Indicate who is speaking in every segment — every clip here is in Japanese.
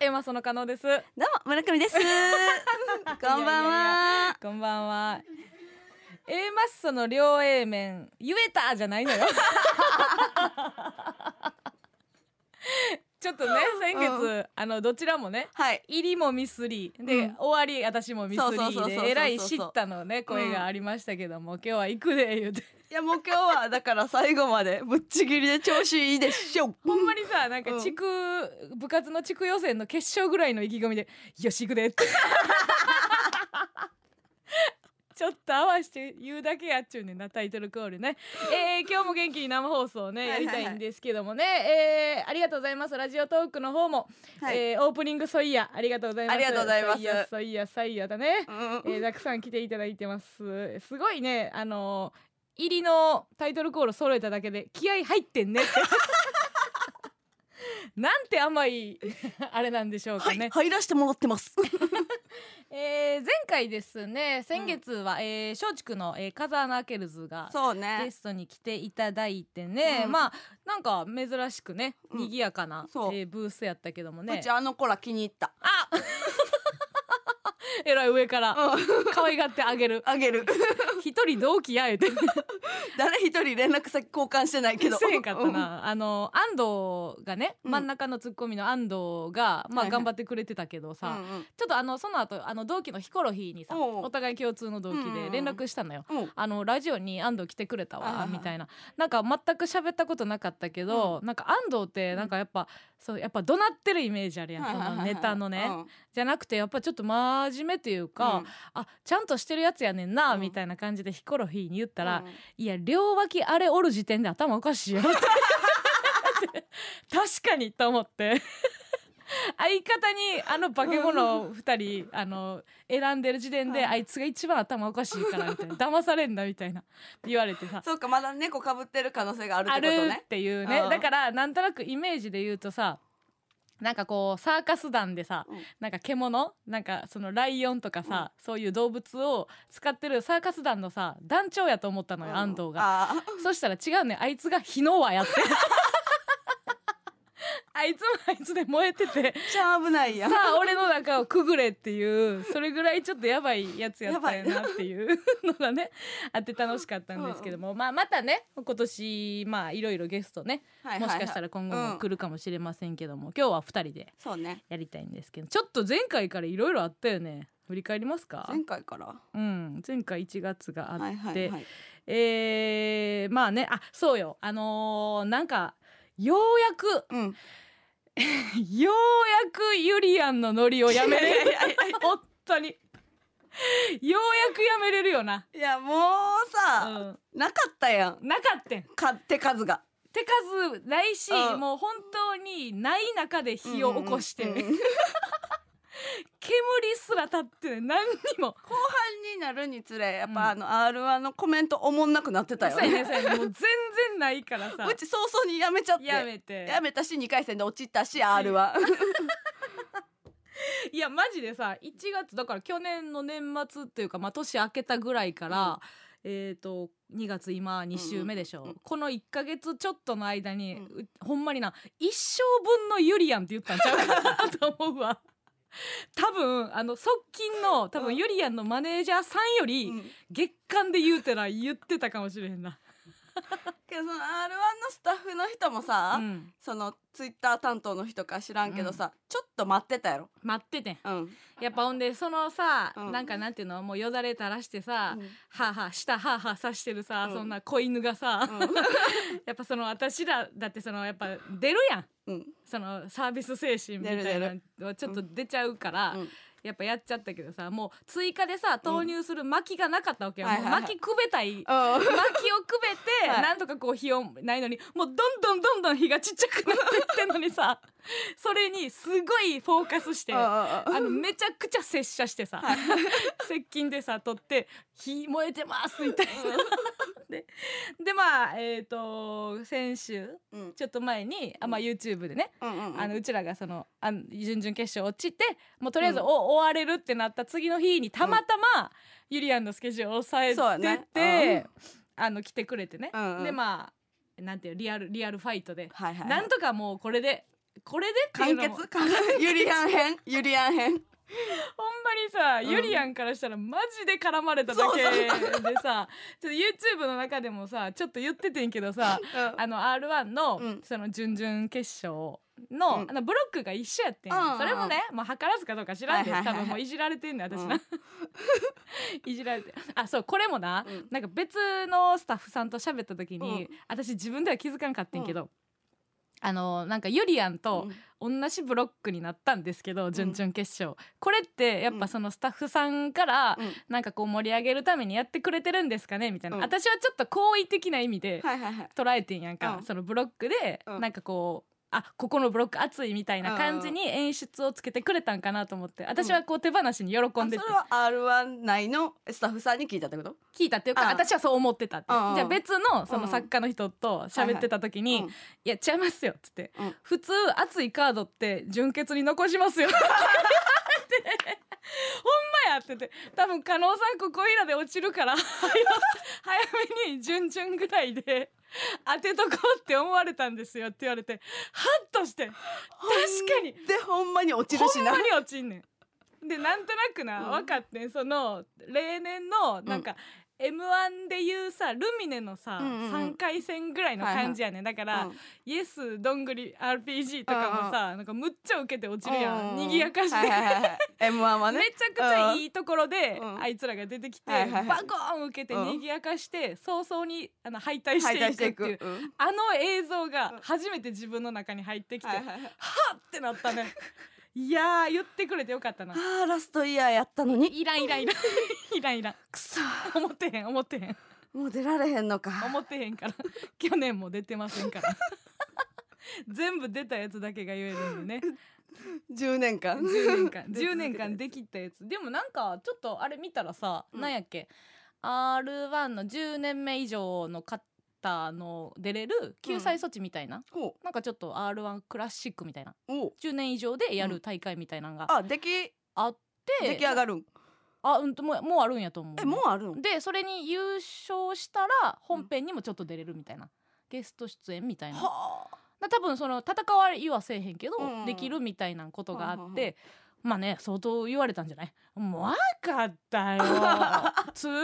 Speaker 1: エマその可能です
Speaker 2: どうも村上です こんばんは
Speaker 1: こんばんは A マッソの両 A 面言えたじゃないのよ ちょっとね先月、
Speaker 2: う
Speaker 1: あのどちらもね
Speaker 2: はい
Speaker 1: 入りもミスリーで、
Speaker 2: うん
Speaker 1: 終わり私もミスリ
Speaker 2: そうそうそうそうそ
Speaker 1: ー
Speaker 2: うそう
Speaker 1: でえらい知ったのね声がありましたけども、今日は行くで言うて
Speaker 2: いやもう今日はだから最後までぶっちぎりで調子いいでしょう
Speaker 1: ほんまにさなん
Speaker 2: う
Speaker 1: か
Speaker 2: ん
Speaker 1: 地区、部活の地区予選の決勝ぐらいの意気込みで「よし行くで」って ちょっと合わして言うだけやっちゅうねんなタイトルコールね、えー今日も元気に生放送ね
Speaker 2: は
Speaker 1: や
Speaker 2: いはいは
Speaker 1: りた
Speaker 2: い
Speaker 1: いんですけどもね、えーありがとうございますラジオトークの方も、
Speaker 2: はい、
Speaker 1: えーオープニングソイヤありがとうございます
Speaker 2: ありがとうございます
Speaker 1: ソイヤソイヤソイヤだね、
Speaker 2: うん
Speaker 1: えーたくさん来ていただいてますすごいねあのー入りのタイトルコール揃えただけで気合入ってん ねってなんて甘い あれなんでしょうか
Speaker 2: はい、
Speaker 1: ね、
Speaker 2: 入らしてもらってます。
Speaker 1: えー前回ですね先月は、えー松竹の、えー、風穴アケルズが
Speaker 2: そう
Speaker 1: ゲ
Speaker 2: ね。
Speaker 1: ストに来ていただいてね、
Speaker 2: うん
Speaker 1: まあなんか珍しくね
Speaker 2: うん
Speaker 1: 賑やかな、
Speaker 2: そう
Speaker 1: えーブースやったけども
Speaker 2: う
Speaker 1: ね
Speaker 2: ちあの子ら気に入った。
Speaker 1: あ えらい上から
Speaker 2: うん
Speaker 1: 可愛がってあげる
Speaker 2: あげる。
Speaker 1: 一人同期やえて
Speaker 2: 誰一人連絡先交換してないけど。
Speaker 1: せえへんかったなあの安藤がね、
Speaker 2: うん
Speaker 1: 真ん中のツッコミの安藤がま
Speaker 2: はいは
Speaker 1: あ
Speaker 2: い
Speaker 1: 頑張ってくれてたけど
Speaker 2: う
Speaker 1: さ、
Speaker 2: ん。うん
Speaker 1: ちょっとあのその後あの同期のヒコロヒーにさ
Speaker 2: おう
Speaker 1: お互い共通の同期
Speaker 2: うんうんう
Speaker 1: で
Speaker 2: ん
Speaker 1: 連絡したのよ。
Speaker 2: うん。うん
Speaker 1: あのラジオに安藤来てくれた
Speaker 2: はいは
Speaker 1: わ
Speaker 2: い
Speaker 1: みたいななんか全く喋ったことなかったけど、なんか安藤ってなんかやっぱ、そうやっぱ怒鳴ってるイメージあるやんそのネタのね、。じゃなくてやっぱちょっと真面目というか、あちゃんとしてるやつやねんな、
Speaker 2: うん
Speaker 1: みたいな感じでヒコロヒーに言った
Speaker 2: た
Speaker 1: ら、いや両脇あれおる時点で頭おかしいよ確 かにと思って 相方にあの化け物を2人あの選んでる時点で
Speaker 2: は
Speaker 1: あいつが一番頭おかしいからみた いな騙されんだみたいな言われてさ
Speaker 2: そうかまだ猫かぶってる可能性があるって
Speaker 1: あ
Speaker 2: こと
Speaker 1: る
Speaker 2: ね
Speaker 1: っ。ていうね
Speaker 2: うん
Speaker 1: だからなんとなくイメージで言うとさなんかこうサーカス団でさ、
Speaker 2: うん
Speaker 1: なんか獣なんかそのライオンとかさ、そういう動物を使ってるサーカス団のさ団長やと思ったのよ、安藤が。
Speaker 2: が。あ
Speaker 1: そしたら違うねあいつが火の輪やって あいつもあいつで燃えてて
Speaker 2: ーちゃ危ない
Speaker 1: さ
Speaker 2: やん。
Speaker 1: あ俺の中をくぐれっていうそれぐらいちょっとやばいやつやったよなっていう のがねあって楽しかったんですけども、まあ、またね今年まあいろいろゲストね
Speaker 2: はい
Speaker 1: もしかした
Speaker 2: ら。
Speaker 1: ら今後も来るかもしれませんけども、今日は2人で
Speaker 2: そうね。
Speaker 1: やりたいんですけどちょっと前回からいろいろあったよね振り返りますか
Speaker 2: 前回から。
Speaker 1: うん、前回1月があって、
Speaker 2: はいはいはい。
Speaker 1: えー、まあねあそうよあのーなんかようやく
Speaker 2: うん。
Speaker 1: ようやくユリアンのノリをやめ
Speaker 2: いや
Speaker 1: れ
Speaker 2: い
Speaker 1: る
Speaker 2: やいやいや
Speaker 1: 本当にようやくやめれるよな、
Speaker 2: いやもう
Speaker 1: う
Speaker 2: さ、
Speaker 1: ん、
Speaker 2: なかったやん。
Speaker 1: なかったん
Speaker 2: か手数が。
Speaker 1: 手数ないし、
Speaker 2: うん
Speaker 1: もう本当にない中で火を起こして、
Speaker 2: うんうんうん
Speaker 1: 煙すら立ってない何にも
Speaker 2: 後半になるにつれやっぱあの R1 のコメントおもんなくなってたよ
Speaker 1: そう
Speaker 2: ね。
Speaker 1: やねそうやねもう全然ないからさ
Speaker 2: うち早々にやめちゃって
Speaker 1: やめて
Speaker 2: やめたし2回戦で落ちたし R1。
Speaker 1: いやマジでさ1月だから去年の年末っていうか、まあ、年明けたぐらいから、えー、と2月今2週目でし
Speaker 2: う
Speaker 1: ょ、
Speaker 2: んうんうん
Speaker 1: この1ヶ月ちょっとの間に、
Speaker 2: う
Speaker 1: うほんまにな一生分のユリアンって言ったんちゃうかなと思うわ。 多分あの側近の多
Speaker 2: う
Speaker 1: 分
Speaker 2: ん
Speaker 1: ユリアンのマネージャーさんより、
Speaker 2: うん
Speaker 1: 月間で言うてな言ってたかもしれへんな。
Speaker 2: けどその R1 のスタッフの人もさ、
Speaker 1: うん
Speaker 2: そのツイッター担当の人か知らんけどさ、ちょっと待ってたやろ。
Speaker 1: 待っててん
Speaker 2: うん。
Speaker 1: やっぱほんでそのさ、
Speaker 2: うん
Speaker 1: なんかなんていうのもうよだれ垂らしてさ、
Speaker 2: うん
Speaker 1: はあはあ舌はあはあさしてるさ、
Speaker 2: うん
Speaker 1: そんな子犬がさ、
Speaker 2: うん
Speaker 1: やっぱその私らだってそのやっぱ出るやん
Speaker 2: うん
Speaker 1: そのサービス精神みたい
Speaker 2: 出る
Speaker 1: な
Speaker 2: 出
Speaker 1: のはちょっと出ちゃうから、
Speaker 2: うん
Speaker 1: や っぱやっちゃったけどさもう追加でさ投入する薪がなかったわけよ、
Speaker 2: はい
Speaker 1: も
Speaker 2: は
Speaker 1: う
Speaker 2: いはい
Speaker 1: 薪くべたい、薪を
Speaker 2: うん
Speaker 1: くべ て、
Speaker 2: はい
Speaker 1: なんとかこう火をないのにもうどんどんどんどん火がちっちゃくなってってんのに さそれにすごいフォーカスして。
Speaker 2: あ
Speaker 1: あのめちゃくちゃ接写してさ、
Speaker 2: はい
Speaker 1: 接近でさ撮って「火燃えてます」みたいな。ででまあえっ、と先週
Speaker 2: うん
Speaker 1: ちょっと前に、あまあ、YouTube でね、
Speaker 2: うんうん
Speaker 1: あのうちらがそのあん準々決勝落ちてもうとりあえず、
Speaker 2: うん
Speaker 1: お終われるってなった次の日にたまたま、ゆりやんのスケジュールを抑え
Speaker 2: そうや
Speaker 1: て
Speaker 2: ね
Speaker 1: て、あの来てくれてね、
Speaker 2: うんうん
Speaker 1: でまあなんていうリアルリアルファイトで、
Speaker 2: はいはいはい
Speaker 1: なんとかもうこれでこれでってい
Speaker 2: 完
Speaker 1: うのも
Speaker 2: 結完 結ゆりやん編ゆりやん編
Speaker 1: ほんまにさ、
Speaker 2: うん
Speaker 1: ゆりやんからしたらマジで絡まれただけでさちょっと YouTube の中でもさちょっと言っててんけどさあの r 1の,、
Speaker 2: うん
Speaker 1: その準々決勝の,、
Speaker 2: うん
Speaker 1: あのブロックが一緒やってん、
Speaker 2: うんうん
Speaker 1: それもね、まあ、計らずかどうか知らんで、
Speaker 2: はいはいはい
Speaker 1: 多分もういじられてんねん私な、
Speaker 2: うん
Speaker 1: いじられてあそうこれもな、
Speaker 2: うん
Speaker 1: なんか別のスタッフさんと喋った時に、
Speaker 2: うん
Speaker 1: 私自分では気づかんかってんけど、あのなんかゆりやんと、同じブロックになったんですけど準々決勝、これってやっぱそのスタッフさんから
Speaker 2: うん
Speaker 1: なんかこう盛り上げるためにやってくれてるんですかねみたいな、
Speaker 2: うん
Speaker 1: 私はちょっと好意的な意味で
Speaker 2: はいはいはい
Speaker 1: 捉えてんやんか、
Speaker 2: うん
Speaker 1: そのブロックで
Speaker 2: うん
Speaker 1: なんかこう。あここのブロック熱いみたいな感じに演出をつけてくれたんかなと思って私はこう手放しに喜んでて
Speaker 2: あそれは R1 内のスタッフさんに聞いたってこと
Speaker 1: 聞いたっていうか
Speaker 2: うん
Speaker 1: 私はそう思ってたって
Speaker 2: うんうん
Speaker 1: じゃあ別のそうの
Speaker 2: ん
Speaker 1: 作家の人と喋ってた時に
Speaker 2: うん
Speaker 1: 「いや違いますよ」っつって
Speaker 2: うん
Speaker 1: 「普通熱いカードって純潔に残しますよ」って言われてほんまや」って言って「多分加納さんここいらで落ちるから早めに準々ぐらいで当てとこうって思われたんですよ」って言われてハッとして確かに
Speaker 2: でほんまに落ちる
Speaker 1: ほ
Speaker 2: し
Speaker 1: ん
Speaker 2: な
Speaker 1: まに落ちんねん。でなんとなくな
Speaker 2: うん
Speaker 1: 分かってんその例年のなんか、M1 でいうさルミネのさ、
Speaker 2: うんうんうん
Speaker 1: 3回戦ぐらいの感じやねんだから、
Speaker 2: うん
Speaker 1: イエスどんぐり RPG とかもさ、なんかむっちゃ受けて落ちるやん、
Speaker 2: うん
Speaker 1: 賑やかして、
Speaker 2: はいはいはいはい M1 はね
Speaker 1: め ちゃくちゃいいところで、
Speaker 2: うん
Speaker 1: あいつらが出てきて、
Speaker 2: はいはいはい
Speaker 1: バコーン受けて
Speaker 2: うん
Speaker 1: 賑やかして、早々にあの敗退
Speaker 2: 敗退
Speaker 1: していくっていう
Speaker 2: うん
Speaker 1: あの映像
Speaker 2: う
Speaker 1: が
Speaker 2: ん
Speaker 1: 初めて自分の中に入ってきて、
Speaker 2: はいはいはい
Speaker 1: はっってなっ たねいやー言ってくれてよかったな
Speaker 2: あーラストイヤーやったのに
Speaker 1: いらんいらんい らんいらんいらん
Speaker 2: くそ
Speaker 1: 思ってへん思ってへん
Speaker 2: もう出られへんのか
Speaker 1: 思ってへんから去年も出てませんから 全部出たやつだけが言えるんでね
Speaker 2: 10年 間
Speaker 1: 10年
Speaker 2: 出
Speaker 1: 間
Speaker 2: 続けたやつ
Speaker 1: 10年間できたやつでもなんかちょっとあれ見たらさ、
Speaker 2: うん
Speaker 1: なんやっけ R1 の10年目以上の方の出れる救済措置みたいな、
Speaker 2: ほ
Speaker 1: なんかちょっと R1 クラシックみたいな
Speaker 2: うおう
Speaker 1: 10年以上でやる大会みたいなのが
Speaker 2: あ出来
Speaker 1: あって、
Speaker 2: 出来上がるん
Speaker 1: あうんともうもうあるんやと思う
Speaker 2: えもうあるん
Speaker 1: でそれに優勝したら本編にもちょっと出れるみたいな、ゲスト出演みたいなだか
Speaker 2: はあ
Speaker 1: ら多分その戦われはせえへんけど、
Speaker 2: うんうん
Speaker 1: できるみたいなことがあ
Speaker 2: うん
Speaker 1: っ
Speaker 2: うんうん
Speaker 1: て、まあね相当言われたんじゃないもう分かったよ 作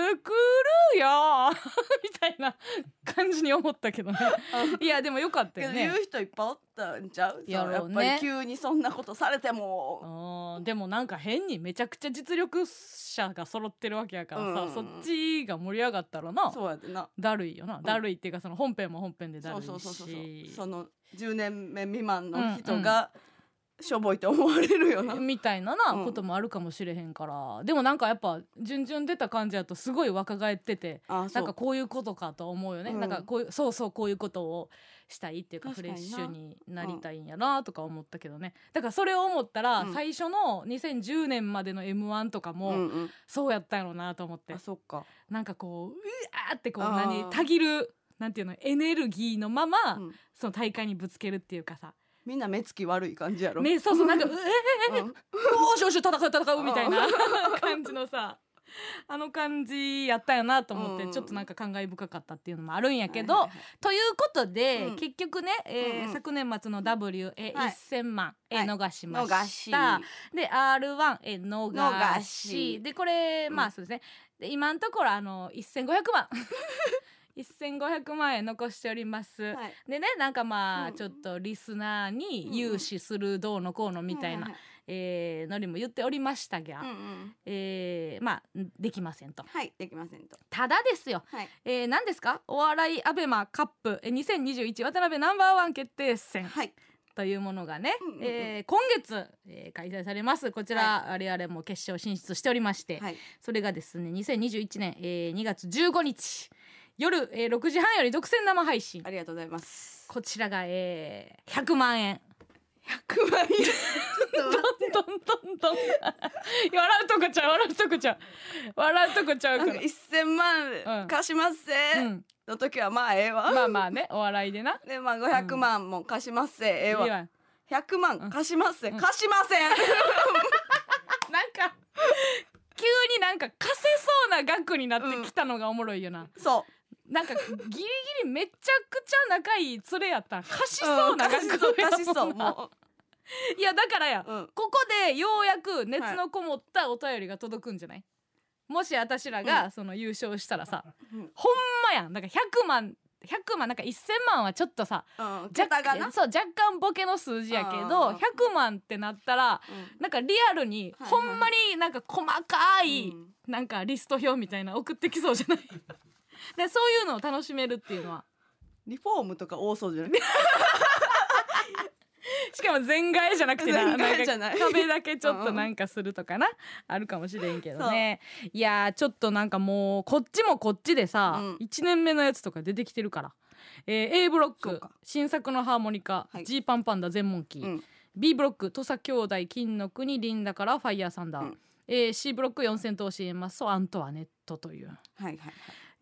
Speaker 1: るよ みたいな感じに思っ たけどねいやでもよかっ
Speaker 2: け
Speaker 1: たよ
Speaker 2: ど言
Speaker 1: ね
Speaker 2: う人いっぱいおったんちゃう
Speaker 1: やろうね
Speaker 2: そうやっぱり急にそんなことされても
Speaker 1: うんでもなんか変にめちゃくちゃ実力者が揃ってるわけやからさ、
Speaker 2: うんうん
Speaker 1: そっちが盛り上がったらな
Speaker 2: そうやってな
Speaker 1: だるいよな、
Speaker 2: ん
Speaker 1: だるいっていうかその本編も本編でだ
Speaker 2: そ
Speaker 1: る
Speaker 2: う
Speaker 1: いし
Speaker 2: そうそうそうその10年目未満の
Speaker 1: う
Speaker 2: 人
Speaker 1: ん
Speaker 2: がしょぼいと思われるよな、
Speaker 1: みたいなな
Speaker 2: うん
Speaker 1: こともあるかもしれへんから、でもなんかやっぱ順々出た感じやとすごい若返ってて
Speaker 2: あそ
Speaker 1: な
Speaker 2: うん
Speaker 1: かこういうことかと思うよね、
Speaker 2: うん
Speaker 1: なんかこういうそうそうこういうことをしたいっていうかフ
Speaker 2: 確か
Speaker 1: レ
Speaker 2: に
Speaker 1: ッ
Speaker 2: な
Speaker 1: シュになりたいんやなとか思ったけどねだからそれを思ったら、
Speaker 2: うん
Speaker 1: 最初の2010年までの m 1とか
Speaker 2: う
Speaker 1: も
Speaker 2: んうん
Speaker 1: そうやったんやろうなと思って、
Speaker 2: あそっか
Speaker 1: なんかこううわーってこう
Speaker 2: あー
Speaker 1: 何たぎるなんていうのエネルギーのまま、
Speaker 2: うん
Speaker 1: その大会にぶつけるっていうかさ
Speaker 2: みんな目つき悪い感じやろ、
Speaker 1: ね、そうそうな んか「うえ
Speaker 2: うん
Speaker 1: おーしよし戦う戦う」みたいな 感じのさあの感じやったよなと思って、
Speaker 2: うん
Speaker 1: ちょっとなんか感慨深かったっていうのもあるんやけど、
Speaker 2: はいはいはい
Speaker 1: ということで、
Speaker 2: うん
Speaker 1: 結局ね、えー
Speaker 2: うんうん
Speaker 1: 昨年末の W え、
Speaker 2: はい
Speaker 1: 1000万え
Speaker 2: はい
Speaker 1: 逃しま
Speaker 2: 逃
Speaker 1: し、
Speaker 2: した
Speaker 1: で R1 え逃
Speaker 2: 逃
Speaker 1: し
Speaker 2: し
Speaker 1: でこれ、
Speaker 2: うん
Speaker 1: まあそうですねで今のところあの1500万 1500万円残しております。
Speaker 2: はい
Speaker 1: でねなんかまあ、
Speaker 2: うん
Speaker 1: ちょっとリスナー
Speaker 2: うんうん
Speaker 1: に融資するどうのこうのみたいな、
Speaker 2: は
Speaker 1: えーのりも言っておりましたが、
Speaker 2: ははいうんうん
Speaker 1: えーまあんできませんと
Speaker 2: はいできませんと
Speaker 1: ただですよ、
Speaker 2: はい
Speaker 1: えー、何ですかお笑いアベマカップえー2021渡辺ナンバーワン決定戦
Speaker 2: はい
Speaker 1: というものがね、
Speaker 2: うんうんうん
Speaker 1: えー今月、えー開催されますこちら、我々も決勝進出しておりまして、
Speaker 2: はい
Speaker 1: それがですね2021年、えー2月15日夜、えー6時半より独占生配信
Speaker 2: ありがとうございます
Speaker 1: こちらが、えー、100万円。
Speaker 2: 100万円 ちょっと待っ
Speaker 1: どんどんどん。笑うとこちゃう、笑うとこちゃう。笑うとこちゃう
Speaker 2: てな
Speaker 1: か
Speaker 2: ん
Speaker 1: ら
Speaker 2: か。1000
Speaker 1: うん
Speaker 2: 万貸しますせ、
Speaker 1: うん、
Speaker 2: の時はまあええわ、
Speaker 1: まあまあね、お笑いでな。
Speaker 2: でまあ500万も貸しますせ、ええ
Speaker 1: いい
Speaker 2: わ
Speaker 1: わ
Speaker 2: 100
Speaker 1: う
Speaker 2: 万
Speaker 1: ん
Speaker 2: 貸しますせ、
Speaker 1: うん
Speaker 2: 貸しません
Speaker 1: なんか。急になんか貸せそうな額になってきたのがおもろいよな。
Speaker 2: そう
Speaker 1: なんかギリギリめちゃくちゃ仲いい連れやったら貸しそうな 額
Speaker 2: うん貸しそう
Speaker 1: やもんな
Speaker 2: 貸しそうも
Speaker 1: いやだからや
Speaker 2: うん
Speaker 1: ここでようやく熱のこもったお便りが届くんじゃない、もし私らがその優勝したらさ、
Speaker 2: うん
Speaker 1: ほんまやんなんか100万100万なんか1,000万はちょっとさ
Speaker 2: うん
Speaker 1: 若
Speaker 2: 桁がな、
Speaker 1: そう若干ボケの数字やけど
Speaker 2: うん
Speaker 1: 100万ってなったら
Speaker 2: う
Speaker 1: なんかリアルに
Speaker 2: はい
Speaker 1: ほんまになんか細か
Speaker 2: ん
Speaker 1: い、
Speaker 2: うん
Speaker 1: なんかリスト表みたいな送ってきそうじゃない でそういうのを楽しめるっていうのは
Speaker 2: リフォームとか多そう じゃない
Speaker 1: しかも全外じゃなくてな
Speaker 2: 全外じゃない
Speaker 1: んか壁だけちょっとなんかするとかな、あるかもしれんけどねいやーちょっとなんかもうこっちもこっちでさ、
Speaker 2: うん
Speaker 1: 1年目のやつとか出てきてるから、えー A ブロッ
Speaker 2: そう
Speaker 1: ク
Speaker 2: か
Speaker 1: 新作のハーモニカ
Speaker 2: はい
Speaker 1: G、パンパンダ全モンキー、
Speaker 2: うん
Speaker 1: B ブロック土佐兄弟金の国リンダからファイヤーサンダー、
Speaker 2: うん
Speaker 1: えー C ブロック四千頭身エマソアントワネットという
Speaker 2: はいは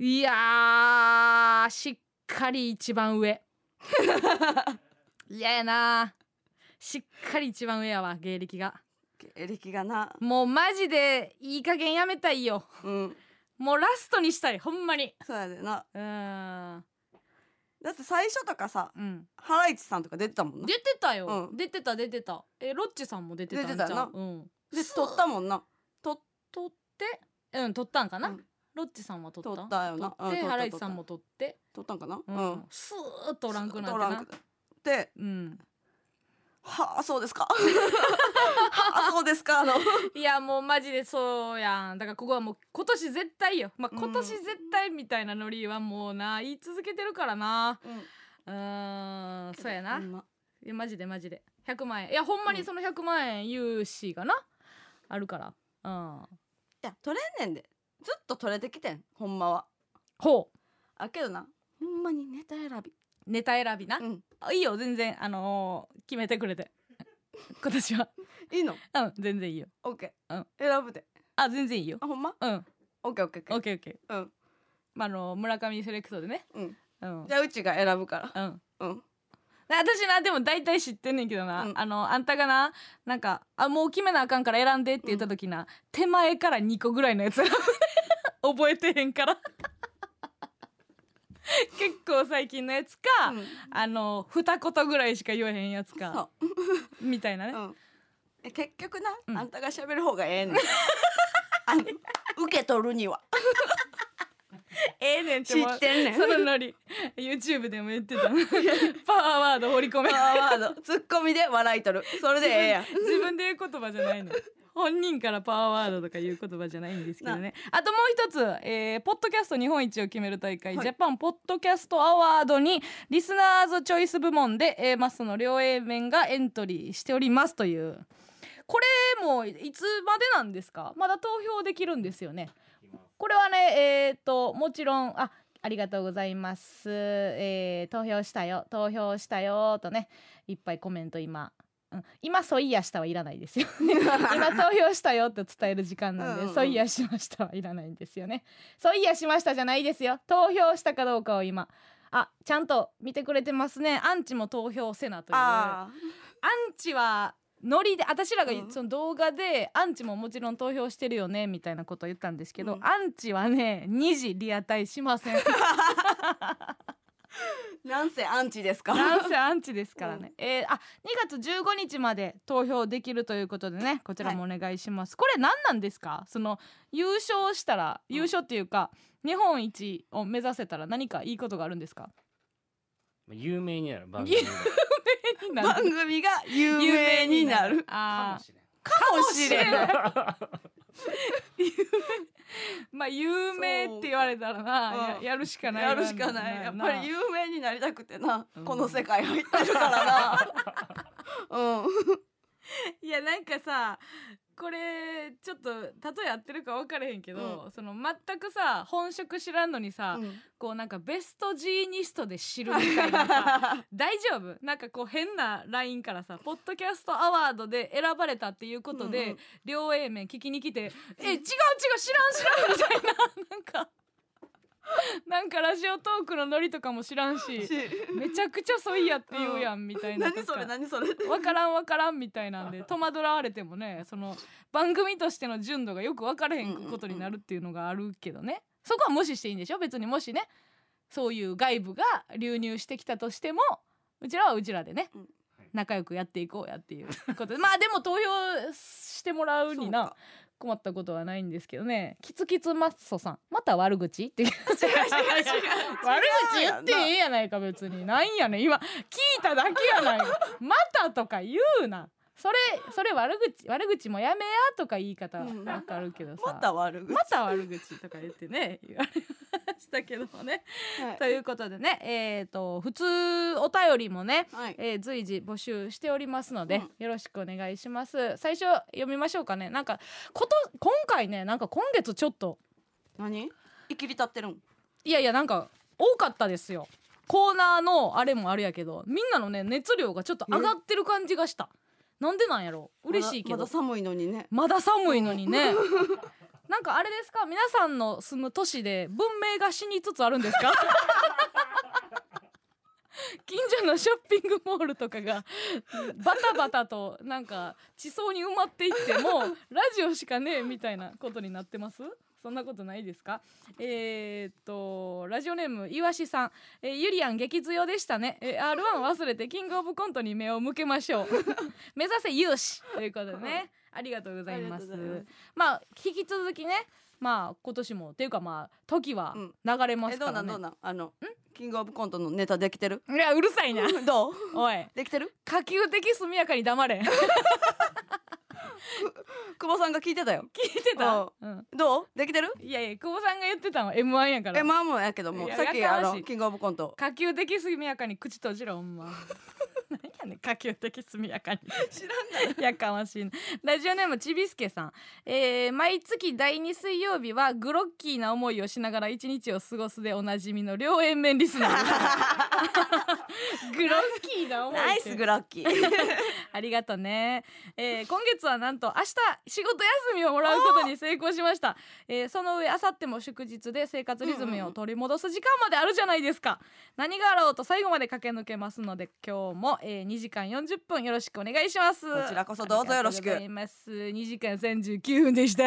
Speaker 2: い
Speaker 1: いやーしっかり一 番上嫌やなしっかり一番上やわ芸歴が
Speaker 2: 経歴がな
Speaker 1: もうマジでいい加減やめたいよ
Speaker 2: うん
Speaker 1: もうラストにしたいほんまに
Speaker 2: そうやでな
Speaker 1: うーん
Speaker 2: だって最初とかさ
Speaker 1: うん
Speaker 2: ハライチさんとか出てたもんな
Speaker 1: 出てたよ、
Speaker 2: うん
Speaker 1: 出てた出てたえロッチさんも出てたん
Speaker 2: 出て
Speaker 1: じゃ
Speaker 2: た
Speaker 1: ん
Speaker 2: な
Speaker 1: うん
Speaker 2: で撮ったもんな
Speaker 1: と撮ってうん撮ったんかな、
Speaker 2: うん
Speaker 1: ロッチさんは撮った
Speaker 2: 撮ったよな
Speaker 1: 撮
Speaker 2: うん撮
Speaker 1: って
Speaker 2: った
Speaker 1: ハライチさんも撮って
Speaker 2: 撮ったんかな
Speaker 1: う、
Speaker 2: うんん
Speaker 1: スーッとおらんくなって
Speaker 2: おらん
Speaker 1: な
Speaker 2: くで
Speaker 1: うん
Speaker 2: はあそうですかはあそうですかあの
Speaker 1: いやもうマジでそうやんだからここはもう今年絶対よまあ
Speaker 2: うん
Speaker 1: 今年絶対みたいなノリはもうな言い続けてるからなうーんそうやな
Speaker 2: ほんま
Speaker 1: いやマジでマジで100万円いやほんまにその100万円融資がなあるからうん
Speaker 2: いや取れんねんでずっと取れてきてんほんまは
Speaker 1: ほう
Speaker 2: あけどなほんまにネタ選び
Speaker 1: ネタ選びな
Speaker 2: うん
Speaker 1: あいいよ全然あのー決めてくれて今年はい
Speaker 2: いの
Speaker 1: うん全然いいよ
Speaker 2: オッケー、
Speaker 1: うん
Speaker 2: 選ぶで
Speaker 1: あ全然いいよ
Speaker 2: あほんま
Speaker 1: うん
Speaker 2: オッケーオッケーオ
Speaker 1: オッ
Speaker 2: ッケ
Speaker 1: ケーオッケー
Speaker 2: ーうん
Speaker 1: まああのー村上セレクトでね
Speaker 2: うん
Speaker 1: うん
Speaker 2: じゃあうちが選ぶか
Speaker 1: うん
Speaker 2: らうん
Speaker 1: な私なでも大体知ってんねんけどな、
Speaker 2: うん
Speaker 1: あのあんたがななんかあもう決めなあかんから選んでって言った時な、手前から2個ぐらいのやつ 覚えてへんから結構最近のやつか、
Speaker 2: うん
Speaker 1: あの二言ぐらいしか言わへんやつか
Speaker 2: そ
Speaker 1: みたいなね、
Speaker 2: ううんえ結局な、
Speaker 1: うん
Speaker 2: あんたが喋る方がええねん あの受け取るには
Speaker 1: ええねんって
Speaker 2: 知
Speaker 1: もう
Speaker 2: ってんねん
Speaker 1: そのノリ YouTube でも言って たパワーワード放り込め
Speaker 2: パワーワードツッコミで笑い取るそれでええやん
Speaker 1: 自分で言う言葉じゃない の本人からパワーワードとか言う言葉じゃないんですけどねあともう一つ、えーポッドキャスト日本一を決める大会、
Speaker 2: はい
Speaker 1: ジャパンポッドキャストアワードにリスナーズチョイス部門で、えーマスの両 A 面がエントリーしておりますというこれもいつまでなんですかまだ投票できるんですよねこれはねえっ、ともちろんあありがとうございます、えー投票したよ投票したよとねいっぱいコメント今、うん、今ソイヤしたはいらないですよ 今投票したよって伝える時間なんで、
Speaker 2: うんうん
Speaker 1: ソイヤしましたはいらないんですよねソイヤしましたじゃないですよ投票したかどうかを今あちゃんと見てくれてますねアンチも投票せなというアン
Speaker 2: あ
Speaker 1: チはノリで私らが
Speaker 2: うん
Speaker 1: その動画で、アンチももちろん投票してるよねみたいなことを言ったんですけど、
Speaker 2: うん
Speaker 1: アンチはね2時リアタイしません
Speaker 2: ーなんせアンチですか
Speaker 1: なんせアンチですから ね、えーあ2月15日まで投票できるということでねこちらもお願いします、これ何なんですかその優勝したら
Speaker 2: うん
Speaker 1: 優勝っていうか、日本一を目指せたら何かいいことがあるんです か
Speaker 3: まあ有名になる番 組が
Speaker 2: 番組が有名になる
Speaker 3: か
Speaker 1: あ
Speaker 3: も
Speaker 1: ー
Speaker 3: しれん
Speaker 2: かもしれない
Speaker 1: まあ有名って言われたらな
Speaker 2: そう
Speaker 1: ややるしかない
Speaker 2: やるしかないやっぱり
Speaker 1: う
Speaker 2: 有名になりたくてな、
Speaker 1: うん
Speaker 2: この世界入ってる からなうん
Speaker 1: いやなんかさこれちょっと例え合ってるか分からへんけど、その全くさ本職知らんのにさ、こうなんかベストジーニストで知るみたいなさ 大丈夫なんかこう変なラインからさポッドキャストアワードで選ばれたっていうことで、
Speaker 2: うんうん
Speaker 1: 両 A 面聞きに来て「え違う違う知らん知らん」みたいななんか なんかラジオトークのノリとかも知らんし
Speaker 2: し
Speaker 1: めちゃくちゃソイやって言うやんみたいな
Speaker 2: 何
Speaker 1: と
Speaker 2: それ
Speaker 1: か。
Speaker 2: 何それ
Speaker 1: わからんわからんみたいなん で戸惑われてもねその番組としての純度がよく分からへんことになるっていうのがあるけどねそこは無視していいんでしょ別にもしねそういう外部が流入してきたとしてもうちらはうちらでね
Speaker 2: うん
Speaker 1: 仲良くやっていこうやっていうことでまあでも投票してもらうにな困ったことはないんですけどねキツキツマッソさんまた悪口っていう
Speaker 2: そうか違う違う違う
Speaker 1: 悪口言ってええ
Speaker 2: 違うやんな
Speaker 1: やないか別になんやねん今聞いただけやないかまたとか言うなそれそれ悪口悪口もやめやとか言い方
Speaker 2: うん
Speaker 1: わかるけどさ、
Speaker 2: また悪口
Speaker 1: また悪口とか言ってね言われましたけどもね。
Speaker 2: はい
Speaker 1: ということでねえっ、と普通お便りもね、
Speaker 2: はい
Speaker 1: えー随時募集しておりますので、
Speaker 2: うん
Speaker 1: よろしくお願いします。最初読みましょうかねなんかこと今回ねなんか今月ちょっと
Speaker 2: 何生きり立ってるん
Speaker 1: いやいやなんか多かったですよ。コーナーのあれもあるやけどみんなのね熱量がちょっと上がってる感じがした。なんでなんやろう嬉しいけ
Speaker 2: まだま
Speaker 1: ど
Speaker 2: だ寒いのにね
Speaker 1: まだ寒いのにね。 なんかあれですか皆さんの住む都市で文明が死につつあるんですか 近所のショッピングモールとかが バタバタとなんか地層に埋まっていってもうラジオしかねえみたいなことになってますそんなことないですかえー、っとラジオネームいわしさん、えーゆりやん激強でしたね、えー、r 1忘れてキングオブコントに目を向けましょう 目指せ勇士ということでねありがとうございます
Speaker 2: ありがとうござい
Speaker 1: まあ引き続きねまあ今年もっていうかまあ時は
Speaker 2: うん
Speaker 1: 流れま
Speaker 2: え
Speaker 1: す
Speaker 2: どうな
Speaker 1: から
Speaker 2: んどう
Speaker 1: ね、
Speaker 2: なんあのキングオブコントのネタできてる
Speaker 1: いやうるさいな
Speaker 2: どう
Speaker 1: おい
Speaker 2: できてる
Speaker 1: 可及的速やかに黙れ 聞
Speaker 2: 久保さんが聞いてたよ
Speaker 1: いてた
Speaker 2: お、
Speaker 1: うん、
Speaker 2: どうできてる
Speaker 1: いやいや久保さんが言ってたの M1 やから
Speaker 2: えまあもうやけども
Speaker 1: いや
Speaker 2: さっき
Speaker 1: や
Speaker 2: あ
Speaker 1: かましい
Speaker 2: のキングオブコント
Speaker 1: 可及的速やかに口閉じろ ほんま何やねん可及的速やかに
Speaker 2: 知らんが
Speaker 1: やかましいなラジオネームちびすけさん、えー毎月第2水曜日はグロッキーな思いをしながら一日を過ごすでおなじみの両円面リ スナーグロッキーな思い
Speaker 2: ナイ
Speaker 1: って
Speaker 2: スグラッキ ー
Speaker 1: ありがとうね、 えー今月はなんと明日仕事休みをもらうことに成功しました、えーその上明後日も祝日で生活リズムを取り戻す時間まであるじゃないですか、何があろうと最後まで駆け抜けますので今日も、えー2時間40分よろしくお願いしますこ
Speaker 2: ちらこそどうぞよろしく
Speaker 1: ありがとうございます2時間39分で した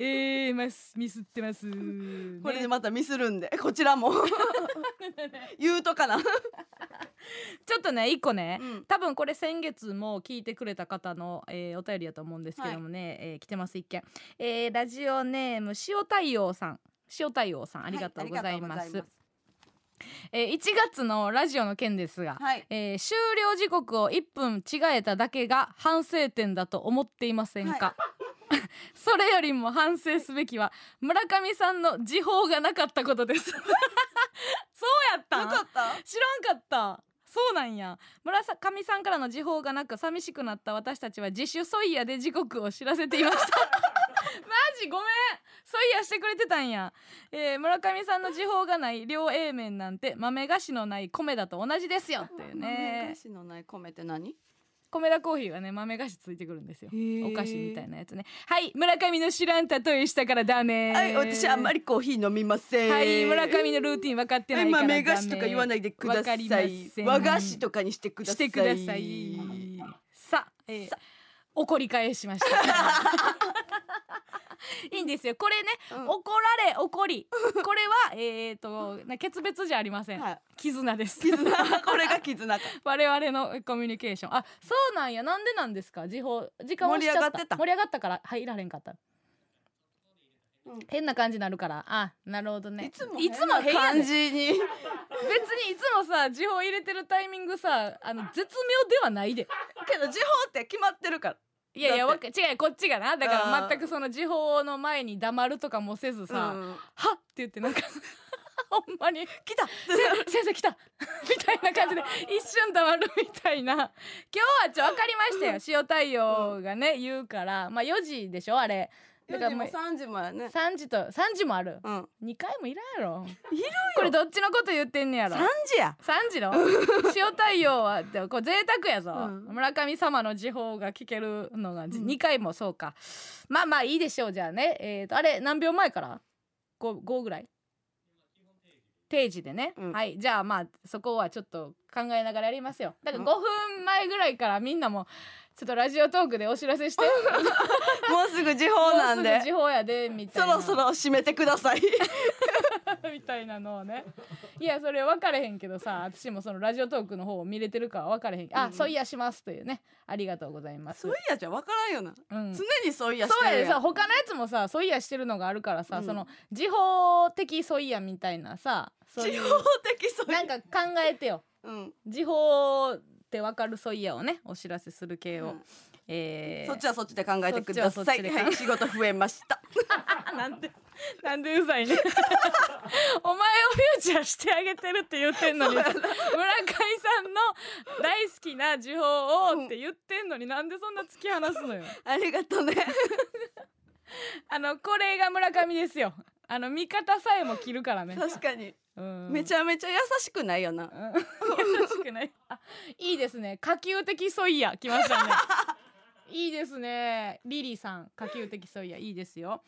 Speaker 1: えー、ますミスってます
Speaker 2: これ
Speaker 1: ね
Speaker 2: でまたミスるんでこちら も言うとかな
Speaker 1: ちょっとね一個ね、
Speaker 2: うん
Speaker 1: 多分これ先月も聞いてくれた方の、えーお便りだと思うんですけどもね、えー来てます一件、えーラジオネーム塩太陽さん塩太陽さんありがとうございます,、
Speaker 2: はありがとう
Speaker 1: えー1月のラジオの件ですが、
Speaker 2: ございますはい
Speaker 1: えー終了時刻を1分違えただけが反省点だと思っていませんか、 それよりも反省すべきは村上さんの時報がなかったことです そうやったん
Speaker 2: なかった
Speaker 1: 知らんかったそうなんや村上さんからの時報がなく寂しくなった私たちは自主ソイヤで時刻を知らせて いましたマジごめんソイヤしてくれてたんや、えー村上さんの時報がない両 A 面なんて豆菓子のない米だと同じですよっていう
Speaker 2: 豆菓
Speaker 1: ね
Speaker 2: 子のない米って何
Speaker 1: 米田コーヒーはね豆菓子ついてくるんですよお
Speaker 2: お
Speaker 1: 菓子みたい
Speaker 2: な
Speaker 1: なやつねはい村上の知らん例えしたからダメ
Speaker 2: はい私あんま
Speaker 1: り
Speaker 2: りコーヒー飲みません
Speaker 1: はい村上のルーティン分かってないからダ
Speaker 2: 豆
Speaker 1: メ
Speaker 2: 菓子とか言わないでくださ
Speaker 1: わかりま
Speaker 2: い
Speaker 1: せん
Speaker 2: 和菓子とかにしてください
Speaker 1: してください。さあ、えー
Speaker 2: さ
Speaker 1: 怒り返しま した。いいんですよ。これね、
Speaker 2: うん
Speaker 1: 怒られ怒り。これは えっ、とな決別じゃありません。
Speaker 2: はい
Speaker 1: 絆です。
Speaker 2: 絆これが絆か
Speaker 1: 我々のコミュニケーション。あ、そうなんや。なんでなんですか。時報時間押しちゃった。
Speaker 2: 盛り上がってた
Speaker 1: 盛り上がったから入られんかった。
Speaker 2: うん
Speaker 1: 変な感じになるから。あ、なるほ どね。
Speaker 2: いつも
Speaker 1: いつも変や
Speaker 2: 感
Speaker 1: ねん
Speaker 2: じに
Speaker 1: 別にいつもさ、時報入れてるタイミングさ、あの絶妙ではないで。
Speaker 2: けど時報って決まってるから
Speaker 1: いやいや
Speaker 2: だ
Speaker 1: わ
Speaker 2: っ
Speaker 1: か違うよこっちがなだか
Speaker 2: あ
Speaker 1: ら
Speaker 2: ー
Speaker 1: 全くその時報の前に黙るとかもせずさ「
Speaker 2: うん
Speaker 1: はっ!」って言ってなんか ほんまに「来たせ先生来た! 」 みたいな感じで一瞬黙るみたいな今日はちょ分かりましたよ塩太陽がね言うからまあ4時でしょあれだか
Speaker 2: 4
Speaker 1: ら
Speaker 2: 時も
Speaker 1: もう
Speaker 2: 3時もやね
Speaker 1: 3時と3時もある
Speaker 2: うん
Speaker 1: 2回もいらんやろ
Speaker 2: いるよ
Speaker 1: これどっちのこと言ってんねやろ
Speaker 2: 3時 や
Speaker 1: 3時の塩太陽はでもこう贅沢やぞ、
Speaker 2: うん
Speaker 1: 村上様の時報が聞けるのが
Speaker 2: ん
Speaker 1: 2回もそうか、まあまあいいでしょうじゃあね、えー、とあれ何秒前から 5, 5ぐらい定時でね、
Speaker 2: うん
Speaker 1: はいじゃあまあそこはちょっと考えながらやりますよだから
Speaker 2: う
Speaker 1: 5
Speaker 2: ん
Speaker 1: 分前ぐらいからみんなもちょっとラジオトークでお知ら せしても
Speaker 2: もうすぐ時報な
Speaker 1: うんすぐ
Speaker 2: で
Speaker 1: 時報やでみた
Speaker 2: そ
Speaker 1: いな
Speaker 2: ろそろ締めてください
Speaker 1: みたいなのをねいやそれ分かれへんけどさ私もそのラジオトークの方を見れてるかは分かれへん、
Speaker 2: う
Speaker 1: あ
Speaker 2: ん
Speaker 1: そういやしますというねありがとうございます
Speaker 2: そういやじゃ分からんよな、
Speaker 1: うん
Speaker 2: 常にそういやし
Speaker 1: そう
Speaker 2: て
Speaker 1: や
Speaker 2: る
Speaker 1: で
Speaker 2: や
Speaker 1: さ
Speaker 2: ん
Speaker 1: 他のやつもさそういやしてるのがあるからさ、
Speaker 2: うん
Speaker 1: その時報的そういやみたいなさそうい
Speaker 2: 地
Speaker 1: う
Speaker 2: 方的そういや
Speaker 1: なんか考えてよ
Speaker 2: うん、
Speaker 1: 時報って分かるそういやをねお知らせする系を、
Speaker 2: うん
Speaker 1: えー
Speaker 2: そっちはそっちで考えてくだ
Speaker 1: そっ
Speaker 2: さ
Speaker 1: ちはそっち
Speaker 2: い
Speaker 1: で考え
Speaker 2: はい仕事増えました
Speaker 1: なんでなんでうざいねお前をフューチャーしてあげてるって言ってんのに村上さんの大好きな時報をって言ってんのになんでそんな突き放すのよ
Speaker 2: ありがとうね
Speaker 1: あのこれが村上ですよあの味方さえも着るからね
Speaker 2: 確かに、
Speaker 1: うん
Speaker 2: めちゃめちゃ優しくないよな
Speaker 1: うん優しくないあいいですね下級的ソイヤ来ましたねいいですねリリーさん下級的ソイヤいいですよ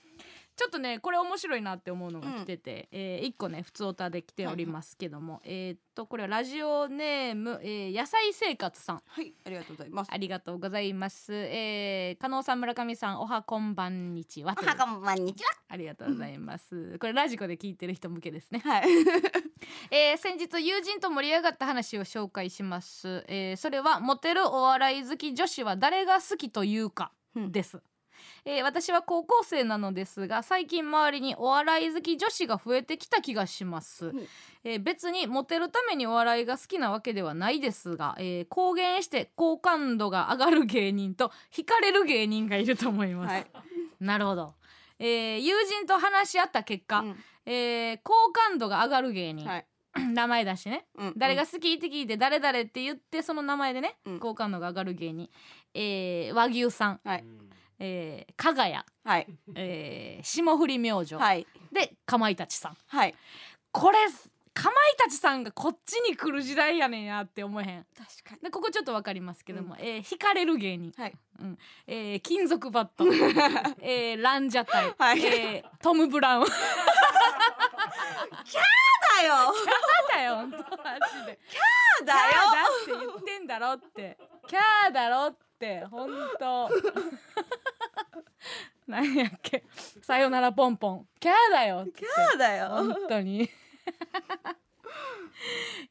Speaker 1: ちょっとねこれ面白いなって思うのが来てて、えー、1個ね普通オタで来ておりますけども、えーっとこれはラジオネーム、えー野菜生活さん
Speaker 2: はいありがとうございます
Speaker 1: ありがとうございます、えー、加納さん村上さんおはこんばんにちはという
Speaker 2: んばんにちは
Speaker 1: ありがとうござい ますこれラジコで聞いてる人向けですね
Speaker 2: はい
Speaker 1: えー先日友人と盛り上がった話を紹介します、えーそれはモテるお笑い好き女子は誰が好きというかです、えー私は高校生なのですが最近周りにお笑い好き女子が増えてきた気がします、
Speaker 2: ん
Speaker 1: えー別にモテるためにお笑いが好きなわけではないですが、えー公言して好感度が上がる芸人と惹かれる芸人がいると思います、
Speaker 2: はい、
Speaker 1: なるほど、えー友人と話し合った結果、
Speaker 2: う
Speaker 1: えー好感度が上がる芸人、
Speaker 2: んはい、
Speaker 1: 名前出してね
Speaker 2: うん
Speaker 1: 誰が好きって聞いて誰々って言ってその名前でね、
Speaker 2: うん
Speaker 1: 好感度が上がる芸人、えー和牛さん、
Speaker 2: はい
Speaker 3: うん
Speaker 1: えー、加賀谷、
Speaker 2: はい
Speaker 1: えー霜降り明星、
Speaker 2: はい
Speaker 1: でかまいたちさん
Speaker 2: はい
Speaker 1: これかまいたちさんがこっちに来る時代やねんやって思えへん
Speaker 2: 確かに
Speaker 1: でここちょっとわかりますけども、えー惹かれる芸人、
Speaker 2: はい
Speaker 1: うんえー金属バッ ト、えーランジャタイ、
Speaker 2: はい
Speaker 1: えートム・ブラウン
Speaker 2: だよ
Speaker 1: だよ本当マジで
Speaker 2: だ
Speaker 1: キャ
Speaker 2: よ
Speaker 1: ーだって言ってんだろってキャーだろってほんと なんやっけさよならポンポンキャーだよって
Speaker 2: そうだよ
Speaker 1: 本当に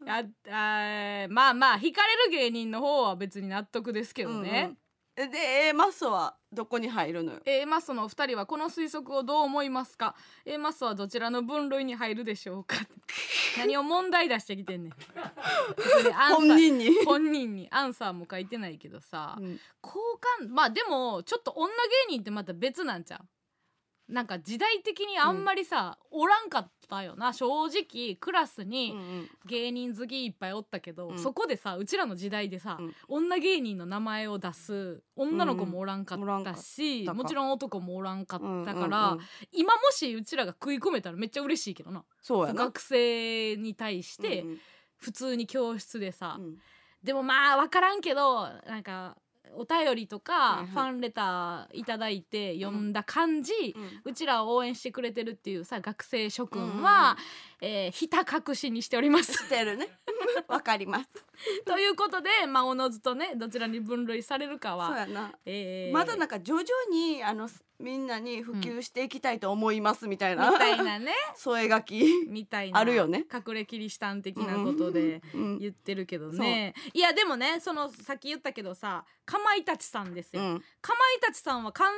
Speaker 1: ああーまあまあ惹かれる芸人の方は別に納得ですけどね、
Speaker 2: うんうんで A マッソはどこに入るのよ
Speaker 1: えーマッソのお二人はこの推測をどう思いますか A マッソはどちらの分類に入るでしょうか何を問題出してき てんねんアンサー
Speaker 2: 本人に、
Speaker 1: 本人にアンサーも書いてないけどさ、
Speaker 2: うん
Speaker 1: 好感まあでもちょっと女芸人ってまた別なんちゃうなんか時代的にあんまりさ、おらんかったよな正直クラス
Speaker 2: うん
Speaker 1: に
Speaker 2: うん
Speaker 1: 芸人好きいっぱいおったけど、
Speaker 2: うん
Speaker 1: そこでさうちらの時代でさ、
Speaker 2: うん
Speaker 1: 女芸人の名前を出す女の子もおらんか
Speaker 2: うんおら
Speaker 1: っ
Speaker 2: んか
Speaker 1: た
Speaker 2: っ
Speaker 1: し、
Speaker 2: たか
Speaker 1: もちろん男もおらんかったから、
Speaker 2: うんうんうん
Speaker 1: 今もしうちらが食い込めたらめっちゃ嬉しいけどな
Speaker 2: そうやな
Speaker 1: 学生に対して
Speaker 2: うん
Speaker 1: 普通に教室でさ、
Speaker 2: うんうん
Speaker 1: でもまあ分からんけどなんかお便りと
Speaker 2: いは
Speaker 1: か
Speaker 2: い
Speaker 1: ファンレターいただいて読んだ感じ、う
Speaker 2: うん
Speaker 1: ちらを応援してくれてるっていうさ学生諸君は、えーひた隠しにしております
Speaker 2: してる ねわかります
Speaker 1: ということでまあおのずとねどちらに分類されるか
Speaker 2: そう
Speaker 1: は、
Speaker 2: やな
Speaker 1: えー
Speaker 2: まだなんか徐々にあのみんなに普及していきたいと思いますみたいな、
Speaker 1: みたい なね
Speaker 2: 添え書き、
Speaker 1: みたいな
Speaker 2: あるよね
Speaker 1: 隠れキリシタン的なことで
Speaker 2: うん
Speaker 1: 言ってるけどね、いやでもねそのさっき言ったけどさかまいたちさんです
Speaker 2: う
Speaker 1: よ、
Speaker 2: ん、
Speaker 1: かまいたちさんは完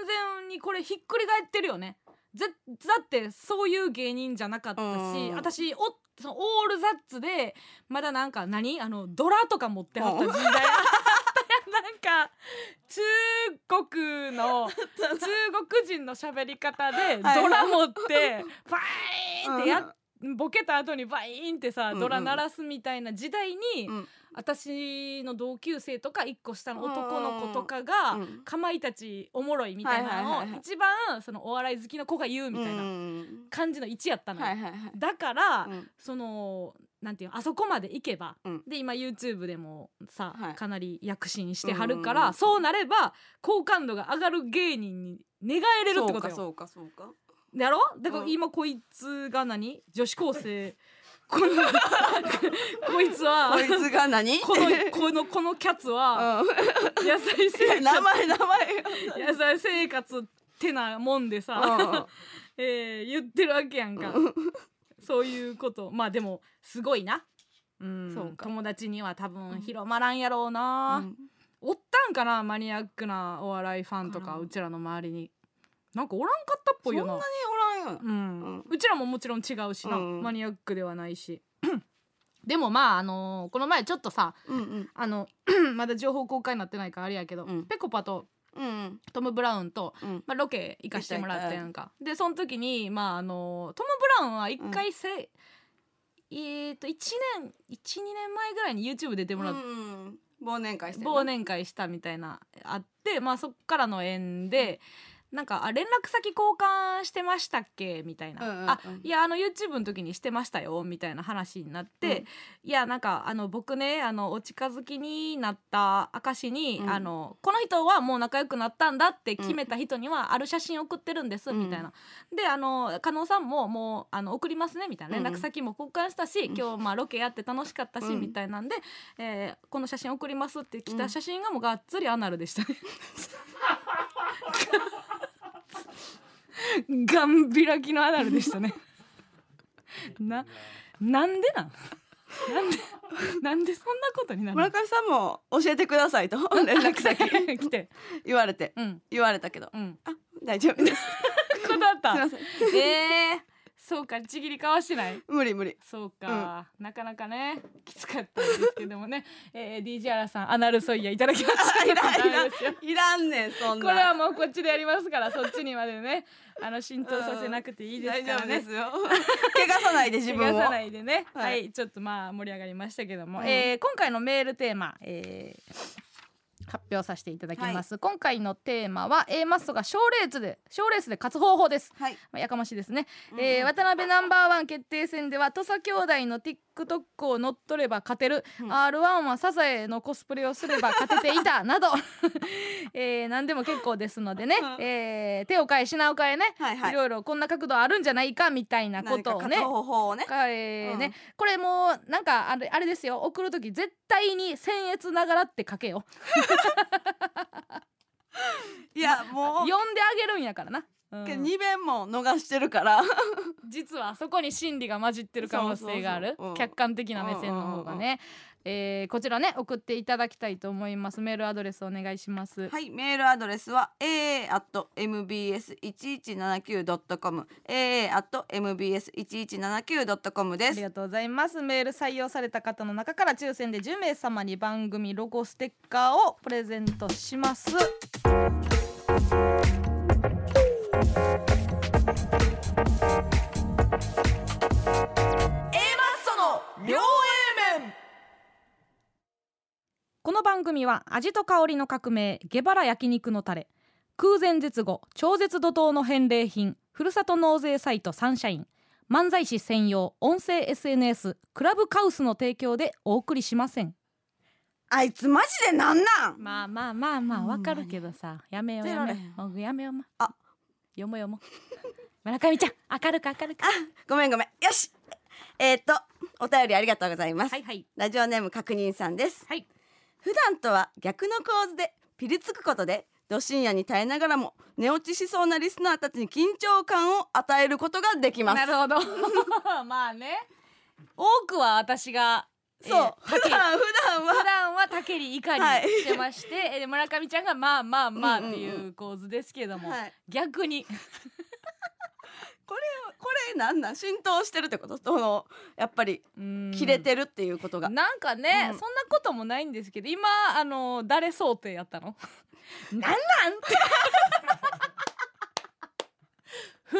Speaker 1: 全にこれひっくり返ってるよねぜだってそういう芸人じゃなかったし、
Speaker 2: うん
Speaker 1: 私おそのオールザッツでまだなんか何あのドラとか持ってはった時代あったやんなんか中国 の中国人の喋り方でドラ持 ってバーンってやっボケた後にバイーンって
Speaker 2: う
Speaker 1: さ
Speaker 2: んうん
Speaker 1: ドラ鳴らすみたいな時代に、
Speaker 2: うん
Speaker 1: 私の同級生とか1個下の男の子とかが、
Speaker 2: うん
Speaker 1: かまいたちおもろいみたいなのを
Speaker 2: はいはいはいはい
Speaker 1: 一番そのお笑い好きの子が言うみたいな
Speaker 2: うん
Speaker 1: 感じの位置やったのよ、
Speaker 2: はいはいはい
Speaker 1: だから、
Speaker 2: うん
Speaker 1: そのなんていうのあそこまで行けば、
Speaker 2: うん
Speaker 1: で今 YouTube でもさ、
Speaker 2: はい
Speaker 1: かなり躍進しては
Speaker 2: う
Speaker 1: るか
Speaker 2: んうん
Speaker 1: ら、
Speaker 2: うん
Speaker 1: そうなれば好感度が上がる芸人に寝返れるってことよ
Speaker 2: そうかそうかそうか
Speaker 1: やろだから
Speaker 2: うん
Speaker 1: 今こいつが何女子高生この こいつは
Speaker 2: こいつが何
Speaker 1: この このこのキャツは
Speaker 2: うん
Speaker 1: 野菜 生
Speaker 2: 名
Speaker 1: 活
Speaker 2: 前名前
Speaker 1: 野菜生活ってなもんでさ、
Speaker 2: う ん
Speaker 1: えー言ってるわけやんか、そういうことまあでもすごいな、
Speaker 2: うん
Speaker 1: そう友達には多
Speaker 2: う
Speaker 1: 分
Speaker 2: ん
Speaker 1: 広まらんやろうな、
Speaker 2: うん
Speaker 1: おったんかなマニアックなお笑いファンと
Speaker 2: わか
Speaker 1: から
Speaker 2: ん
Speaker 1: うちらの周りになんかおらんかったっぽいよな
Speaker 2: そんなにおらんよ
Speaker 1: うん
Speaker 2: うん
Speaker 1: うちらももちろん違うしな、
Speaker 2: うん
Speaker 1: マニアックではないし でもまああのーこの前ちょっとさ
Speaker 2: うん
Speaker 1: あの まだ情報公開になってないからあれやけど、
Speaker 2: うん
Speaker 1: ぺこぱと
Speaker 2: うんうん
Speaker 1: トム・ブラウンと、
Speaker 2: うん
Speaker 1: まあ、ロケ行かしてもらったやんかでその時に、まあ、あのトム・ブラウンは一回せ、えー、と1年12年前ぐらいに YouTube で出てもらっ
Speaker 2: うん忘年会してんな
Speaker 1: 忘年会したみたいなあって、まあ、そっからの縁で、なんかあ連絡先交換してましたっけみたいな、
Speaker 2: うんうんうん
Speaker 1: あいやあの YouTube の時にしてましたよみたいな話になって、いやなんかあの僕ねあのお近づきになった証に、
Speaker 2: うん
Speaker 1: あのこの人はもう仲良くなったんだって決めた人にはある写真送ってるんです、
Speaker 2: うん
Speaker 1: みたいなであの加納さんももうあの送りますねみたいな
Speaker 2: うん
Speaker 1: 連絡先も交換したし、
Speaker 2: うん
Speaker 1: 今日まあロケやって楽しかったし、
Speaker 2: うん
Speaker 1: みたいなんでえーこの写真送りますって来た写真がもうがっつりアナルでしたね。 ガン開きのアナルでしたね。な、なんでなん。なんで、なんでそんなことにな
Speaker 2: 村
Speaker 1: る
Speaker 2: 上さんも教えてくだ さいと連絡先
Speaker 1: の。来て、
Speaker 2: 言われて
Speaker 1: うん、
Speaker 2: 言われたけど
Speaker 1: うん、
Speaker 2: あ大丈夫ですす
Speaker 1: こだっ
Speaker 2: い
Speaker 1: た
Speaker 2: ま。せん
Speaker 1: えーそうか、ちぎり交わしてない。
Speaker 2: 無理無理
Speaker 1: そうか、なかなかね、きつかったんですけどもね。えー、DJ アラさん、アナルソイヤいただきまし た。
Speaker 2: いらんいら
Speaker 1: ありがとう
Speaker 2: ん
Speaker 1: ござますよ
Speaker 2: いらんねんそんな
Speaker 1: これはもうこっちでやりますからそっちにまでねあの浸透させなくていいです
Speaker 2: 大
Speaker 1: か
Speaker 2: 丈
Speaker 1: ら
Speaker 2: 夫で
Speaker 1: ね
Speaker 2: すよ 怪我さないで自分
Speaker 1: 逃
Speaker 2: を
Speaker 1: さないでねは、
Speaker 2: はいい
Speaker 1: ちょっとまあ盛り上がりましたけども、
Speaker 2: うん
Speaker 1: えー今回のメールテーマ、えー発表させていただきます、今回のテーマは A マッソが賞レースで賞レースで勝つ方法です
Speaker 2: はい
Speaker 1: まあやかましいですね、
Speaker 2: うん
Speaker 1: えー渡辺ナンバーワン決定戦では土佐兄弟の TikTok を乗っ取れば勝てる、
Speaker 2: うん
Speaker 1: R1 はサザエのコスプレをすれば勝てて いたなど、 えー、何でも結構ですのでね、
Speaker 2: うん
Speaker 1: えー手を変え品を変えね、
Speaker 2: はいはい
Speaker 1: いろいろこんな角度あるんじゃないかみたいなこ
Speaker 2: 何か
Speaker 1: とを
Speaker 2: 活
Speaker 1: ね
Speaker 2: 動方法をね
Speaker 1: かえーね
Speaker 2: うん
Speaker 1: これもうなんかあれあれですよ送る時絶対に僭越ながらって書けよ
Speaker 2: いや
Speaker 1: 呼
Speaker 2: も
Speaker 1: んであげるんやからな、うん
Speaker 2: う二弁も逃してるから
Speaker 1: 実はそこに真理が混じってる可能性がある
Speaker 2: そうそうそううん
Speaker 1: 客観的な目線の方が
Speaker 2: うんうん
Speaker 1: ね、えーこちらね送っていただきたいと思いますメールアドレスお願いします、
Speaker 2: はい、メールアドレスは a at mbs 一一七九ドットコム、a at mbs 一一七九ドットコムで
Speaker 1: あり
Speaker 2: す。
Speaker 1: がとうございますメール採用された方の中から抽選で10名様に番組ロゴステッカーをプレゼントします
Speaker 2: その両 A 面。
Speaker 1: この番組は味と香りの革命ゲバラ焼肉のタレ空前絶後超絶怒涛の返礼品ふるさと納税サイトサンシャイン漫才師専用音声 SNS クラブカウスの提供でお送りしません
Speaker 2: あいつマジでなんなん。
Speaker 1: まあまあまあまあ
Speaker 2: ほんま
Speaker 1: わ
Speaker 2: に
Speaker 1: かるけどさやめよう
Speaker 2: 出
Speaker 1: や
Speaker 2: ら
Speaker 1: め
Speaker 2: れ
Speaker 1: よ
Speaker 2: へん
Speaker 1: ううんやめようま
Speaker 2: あ
Speaker 1: 読もう読 もう村上ちゃん明るく明るく
Speaker 2: ごめんごめん。よし。えっ、とお便りありがとうございます。
Speaker 1: はいはい
Speaker 2: ラジオネーム確認さんです。
Speaker 1: はい
Speaker 2: 普段とは逆の構図でピリつくことで。ど深夜に耐えながらも寝落ちしそうなリスナーたちに緊張感を与えることができます
Speaker 1: なるほど まあね多くは私が
Speaker 2: そう、
Speaker 1: えー
Speaker 2: 普段普段は
Speaker 1: 普段は竹里怒り
Speaker 2: はい
Speaker 1: してまして、えー村上ちゃんがまあまあまあっ
Speaker 2: うんうん
Speaker 1: て
Speaker 2: うん
Speaker 1: いう構図ですけども、
Speaker 2: はい
Speaker 1: 逆に
Speaker 2: これなんなん浸透してるってことそのやっぱり切れてるっていうことが、
Speaker 1: なんかね、
Speaker 2: うん
Speaker 1: そんなこともないんですけど今あの誰想定やった のなんなんって風紀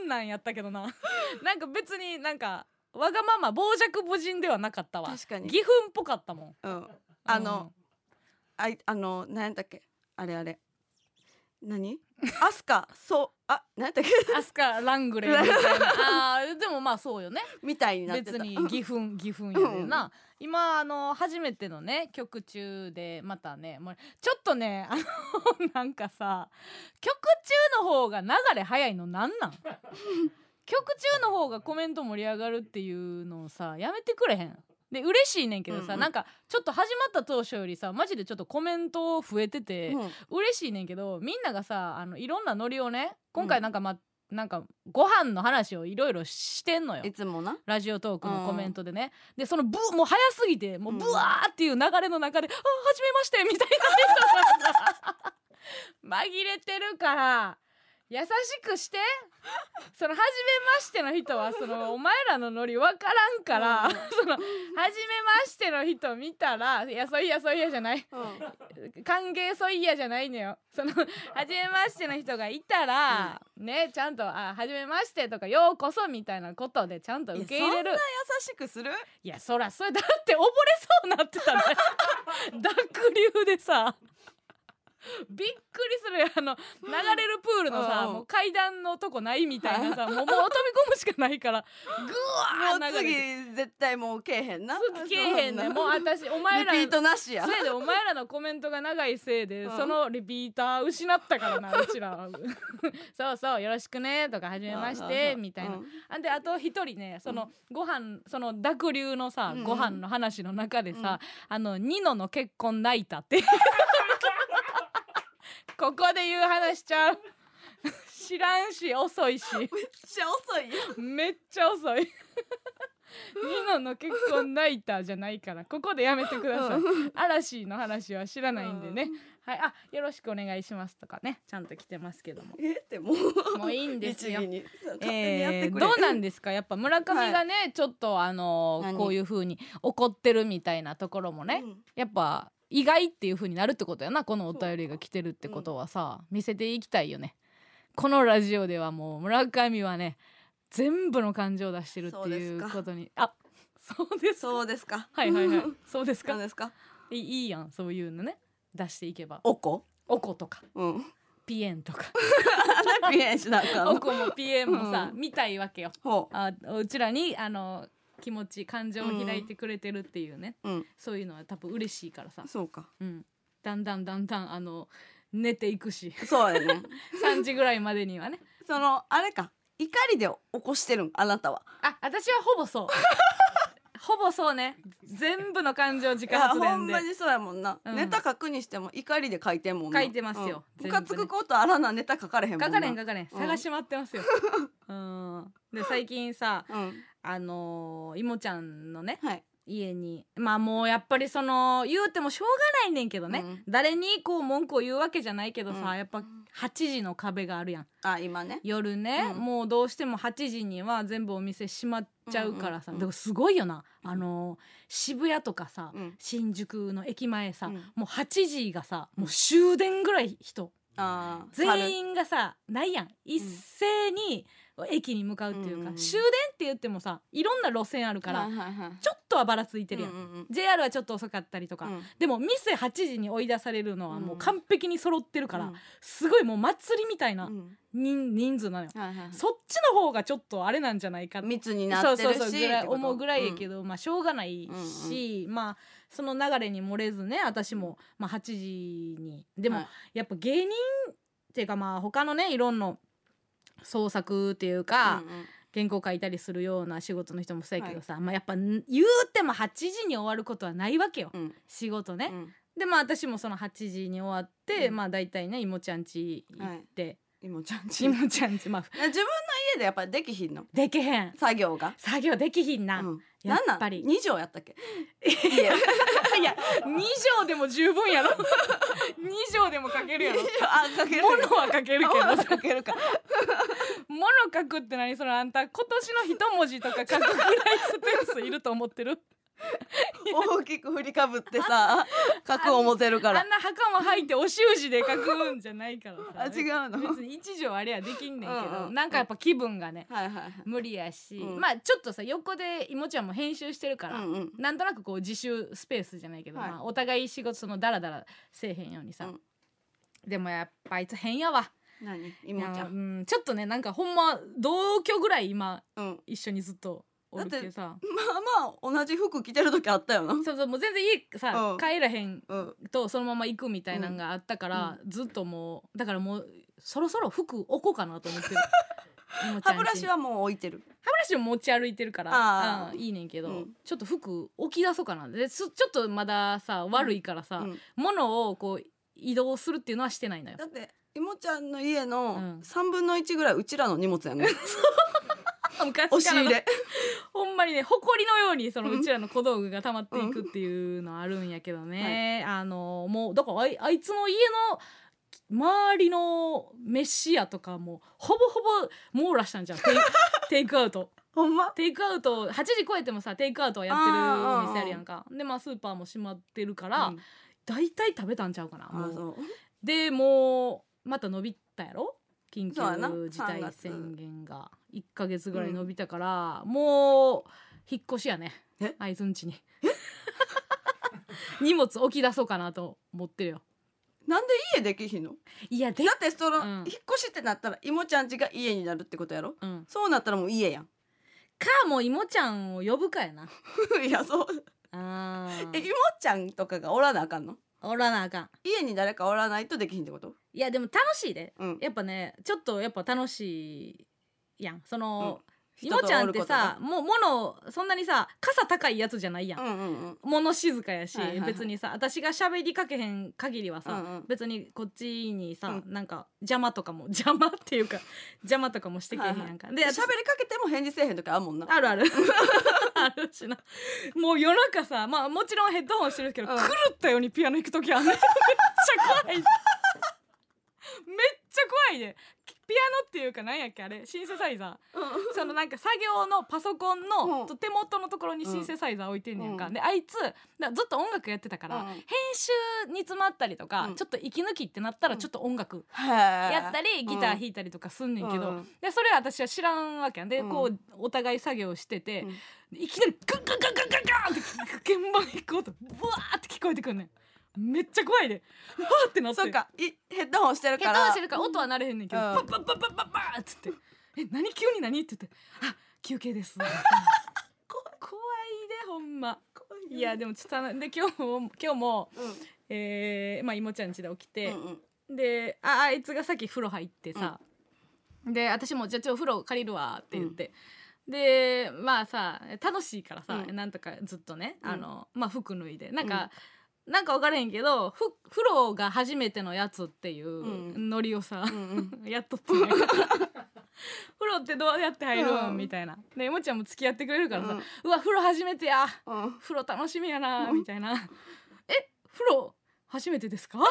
Speaker 1: なんなんやったけどななんか別になんかわがまま傍若無人ではなかったわ
Speaker 2: 確かに
Speaker 1: 義憤っぽかったもん
Speaker 2: うん、あの、あいあの何やったっけあれあれ何アスカそうあ何やったっ
Speaker 1: うんアスカ・ラングレーみたいな あーでもまあそうよね
Speaker 2: け みたいになってた
Speaker 1: 別に義憤義憤やねんな、今あの初めてのね曲中でまたねもうちょっとねあの なんかさ曲中の方が流れ早いのなんなん曲中の方がコメント盛り上がるっていうのをさやめてくれへんで嬉しいねんけどさ、
Speaker 2: うんうん
Speaker 1: なんかちょっと始まった当初よりさマジでちょっとコメント増えてて、
Speaker 2: うん
Speaker 1: 嬉しいねんけどみんながさあのいろんなノリをね今回なんかまあ、なんかご飯の話をいろいろしてんのよ
Speaker 2: いつもな
Speaker 1: ラジオトークのコメントでね、でそのブもう早すぎてもうブワーっていう流 れの中で「あ初めまして」みたいな人が紛れてるから優しくしてその「初めまして」の人はそのお前らのノリ分からんから、
Speaker 2: うん
Speaker 1: その「初めまして」の人見たら「いやそういやそういや」じゃない
Speaker 2: うん
Speaker 1: 歓迎ソイヤじゃないのよその初めましての人がいたら、ねちゃんと「あ初めまして」とか「ようこそ」みたいなことでちゃんと受け入れる
Speaker 2: い
Speaker 1: いや
Speaker 2: や優しくする
Speaker 1: そらそれだって溺れそうになっ てたね濁流でさびっくりするよあの流れるプールのさ、
Speaker 2: うん
Speaker 1: もう階段のとこないみたいなさもうもう飛び込むしかないからぐ
Speaker 2: も
Speaker 1: わ
Speaker 2: う
Speaker 1: ー流れて
Speaker 2: 次絶対もうけえへんな
Speaker 1: 次けえへんねんもう
Speaker 2: あ
Speaker 1: 私お前ら
Speaker 2: リピートなしや
Speaker 1: せいでお前らのコメントが長いせいで、
Speaker 2: うん
Speaker 1: そのリピーター失ったからなうちら そうそうよろしくねとか初めましてみたいな、
Speaker 2: うん
Speaker 1: あであと一人ねそのご飯その濁流のさ、
Speaker 2: うん
Speaker 1: ご飯の話の中で
Speaker 2: うん
Speaker 1: さ、あのニノの結婚泣いたって ここで言う話ちゃう知らんし遅いし
Speaker 2: めっちゃ遅いやん
Speaker 1: めっちゃ遅いニノの結婚ナイターじゃないからここでやめてください嵐の話は知らないんでねはいあよろしくお願いしますとかねちゃんと来てますけ ども
Speaker 2: えってもう
Speaker 1: もういいんですよ
Speaker 2: 律儀に勝手にやって
Speaker 1: えー
Speaker 2: くれ、
Speaker 1: どうなんですかやっ ぱ村上がね、ちょっとあのー
Speaker 2: 何
Speaker 1: こういう風に怒ってるみたいなところもね、
Speaker 2: うん
Speaker 1: やっぱ意外っていう風になるってことやなこのお便りが来てるってことはさ、見せていきたいよねこのラジオではもう村上はね全部の感情を出してるってい
Speaker 2: そう
Speaker 1: う
Speaker 2: ですか
Speaker 1: ことにあそうです
Speaker 2: そうですか
Speaker 1: は いはいはいそうです
Speaker 2: そう
Speaker 1: か
Speaker 2: ですか
Speaker 1: いいいいやんそういうのね出していけば
Speaker 2: おこ
Speaker 1: おことか
Speaker 2: うん
Speaker 1: ピエンとか
Speaker 2: 鼻ピエンしなあかん
Speaker 1: お
Speaker 2: の
Speaker 1: こもピエンもさ、
Speaker 2: う
Speaker 1: 見たいわけよ
Speaker 2: ほ
Speaker 1: あうちらにあの気持ち感情を開いてくれてるっていうね、
Speaker 2: ううん
Speaker 1: そういうのは多分嬉しいからさ、
Speaker 2: そうか
Speaker 1: うん、だんだんだんだんあの寝ていくし
Speaker 2: そうやね
Speaker 1: 3時ぐらいまでにはね
Speaker 2: そのあれか怒りで起こしてるんあなたは
Speaker 1: あ私はほぼそう ほぼそうね全部の感情自
Speaker 2: い
Speaker 1: 家
Speaker 2: や
Speaker 1: 発
Speaker 2: ほ
Speaker 1: 電
Speaker 2: ん
Speaker 1: で
Speaker 2: まにそうやもんな、
Speaker 1: うん
Speaker 2: ネタ書くにしても怒りで書いてんもんな
Speaker 1: 書いてますよ
Speaker 2: うん、ム
Speaker 1: 全部ね
Speaker 2: カつくことあらなネタ書かれへんもんな
Speaker 1: 書かれん書かれん
Speaker 2: うん
Speaker 1: 探し回ってま すよ、うん、で最近さ
Speaker 2: うん
Speaker 1: あのいもちゃんのね
Speaker 2: はい
Speaker 1: 家にまあもうやっぱりその言うてもしょうがないねんけどね、
Speaker 2: うん
Speaker 1: 誰にこう文句を言うわけじゃないけどさ、
Speaker 2: うん
Speaker 1: やっぱ8時の壁があるやん
Speaker 2: あ今ね
Speaker 1: 夜ね、
Speaker 2: うん
Speaker 1: もうどうしても8時には全部お店閉まっちゃうからさ、
Speaker 2: うんうんうん
Speaker 1: でもすごいよなあの渋谷とかさ、
Speaker 2: うん
Speaker 1: 新宿の駅前さ、
Speaker 2: うん
Speaker 1: もう8時がさもう終電ぐらい人
Speaker 2: あー
Speaker 1: 全員がさないやん一斉に駅に向かうっていうか、
Speaker 2: うんうん
Speaker 1: 終電って言ってもさいろんな路線あるか
Speaker 2: 軽
Speaker 1: ら、
Speaker 2: はいはいはい
Speaker 1: ちょっとはばらついてるやん
Speaker 2: うんうんうん
Speaker 1: JR はちょっと遅かったりとか、
Speaker 2: うん
Speaker 1: でも店8時に追い出されるのはもう完璧に揃ってるから、
Speaker 2: うん
Speaker 1: すごいもう祭りみたいな
Speaker 2: うん
Speaker 1: 人,、人数なのよ、
Speaker 2: はいはいはい
Speaker 1: そっちの方がちょっとあれなんじゃないかって
Speaker 2: 密になってるし
Speaker 1: そうそうそうぐら
Speaker 2: って
Speaker 1: い
Speaker 2: こと
Speaker 1: 思うぐらいやけ
Speaker 2: うん
Speaker 1: ど、まあしょうがないし、まあその流れに漏れずね私も、まあ、8時にでも、
Speaker 2: はい
Speaker 1: やっぱ芸人っていうかまあ他のねいろんな創作っていうか、
Speaker 2: うんうん
Speaker 1: 原稿書いたりするような仕事の人もそうやけどさ、まあ、やっぱん言うても8時に終わることはないわけよ、
Speaker 2: うん
Speaker 1: 仕事ね。
Speaker 2: うん
Speaker 1: でまあ私もその8時に終わって、
Speaker 2: うん
Speaker 1: まあ大体ねいもちゃんち行って、
Speaker 2: 今ちゃん
Speaker 1: い、
Speaker 2: ち自
Speaker 1: もちゃんちまあ
Speaker 2: 分の家でやっぱりできひんの
Speaker 1: でけへん
Speaker 2: 作業が
Speaker 1: 作業できひんな、
Speaker 2: うん
Speaker 1: や
Speaker 2: なんなん
Speaker 1: っぱり
Speaker 2: 二畳やったっけいや
Speaker 1: いや2畳でも十分やろ 2畳でも書けるやろ
Speaker 2: あかける
Speaker 1: 物は書けるけど
Speaker 2: かけるか
Speaker 1: 物書くって何そのあんた今年の一文字とか書くぐらいスペースいると思ってる
Speaker 2: 大きく振りかぶってさ角を持てる
Speaker 1: あ
Speaker 2: か
Speaker 1: ん
Speaker 2: ら
Speaker 1: な袴履いてお習字で書くんじゃないから
Speaker 2: あ
Speaker 1: さ
Speaker 2: 違うの
Speaker 1: 別に一条あれはできんねんけど
Speaker 2: うんうん
Speaker 1: なんかやっぱ気分がね
Speaker 2: はいはいはい
Speaker 1: 無理やし、
Speaker 2: うん
Speaker 1: まあちょっとさ横でいもちゃんも編集してるから、
Speaker 2: うんうん
Speaker 1: なんとなくこう自習スペースじゃないけど、
Speaker 2: はい
Speaker 1: まあ、お互い仕事そのダラダラせえへんようにさ、
Speaker 2: うん
Speaker 1: でもやっぱあいつ変やわ
Speaker 2: 何妹
Speaker 1: い
Speaker 2: ちゃ
Speaker 1: や
Speaker 2: ん
Speaker 1: うん、ちょっとねなんかほんま同居ぐらい今
Speaker 2: うんま
Speaker 1: 一緒にずっとおるけどさ
Speaker 2: あまあ同じ服着てる時あったよな
Speaker 1: そうそうもう全然家さ、
Speaker 2: うん
Speaker 1: 帰らへん
Speaker 2: うん
Speaker 1: とそのまま行くみたいなのがあったから、ずっともうだからもうそろそろ服置こうかなと思 ってるいもちゃ
Speaker 2: 歯
Speaker 1: んち
Speaker 2: ブラシはもう置いてる
Speaker 1: 歯ブラシも持ち歩いてるから
Speaker 2: あー
Speaker 1: うんいいねんけど、
Speaker 2: うん
Speaker 1: ちょっと服置き出そうかなですちょっとまださ悪いからさ、
Speaker 2: うん
Speaker 1: 物をこう移動するっていうのはしてないのよ
Speaker 2: だっていもちゃんの家の
Speaker 1: うん
Speaker 2: 三分の一ぐらいうちらの荷物や ね。
Speaker 1: 昔
Speaker 2: 押し
Speaker 1: から
Speaker 2: 入
Speaker 1: の
Speaker 2: れ。
Speaker 1: ほんまにね埃のようにその
Speaker 2: うん
Speaker 1: うちらの小道具が溜まっていくっていうのあるんやけどね、あのもうだからあいあいつの家の周りの飯屋とかもほぼほぼ網羅したんじゃん テイテイクアウト
Speaker 2: ほんま。
Speaker 1: テイクアウト8時超えてもさテイクアウトはやって
Speaker 2: あ
Speaker 1: る
Speaker 2: ー
Speaker 1: お店あるやんかでまあスーパーも閉まってるから、
Speaker 2: うん
Speaker 1: 大体食べたんちゃうかなも
Speaker 2: あ
Speaker 1: う
Speaker 2: そう。
Speaker 1: でもうまた伸びたやろ緊
Speaker 2: そうやな
Speaker 1: 急事
Speaker 2: 3
Speaker 1: 態
Speaker 2: 月
Speaker 1: 宣言が1ヶ月ぐらい伸びたから、もう引っ越しやね
Speaker 2: え
Speaker 1: あいつんちに 荷物置き出そうかなと思ってるよ
Speaker 2: なんで家できひんの。
Speaker 1: いやで
Speaker 2: だってその、
Speaker 1: うん
Speaker 2: 引っ越しってなったらいもちゃん家が家になるってことやろ。
Speaker 1: うん、
Speaker 2: そうなったらもう家やん。
Speaker 1: かもういもちゃんを呼ぶかやない
Speaker 2: やそう。
Speaker 1: あー
Speaker 2: えいもちゃんとかがおらなあかんの。
Speaker 1: おらなあかん
Speaker 2: 家に誰かおらないとできひんってこと。
Speaker 1: いやでも楽しいで
Speaker 2: うん。
Speaker 1: やっぱねちょっとやっぱ楽しいやんその、い
Speaker 2: 人
Speaker 1: も
Speaker 2: と
Speaker 1: ちゃ
Speaker 2: お
Speaker 1: んっ
Speaker 2: る
Speaker 1: て
Speaker 2: ことが
Speaker 1: さもう物そんなにさ傘高いやつじゃないや
Speaker 2: うんうんうん。
Speaker 1: 物静かやし、
Speaker 2: はいはいはい
Speaker 1: 別にさ私が喋りかけへん限りはさ、
Speaker 2: うんうん
Speaker 1: 別にこっちにさ、
Speaker 2: う
Speaker 1: なんか邪魔とかも 邪魔っていうか邪魔とかもしてけへんやんか、で
Speaker 2: 喋り
Speaker 1: 私
Speaker 2: かけても返事せえへんとかあるもんな。
Speaker 1: あるあ るあるしなもう夜中さまあもちろんヘッドホンしてるけど、
Speaker 2: うん
Speaker 1: 狂ったようにピアノ弾く時あんねんめっちゃ 怖いめっちゃ怖いねピアノっていうかなんやっけあれシンセサイザー
Speaker 2: う
Speaker 1: そのなんか作業のパソコンの、
Speaker 2: うん
Speaker 1: と手元のところにシンセサイザー置いてんねやんか、
Speaker 2: うん
Speaker 1: であいつなずっと音楽やってたから、
Speaker 2: うん
Speaker 1: 編集に詰まったりとか、
Speaker 2: うん
Speaker 1: ちょっと息抜きってなったらちょっと音楽やった
Speaker 2: り
Speaker 1: り、ギター弾いたりとかすんねんけど、
Speaker 2: うん
Speaker 1: でそれ私は知らんわけやんで、
Speaker 2: うん
Speaker 1: こうお互い作業してて、
Speaker 2: うん
Speaker 1: いきなりガンガンガンガンガンガンって鍵盤弾く音ブワーって聞こえてくんねん。めっちゃ怖いで、うわーってなって
Speaker 2: そっかいヘッドホンしてる
Speaker 1: ヘッ
Speaker 2: か
Speaker 1: ドホン
Speaker 2: ら
Speaker 1: してるから音は鳴れへんねんけど、
Speaker 2: うん
Speaker 1: パッパッパッパッパッパーっつって「え何急に何?」って言って「あ休 憩です」こ怖いでほんまいやでもちょっとあので今日も今日も
Speaker 2: うん
Speaker 1: えー、まあいもちゃん家で起きて、
Speaker 2: うんうん
Speaker 1: でああいつがさっき風呂入ってさ、で私も「じゃあちょっと風呂借りるわ」って言って。でまあさ楽しいからさ、
Speaker 2: うん
Speaker 1: なんとかずっとね、
Speaker 2: うん
Speaker 1: あのまあ、服脱いでなんか、なんか分からへんけどふ風呂が初めてのやつっていう
Speaker 2: うん
Speaker 1: ノリをさ、
Speaker 2: うんうん
Speaker 1: やっとってない風呂ってどうやって入るん、
Speaker 2: うん
Speaker 1: みたいなでもちゃんも付き合ってくれるからさ、
Speaker 2: うん
Speaker 1: うわ風呂初めてや
Speaker 2: うん
Speaker 1: 風呂楽しみやな、
Speaker 2: うん
Speaker 1: みたいなえ風呂初めてですか み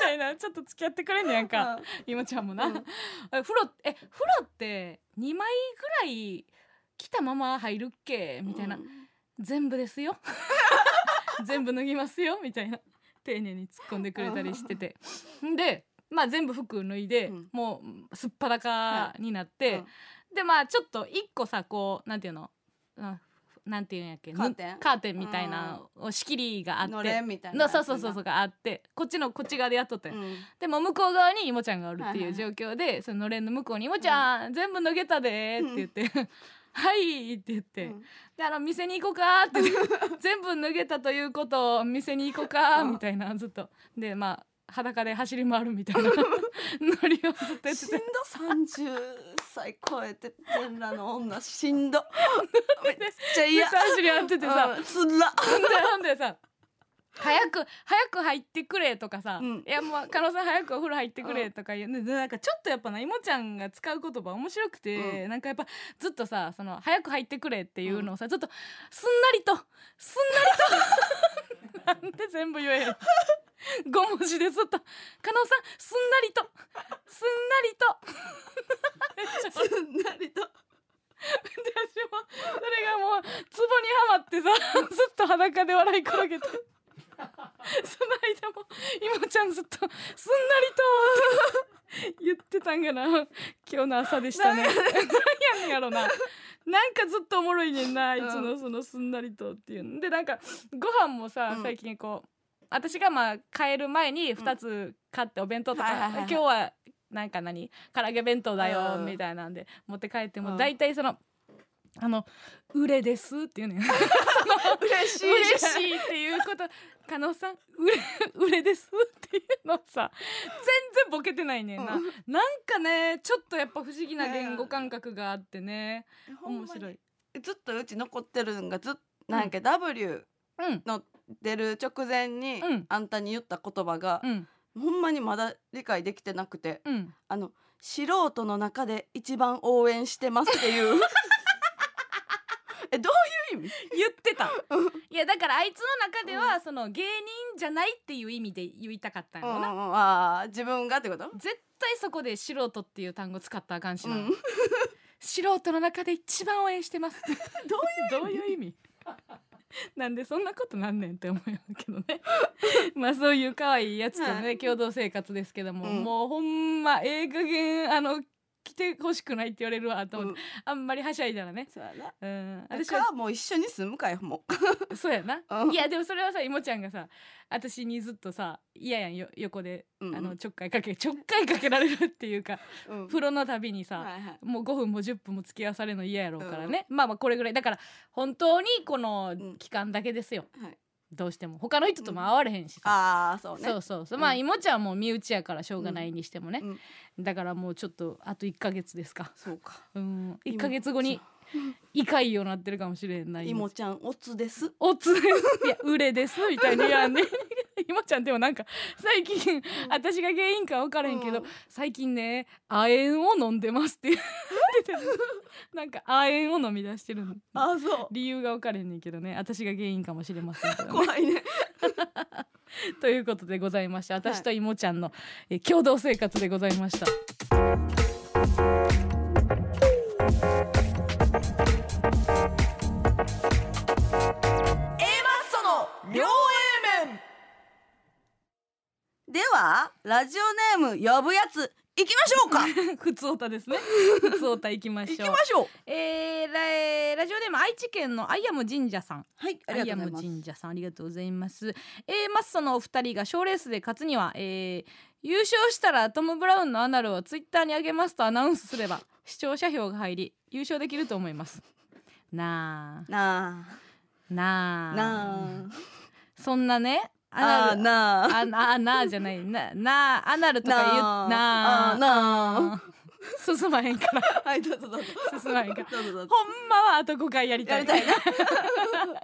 Speaker 1: たいなちょっと付き合ってくれんねやんか、いもちゃんもな、
Speaker 2: うん
Speaker 1: え風呂え風呂って2枚ぐらい来たまま入るっけみたいな、
Speaker 2: うん
Speaker 1: 全部ですよ 全部脱ぎますよみたいな丁寧に突っ込んでくれたりしててでまあ全部服脱いで、
Speaker 2: うん
Speaker 1: もうすっぱらかになって、
Speaker 2: はい
Speaker 1: でまあちょっと一個さこうなんていうの、うんなんていうんやっけ
Speaker 2: カーテン
Speaker 1: ぬカーテンみたいなの仕切りがあって
Speaker 2: のれんみたいな
Speaker 1: のそうそうそうそうがあってこっちのこっち側でやっとったんや
Speaker 2: うん
Speaker 1: でも向こう側にいもちゃんがおるって
Speaker 2: はいいうはい
Speaker 1: 状況で、そののれんの向こうに「いもちゃん、全部脱げたで」って言って「 はい」って言って、
Speaker 2: うん
Speaker 1: であの店に行こうか」って 言って「全部脱げたということを店に行こうか」みたいなずっとでまあ裸で走り回るみたいな ノリをずっとやっ
Speaker 2: してんど
Speaker 1: て
Speaker 2: 三十歳超えて全裸の女しん どめっちゃ
Speaker 1: めっちゃ
Speaker 2: 嫌
Speaker 1: 走り合っててさ
Speaker 2: うんつら
Speaker 1: ほんでほんでさ早く早く入ってくれとかさ「
Speaker 2: うん
Speaker 1: いやもう加納さん早くお風呂入ってくれ」とか言う、でなんかちょっとやっぱないもちゃんが使う言葉面白くて、なんかやっぱずっとさその「早く入ってくれ」っていうのをさ、ずっとすんなりとすんなりとなんで全部言えへん5文字でずっと「加納さんすんなりとすんなり と」
Speaker 2: すんなりと
Speaker 1: で私もそれがもうツボにはまってさ ずっと裸で笑い転げてそ の間もいもちゃんずっと 「すんなりと」言ってたんかな今日の朝でしたね なんやねんやろななんかずっとおもろいねんなあいつのその「すんなりと」っていうのでなんかご飯もさ
Speaker 2: うん
Speaker 1: 最近こう私がまあ帰る前に2つ買ってお弁当と
Speaker 2: はいはい
Speaker 1: か
Speaker 2: はいはい
Speaker 1: 今日はなんか何唐揚げ弁当だよ
Speaker 2: うん
Speaker 1: みたいなんで持って帰って
Speaker 2: う
Speaker 1: も
Speaker 2: ん
Speaker 1: 大体その「あの売れです」っていうねん嬉
Speaker 2: 嬉しい
Speaker 1: しいっていうこと「加納さん売れ売れです」っていうのさ全然ボケてないねんな、
Speaker 2: う
Speaker 1: なんかねちょっとやっぱ不思議な言語感覚があってね面白い
Speaker 2: ずっとうち残ってるのがずっなんやっけ W
Speaker 1: うん
Speaker 2: の出る直前に
Speaker 1: うん
Speaker 2: あんたに言った言葉が
Speaker 1: うん
Speaker 2: ほんまにまだ理解できてなくて
Speaker 1: うん
Speaker 2: あの素人の中で一番応援してます っていうえどういう意味
Speaker 1: 言ってたいやだからあいつの中ではその芸人じゃないっていう意味で言いたかったん
Speaker 2: う
Speaker 1: や
Speaker 2: んう
Speaker 1: ろ
Speaker 2: ん
Speaker 1: な、
Speaker 2: あー自分がってこと
Speaker 1: 絶対そこで素人っていう単語使ったらあかんし
Speaker 2: う
Speaker 1: な、
Speaker 2: ん
Speaker 1: 素人の中で一番応援してます どういう意味 なんでそんなことなんねんって思うけどね まあそういう可愛いやつとね、
Speaker 2: はい
Speaker 1: 共同生活ですけども、
Speaker 2: うん
Speaker 1: もうほんまええ加減あの来てほしくないって言われるわと思って、
Speaker 2: うん
Speaker 1: あんまりはしゃいだらね
Speaker 2: そうやな
Speaker 1: うん
Speaker 2: 私
Speaker 1: 私は
Speaker 2: はもう一緒に住むかよも
Speaker 1: そうやな
Speaker 2: う、うん
Speaker 1: いやでもそれはさいもちゃんがさ私にずっとさ嫌やんよ横で、
Speaker 2: うんうん
Speaker 1: あのちょっかいかけちょっかいかけられるっていうか
Speaker 2: うん
Speaker 1: 風呂のたびにさ、
Speaker 2: はいはい
Speaker 1: もう5分も10分も付き合わされるの嫌やろうからね、まあまあこれぐらいだから本当にこの
Speaker 2: ん
Speaker 1: 期間だけですよ、
Speaker 2: はい
Speaker 1: どうしても他の人とも会われへんしさ、
Speaker 2: ああそうね
Speaker 1: そうそうそ
Speaker 2: う
Speaker 1: う、
Speaker 2: ん
Speaker 1: まあいもちゃんはもう身内やからしょうがないにしてもね、
Speaker 2: うん
Speaker 1: だからもうちょっとあと1ヶ月ですか
Speaker 2: そうか
Speaker 1: うん1ヶ月後に 胃潰瘍なってるかもしれない
Speaker 2: いもちゃんおつです
Speaker 1: おつ ですいや売れですみたいに言わんで ひもちゃんでもなんか最近私が原因か分からへんけど、
Speaker 2: うん
Speaker 1: 最近ね亜鉛を飲んでますって言って てなんか亜鉛を飲み出してるの
Speaker 2: ああそう
Speaker 1: 理由が分からへんねんけどね私が原因かもしれません けどね、
Speaker 2: 怖いね
Speaker 1: ということでございまして私といもちゃんの、え共同生活でございま した
Speaker 2: その両 A 面ではラジオネーム呼ぶやつ行きましょうか
Speaker 1: ふつおたです ねふつおた行きまし
Speaker 2: 行き
Speaker 1: ょう
Speaker 2: ましょう
Speaker 1: えーラえーラジオネーム愛知県のアイアム神社さん
Speaker 2: はいあ
Speaker 1: ア
Speaker 2: り
Speaker 1: イ
Speaker 2: が
Speaker 1: ア
Speaker 2: とう
Speaker 1: ム
Speaker 2: ございます
Speaker 1: 神社さんありがとうございます。えー、マッソのお二人が賞レースで勝つには、えー優勝したらトム・ブラウンのアナルをツイッターに上げますとアナウンスす れば視聴者票が入り優勝できると思います。な
Speaker 2: な
Speaker 1: あな
Speaker 2: あ
Speaker 1: あ
Speaker 2: な
Speaker 1: そんなね
Speaker 2: ああ
Speaker 1: アナ
Speaker 2: あなあ
Speaker 1: ルあなあなあじゃないななあアナルとか言う
Speaker 2: なあ
Speaker 1: なあ
Speaker 2: あなあ
Speaker 1: 進まへんから
Speaker 2: はいどうぞどうぞ
Speaker 1: 進まへんから
Speaker 2: どうぞどうぞ
Speaker 1: ほんまはあと5回やりた
Speaker 2: や
Speaker 1: い
Speaker 2: りたいな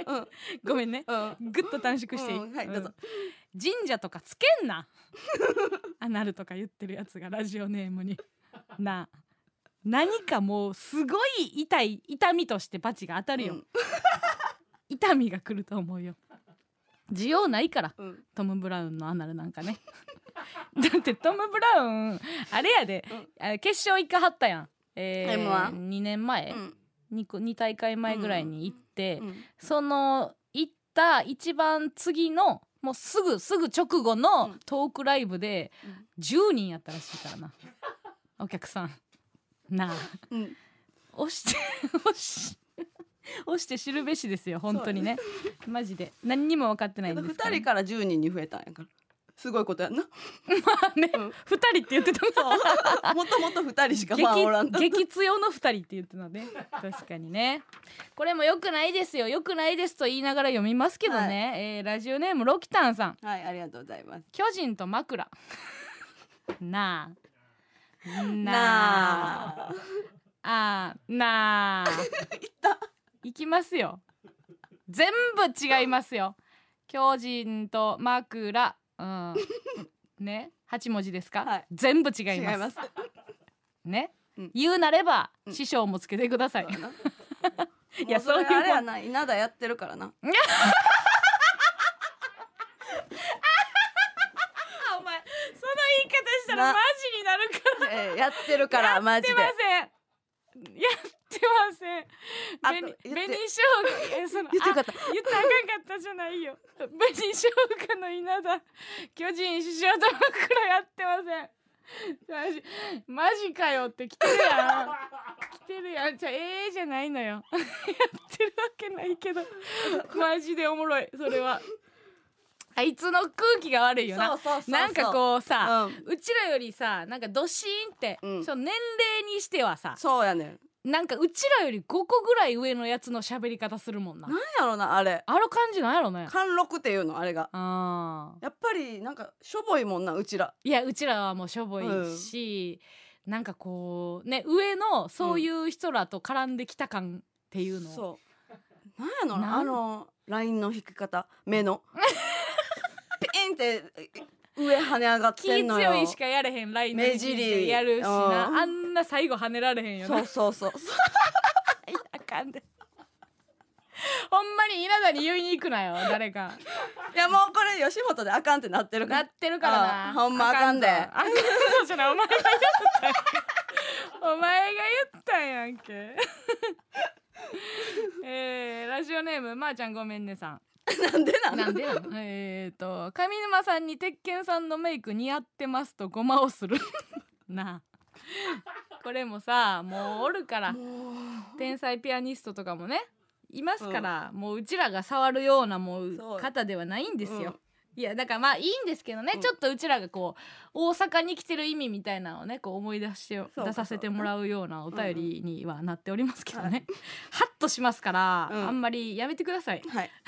Speaker 2: うん
Speaker 1: ごめんね
Speaker 2: うん
Speaker 1: ぐっと短縮していい、
Speaker 2: うんはいどうぞ
Speaker 1: ん神社とかつけ んなアナルとか言ってるやつがラジオネームになあ何かもうすごい痛い痛みとしてバチが当たるよ、
Speaker 2: うん
Speaker 1: 痛みが来ると思うよ需要ないから
Speaker 2: うん
Speaker 1: トム・ブラウンのアナルなんか ねだってトム・ブラウンあれやで、
Speaker 2: うん
Speaker 1: あれ決勝一回張ったやん、え
Speaker 2: M1
Speaker 1: 2年前、
Speaker 2: うん
Speaker 1: 二個 2, 大会前ぐらいに行って、
Speaker 2: うん
Speaker 1: その行った一番次のもうすぐすぐ直後
Speaker 2: う
Speaker 1: の
Speaker 2: ん
Speaker 1: トークライブで
Speaker 2: うん
Speaker 1: 10人やったらしいからなお客さんなあ
Speaker 2: うん
Speaker 1: 押して押し押して知るべしですよ本当にねマジで何にも分かってないんです
Speaker 2: 二人
Speaker 1: か
Speaker 2: から十人に増えたんやからすごいことやんな
Speaker 1: らね
Speaker 2: うん
Speaker 1: 2人って言ってたもん
Speaker 2: もともと二人しかファンおらん
Speaker 1: 激
Speaker 2: と
Speaker 1: 激強の2人って言ってたね確かにねこれも良くないですよ良くないですと言いながら読みますけどね、
Speaker 2: はい
Speaker 1: えーラジオネームロキタンさん
Speaker 2: はいありがとうございます
Speaker 1: 巨人と枕 なあな
Speaker 2: なあ
Speaker 1: ああ ーなあいきますよ全部違いますよ巨人と枕うんね八文字ですか、
Speaker 2: はい
Speaker 1: 全部違います
Speaker 2: 違います
Speaker 1: ね、
Speaker 2: うん
Speaker 1: 言うなれば、
Speaker 2: うん
Speaker 1: 師匠もつけてくださ い、
Speaker 2: い
Speaker 1: いや
Speaker 2: やそれ
Speaker 1: そういうもん
Speaker 2: あれやな稲田やってるからな
Speaker 1: あお前その言い方したら
Speaker 2: な
Speaker 1: マジになるから
Speaker 2: えーやってるからマジ
Speaker 1: やって
Speaker 2: で
Speaker 1: ませんやってません
Speaker 2: あ
Speaker 1: 紅
Speaker 2: と言って
Speaker 1: 紅生姜えそ の
Speaker 2: 言ってよかった
Speaker 1: あ言ってあかんかったじゃないよ紅生姜の稲田巨人師匠と枕やってませんマジマジかよって来てるやん来てるやんじゃあええじゃないのよやってるわけないけどマジでおもろいそれはあいつの空気が悪いよな
Speaker 2: そうそうそうそう
Speaker 1: なんかこうさ、
Speaker 2: うん
Speaker 1: うちらよりさなんかドシーンって、
Speaker 2: うん
Speaker 1: その年齢にしてはさ
Speaker 2: そうやねん
Speaker 1: なんかうちらより5個ぐらい上のやつの喋り方するもんな
Speaker 2: なんやろなあれ
Speaker 1: あの感じなんやろね
Speaker 2: 貫禄っていうのあれが
Speaker 1: あー
Speaker 2: やっぱりなんかしょぼいもんなうちら
Speaker 1: いやうちらはもうしょぼいし、なんかこうね上のそういう人らと絡んできた感っていうの、
Speaker 2: そう なんやろな
Speaker 1: なん
Speaker 2: あのラインの引き方目のピーンって上跳ね上がっ
Speaker 1: 気
Speaker 2: てんのよ
Speaker 1: 強いしかやれへんラインの
Speaker 2: 目尻
Speaker 1: やるしな
Speaker 2: うん
Speaker 1: あんな最後跳ねられへんよ
Speaker 2: そ
Speaker 1: な
Speaker 2: うそうそうそう
Speaker 1: あかんで ほんまに稲田に言いに行くなよ誰か
Speaker 2: いやもうこれ吉本であかんってなってるか
Speaker 1: な
Speaker 2: ら
Speaker 1: ってるから
Speaker 2: あ
Speaker 1: な
Speaker 2: ほんまあかんで
Speaker 1: あかんぞじゃないお前が言ったんやお前が言ったんやん けえー、ラジオネームまー、ちゃんごめんねさん
Speaker 2: なんでな
Speaker 1: なんでなのえっと上沼さんに鉄拳さんのメイク似合ってますとごまをする なあこれもさもうおるから
Speaker 2: も
Speaker 1: 天才ピアニストとかもねいますから、もううちらが触るようなもう
Speaker 2: そう
Speaker 1: 方ではないん
Speaker 2: う
Speaker 1: ですよ。いやだからまあいいんですけどね、
Speaker 2: うん
Speaker 1: ちょっとうちらがこう大阪に来てる意味みたいなのをねこう思い出して
Speaker 2: そう
Speaker 1: 出させてもらうようなお便りにはなっておりますけどね、 ハッとしますから、
Speaker 2: うん
Speaker 1: あんまりやめてください
Speaker 2: うんはい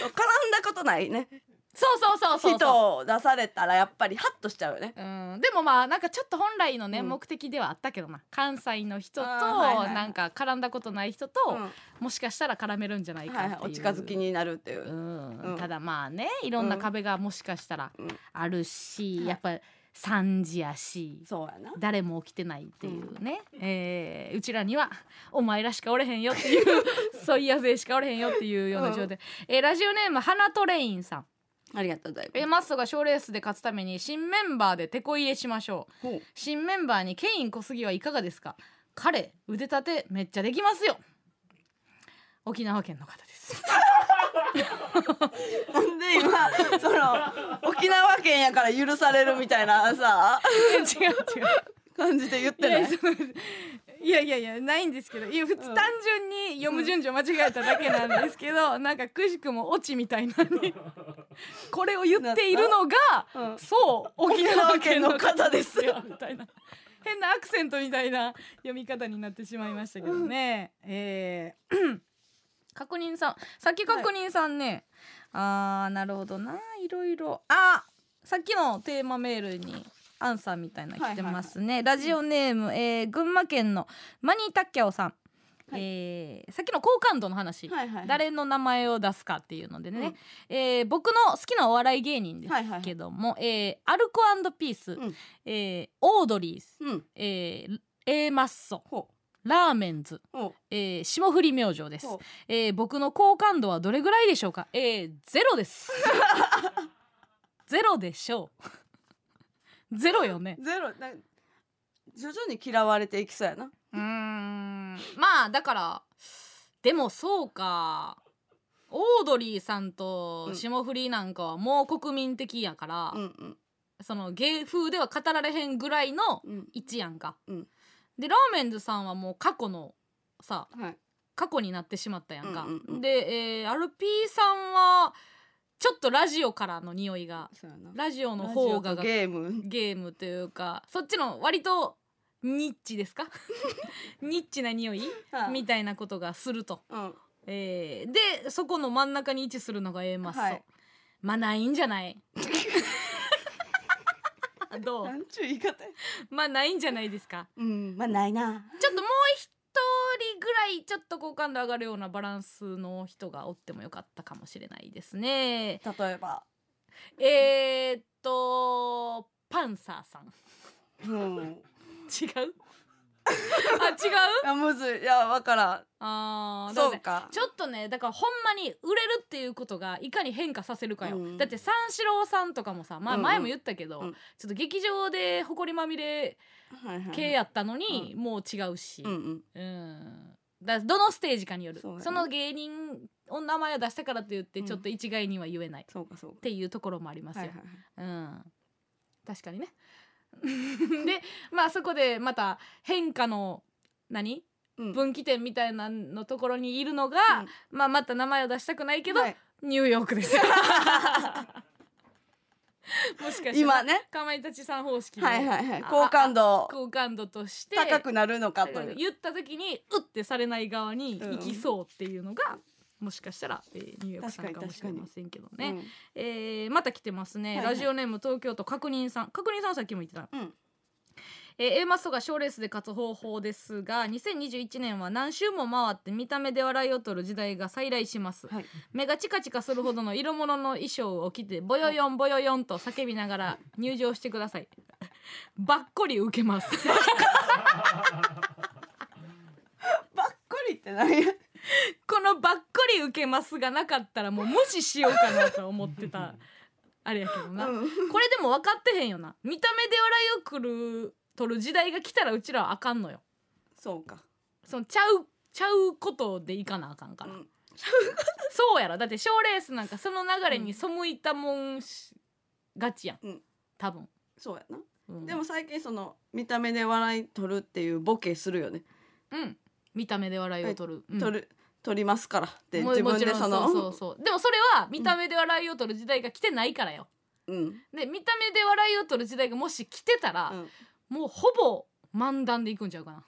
Speaker 2: そう絡んだことないね
Speaker 1: そうそうそうそうそう
Speaker 2: 人を出されたらやっぱりハッとしちゃうよね
Speaker 1: うん、でもまあなんかちょっと本来のね、
Speaker 2: うん
Speaker 1: 目的ではあったけどな関西の人と、
Speaker 2: あーはいはいはい
Speaker 1: なんか絡んだことない人と、
Speaker 2: うん
Speaker 1: もしかしたら絡めるんじゃないか
Speaker 2: は
Speaker 1: ってい、
Speaker 2: いうはい、お近づきになるっていうう、
Speaker 1: ん
Speaker 2: うん
Speaker 1: ただまあねいろんな壁がもしかしたら
Speaker 2: うん
Speaker 1: あるし、
Speaker 2: はい
Speaker 1: やっぱ3時やし
Speaker 2: そうやな
Speaker 1: 誰も起きてないっていうね、えーうちらにはお前らしかおれへんよっていう そういや勢しかおれへんよっていうような状態、えーラジオネーム花トレインさん
Speaker 2: ありがとうござい
Speaker 1: えー
Speaker 2: ま
Speaker 1: マッソが賞レースで勝つために新メンバーでテこ入れしましょう
Speaker 2: すほう
Speaker 1: 新メンバーにケイン小杉はいかがですか彼腕立てめっちゃできますよ沖縄県の方 です
Speaker 2: なんで今その沖縄県やから許されるみたいなさ
Speaker 1: 違う違う
Speaker 2: 感じで言っ
Speaker 1: い
Speaker 2: てな
Speaker 1: や
Speaker 2: い
Speaker 1: その いやいやいやないんですけどいや普通単純に読む順序間違えただけなんですけど、なんかくしくもオチみたいな にこれを言っているのが、
Speaker 2: うん
Speaker 1: そう沖縄県の
Speaker 2: 沖縄県の方
Speaker 1: 方
Speaker 2: で
Speaker 1: ですすよみたいな変なアクセントみたいな読み方になってしまいましたけどね、えー確認さんさっき確認さんね、あーなるほどないろいろあさっきのテーマメールにアンサーみたいなの来てますね、ラジオネーム、えー群馬県のマニータッキャオさん、
Speaker 2: はい
Speaker 1: えーさっきの好感度の話、
Speaker 2: はいはい
Speaker 1: 誰の名前を出すかっていうのでね、
Speaker 2: うん
Speaker 1: えー僕の好きなお笑い芸人ですけども、えーアルコピース、
Speaker 2: うん
Speaker 1: えーオードリーズ、
Speaker 2: うん
Speaker 1: えー A マッソ
Speaker 2: ほ
Speaker 1: ラーメンズ、
Speaker 2: うほ
Speaker 1: えー霜降り明星で
Speaker 2: う
Speaker 1: す
Speaker 2: ほ、
Speaker 1: えー僕の好感度はどれぐらいでしょうかえー、ゼロです ゼロでしょう ゼロよね
Speaker 2: うゼロな徐々に嫌われていきそうやな
Speaker 1: うーんまあだからでもそうかオードリーさんと霜降りなんかはもう国民的やから、
Speaker 2: うんうん
Speaker 1: その芸風では語られへんぐらいの
Speaker 2: うん
Speaker 1: 一やんか、
Speaker 2: うん
Speaker 1: でラーメンズさんはもう過去のさ
Speaker 2: はい
Speaker 1: 過去になってしまったやんか、
Speaker 2: うんうんうん
Speaker 1: で、えー、RP さんはちょっとラジオからの匂いが
Speaker 2: そうやな
Speaker 1: ラジオの方が
Speaker 2: ラジオとゲーム
Speaker 1: ゲームというかそっちの割とニッチですか ニッチな匂いみたいなことがすると、
Speaker 2: うん
Speaker 1: えーでそこの真ん中に位置するのが A マッソ、
Speaker 2: はい
Speaker 1: まあないんじゃない どう
Speaker 2: なんちゅう言い方や
Speaker 1: まあないんじゃないですか
Speaker 2: うんまあないな
Speaker 1: ちょっともう一人ぐらいちょっと好感度上がるようなバランスの人がおってもよかったかもしれないですね
Speaker 2: 例えば
Speaker 1: えー、っとパンサーさん
Speaker 2: うん
Speaker 1: 違 うあ違う
Speaker 2: いやむずいいやわから
Speaker 1: あ
Speaker 2: ん
Speaker 1: ー
Speaker 2: そ
Speaker 1: だ
Speaker 2: う
Speaker 1: からね
Speaker 2: か
Speaker 1: ちょっとねだからほんまに売れるっていうことがいかに変化させるかよ、
Speaker 2: うん
Speaker 1: だって三四郎さんとかもさ、まあ、
Speaker 2: うんうん
Speaker 1: 前も言ったけど、
Speaker 2: うん
Speaker 1: ちょっと劇場で埃まみれ
Speaker 2: はいはい
Speaker 1: 系やったのに、もう違うし、
Speaker 2: うんうん
Speaker 1: うんだどのステージかによる
Speaker 2: そうや
Speaker 1: そ,、
Speaker 2: な
Speaker 1: の芸人お名前を出したからといって
Speaker 2: うん
Speaker 1: ちょっと一概には言えないっ
Speaker 2: そうかそうか
Speaker 1: ていうところもありますよ、
Speaker 2: はいはいはい
Speaker 1: うん、確かにね でまあそこでまた変化の何
Speaker 2: うん
Speaker 1: 分岐点みたいなのところにいるのが、
Speaker 2: うん
Speaker 1: まあ、また名前を出したくないけど、
Speaker 2: はい
Speaker 1: ニューヨー クですもしかして
Speaker 2: 今ね
Speaker 1: かまいたちさん方式で、
Speaker 2: はいはいはい
Speaker 1: あ
Speaker 2: 好感度
Speaker 1: 好感度として
Speaker 2: 高くなるのかという
Speaker 1: 言った時にうってされない側に行きそうっていうのが、もしかしたら、えー、ニューヨークさん
Speaker 2: 確
Speaker 1: か
Speaker 2: かに
Speaker 1: もしれませんけどね、
Speaker 2: うん
Speaker 1: えーまた来てますね、
Speaker 2: はいはい
Speaker 1: ラジオネーム東京都確認さん確認さんさっきも言ってた、
Speaker 2: うん
Speaker 1: えー A マッソが賞レースで勝つ方法ですが2021年は何周も回って見た目で笑いを取る時代が再来します、
Speaker 2: はい
Speaker 1: 目がチカチカするほどの色物の衣装を着てボヨヨンボヨヨンと叫びながら入場してくださいばっこり受けます
Speaker 2: ばっこりって何
Speaker 1: このばっこり受けますがなかったらもう無視しようかなと思ってたあれやけどな、
Speaker 2: うん
Speaker 1: これでも分かってへんよな見た目で笑いをくる取る時代が来たらうちらはあかんのよ
Speaker 2: そうか、
Speaker 1: そのちゃうちゃうことでいかなあかんから、
Speaker 2: うん
Speaker 1: そうやろだって賞レースなんかその流れに背いたもんしがちやん、
Speaker 2: うん
Speaker 1: 多分、
Speaker 2: そうやな、
Speaker 1: うん、
Speaker 2: でも最近その見た目で笑い取るっていうボケするよね、
Speaker 1: うん見た目で笑いを取る、うん
Speaker 2: 取る取りますからって
Speaker 1: も
Speaker 2: 自分で
Speaker 1: もちろ
Speaker 2: そ
Speaker 1: ん
Speaker 2: の
Speaker 1: そうそうそうでもそれは見た目で笑いを取る時代が来てないからよ
Speaker 2: うん
Speaker 1: で見た目で笑いを取る時代がもし来てたら、
Speaker 2: うん
Speaker 1: もうほぼ漫談でいくんちゃ うかな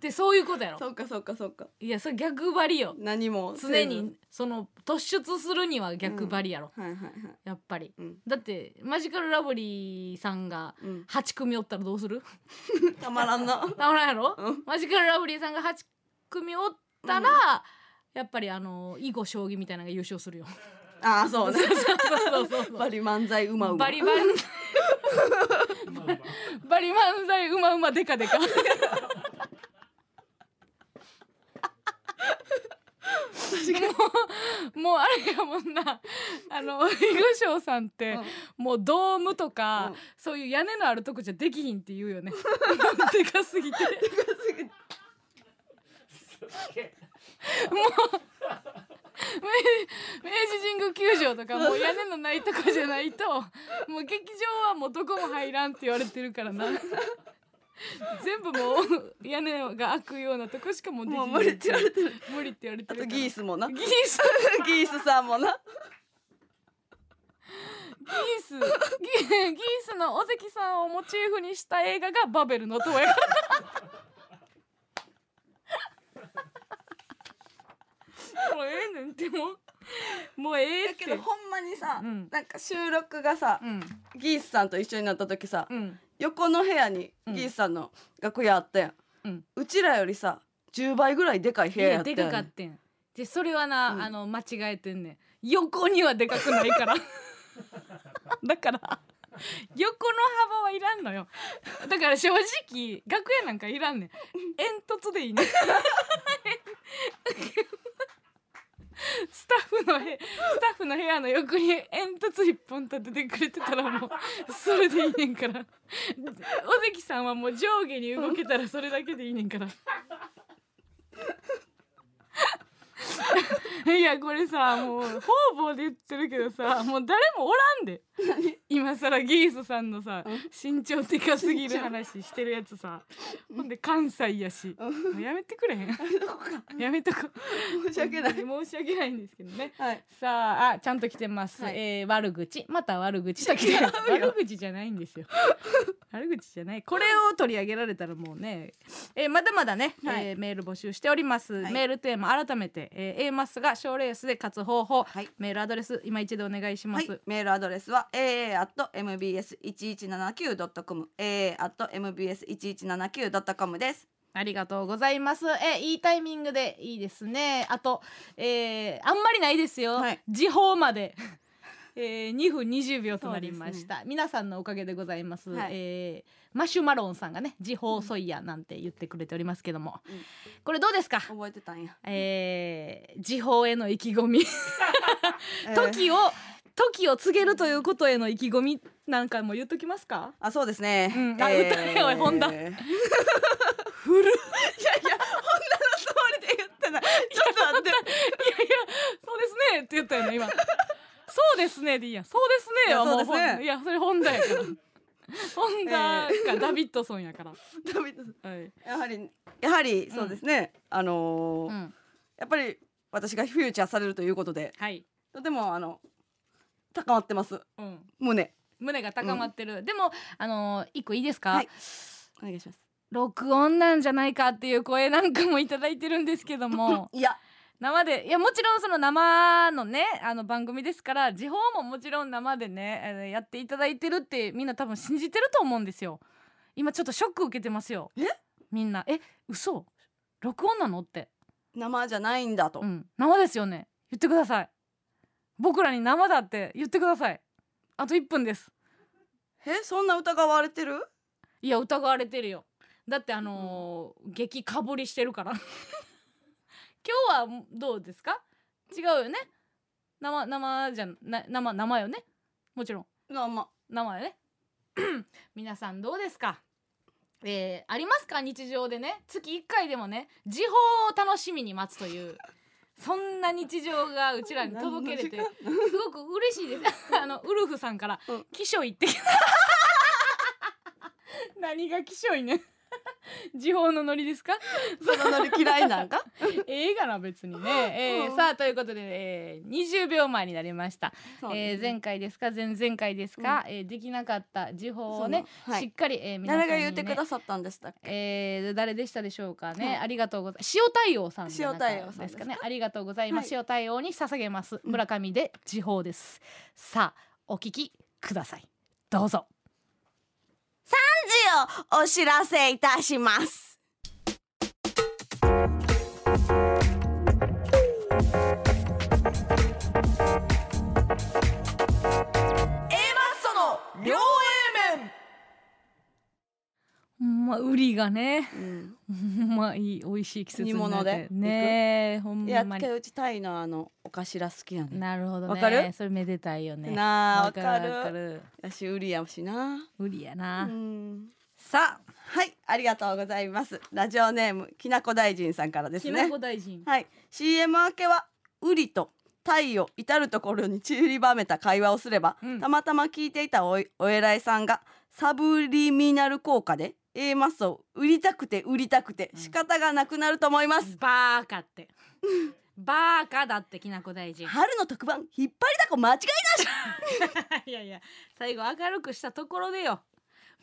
Speaker 1: でそういうことやろ
Speaker 2: そうかそうかそうか
Speaker 1: いやそれ逆張りよ
Speaker 2: 何もせず
Speaker 1: 常にその突出するには逆張りやろ、
Speaker 2: はいはいはい
Speaker 1: やっぱり
Speaker 2: うん
Speaker 1: だってマジカルラブリーさんが
Speaker 2: うん、
Speaker 1: 8組おったらどうする
Speaker 2: たまらん な
Speaker 1: たまらんやろ
Speaker 2: うん
Speaker 1: マジカルラブリーさんが8組おったら、やっぱりあの囲碁将棋みたいなのが優勝するよ
Speaker 2: ああそうね
Speaker 1: そうそうそう
Speaker 2: バリ漫才うまうま
Speaker 1: バリバリバリ漫才うまうまでかでかもうもうあれやもんなあの囲碁将さんって、もうドームとか、
Speaker 2: うん
Speaker 1: そういう屋根のあるとこじゃできひんって言うよね でかすぎてもう明明治神宮球場とかもう屋根のないとこじゃないともう劇場はもうどこも入らんって言われてるからな全部もう屋根が開くようなとこしかもうでき
Speaker 2: も
Speaker 1: な
Speaker 2: う
Speaker 1: い
Speaker 2: 無理って言われてる
Speaker 1: 無理って言われて
Speaker 2: あと
Speaker 1: るから
Speaker 2: ギース もなギ
Speaker 1: ギース
Speaker 2: ースさんもな
Speaker 1: ギースギギースの尾関さんをモチーフにした映画が「バベルの塔」 やからもうええねんってもうもうええ
Speaker 2: だ
Speaker 1: っ
Speaker 2: け
Speaker 1: て
Speaker 2: どほんまにさ、
Speaker 1: うん
Speaker 2: なんか収録がさ、
Speaker 1: うん
Speaker 2: ギースさんと一緒になった時さ、
Speaker 1: うん
Speaker 2: 横の部屋に
Speaker 1: うん
Speaker 2: ギースさんの楽屋あったやん、
Speaker 1: うん
Speaker 2: ちらよりさ10倍ぐらいでかい
Speaker 1: い
Speaker 2: 部屋や
Speaker 1: や
Speaker 2: った
Speaker 1: で
Speaker 2: やんや
Speaker 1: かかってんでそれはな、
Speaker 2: うん
Speaker 1: あの間違えてんねん横にはでかくないから だから横の幅はいらんのよだから正直楽屋なんかいらんねん煙突でいいねんスタッフのへスタッフの部屋の横に煙突一本立ててくれてたらもうそれでいいね んから尾関さんはもう上下に動けたらそれだけでいいねんから いやこれさもう方々で言ってるけ どさもう誰もおらんで今さらギースさんのさ身長でかすぎる話してるやつさほんで関西やしもうやめてくれへん
Speaker 2: めとこうか
Speaker 1: やめとこ
Speaker 2: 申し訳ない
Speaker 1: 申し訳ないんですけどね
Speaker 2: はい
Speaker 1: さああちゃんと来てます、
Speaker 2: はい
Speaker 1: えー悪口また悪口と来てます
Speaker 2: 違うよ
Speaker 1: 悪口じゃないんですよ 悪口じゃないこれを取り上げられたらもうね、えーまだまだね、
Speaker 2: はい
Speaker 1: えーメール募集しております、
Speaker 2: はい
Speaker 1: メールテーマ改めて、えー、A マスが賞レースで勝つ方法、
Speaker 2: はい
Speaker 1: メールアドレス今一度お願いしま
Speaker 2: はい
Speaker 1: す、、
Speaker 2: メールアドレスは aa at mbs 一一七九ドットコム aa at mbs 一一七九ドットコムです。
Speaker 1: ありがとうございます。え、いいタイミングでいいですね。あと、えーあんまりないですよ。
Speaker 2: はい
Speaker 1: 時報まで。 えー、2分20秒となりま
Speaker 2: そうで
Speaker 1: し
Speaker 2: す
Speaker 1: た、皆さんのおかげでございます、
Speaker 2: はい
Speaker 1: えーマシュマロンさんがね「時報ソイヤ」なんて言ってくれておりますけども、
Speaker 2: うん
Speaker 1: これどうですか、
Speaker 2: 覚えてたんや。
Speaker 1: えー、時報への意気込み
Speaker 2: えー
Speaker 1: 時を時を告げるということへの意気込みなんかも言っときますか
Speaker 2: あ、そうですね。
Speaker 1: うんあ歌えおい本田
Speaker 2: いやいや、本田の通りで言ったな。ちょっと待って。
Speaker 1: いやいや、そうですねって言ったよね、今。そうですねでいいやん。そうですねはい
Speaker 2: や
Speaker 1: も
Speaker 2: そうですね
Speaker 1: ほんいや、それ本田やから。本田かダビッドソンやから。
Speaker 2: ダメだ
Speaker 1: はい。
Speaker 2: やはり、やはり、そうですね。あのー
Speaker 1: うん。
Speaker 2: やっぱり私がフューチャーされるということで、
Speaker 1: はい。
Speaker 2: とてもあの高まってます。
Speaker 1: うん。
Speaker 2: 胸。
Speaker 1: 胸が高まってる。でも、あのー一個いいですか、
Speaker 2: はいお願いします。
Speaker 1: 録音なんじゃないかっていう声なんかもいただいてるんですけ
Speaker 2: 。
Speaker 1: ども
Speaker 2: いや、
Speaker 1: 生でいやもちろんその生のねあの番組ですから時報ももちろん生でねあのやっていただいてるってみんな多分信じてると思うんですよ。今ちょっとショック受けてますよ
Speaker 2: え
Speaker 1: みんなえ嘘録音なのって、
Speaker 2: 生じゃないんだと、
Speaker 1: うん、生ですよね言ってください僕らに生だって言ってくださいあと1分です
Speaker 2: えそんな疑われてる
Speaker 1: いや疑われてるよだってあのー激かぶりしてるから 今日はどうですか違うよね生生じゃな生生よねもちろん
Speaker 2: まあまあ
Speaker 1: 生よね 皆さんどうですかえーありますか日常でね月1回でもね時報を楽しみに待つというそんな日常がうちらに届けれて
Speaker 2: 何の時間
Speaker 1: すごく嬉しいです あのウルフさんから
Speaker 2: うん
Speaker 1: 「気象行ってきた」 何が気象いねん時報のノリですか
Speaker 2: そのノリ嫌いなん か
Speaker 1: ええがな別にね、えー
Speaker 2: うん
Speaker 1: さあということで、えー、20秒前になりました、
Speaker 2: そう
Speaker 1: え
Speaker 2: ね
Speaker 1: ー、前回ですか前々回ですか、えーできなかった時報をね、
Speaker 2: そのはい
Speaker 1: しっかり、えー、皆さん
Speaker 2: 誰
Speaker 1: に、ね、
Speaker 2: が言ってくださったんでしたっけ、
Speaker 1: えー誰でしたでしょうかね、
Speaker 2: はい
Speaker 1: ありがとうございます塩対応さんの中
Speaker 2: 塩対応さん
Speaker 1: で
Speaker 2: ですす
Speaker 1: か
Speaker 2: か
Speaker 1: ねありがとうございます、
Speaker 2: は
Speaker 1: 塩対応に捧げます
Speaker 2: うん
Speaker 1: 村上で時報です、さあお聞きくださいどうぞ
Speaker 2: 時をお知らせいたします両 A 面
Speaker 1: ほんまウリがね
Speaker 2: うん
Speaker 1: ほんまいい美味しい季節になって
Speaker 2: 煮物で
Speaker 1: ねえほん
Speaker 2: いや
Speaker 1: まに
Speaker 2: 竹内タイのあのお頭好きやね
Speaker 1: なるほどね
Speaker 2: わかる
Speaker 1: それめでたいよね
Speaker 2: なあわか
Speaker 1: わか
Speaker 2: る
Speaker 1: る
Speaker 2: 私売りやしな
Speaker 1: ウリや
Speaker 2: う
Speaker 1: な、
Speaker 2: ん
Speaker 1: さあ
Speaker 2: はいありがとうございますラジオネームきなこ大臣さんからです
Speaker 1: きな
Speaker 2: ね
Speaker 1: こ大臣
Speaker 2: はい CM 明けはウリとタイを至る所に散りばめた会話をすれば、
Speaker 1: うん
Speaker 2: たまたま聞いていたおいお偉いさんがサブリミナル効果で A マッソを売りたくて売りたくて
Speaker 1: うん
Speaker 2: 仕方がなくなると思います、
Speaker 1: バーカってバーカだってきなこ大臣
Speaker 2: 春の特番引っ張りだこ間違い
Speaker 1: いやいや最後明るくしたところでよ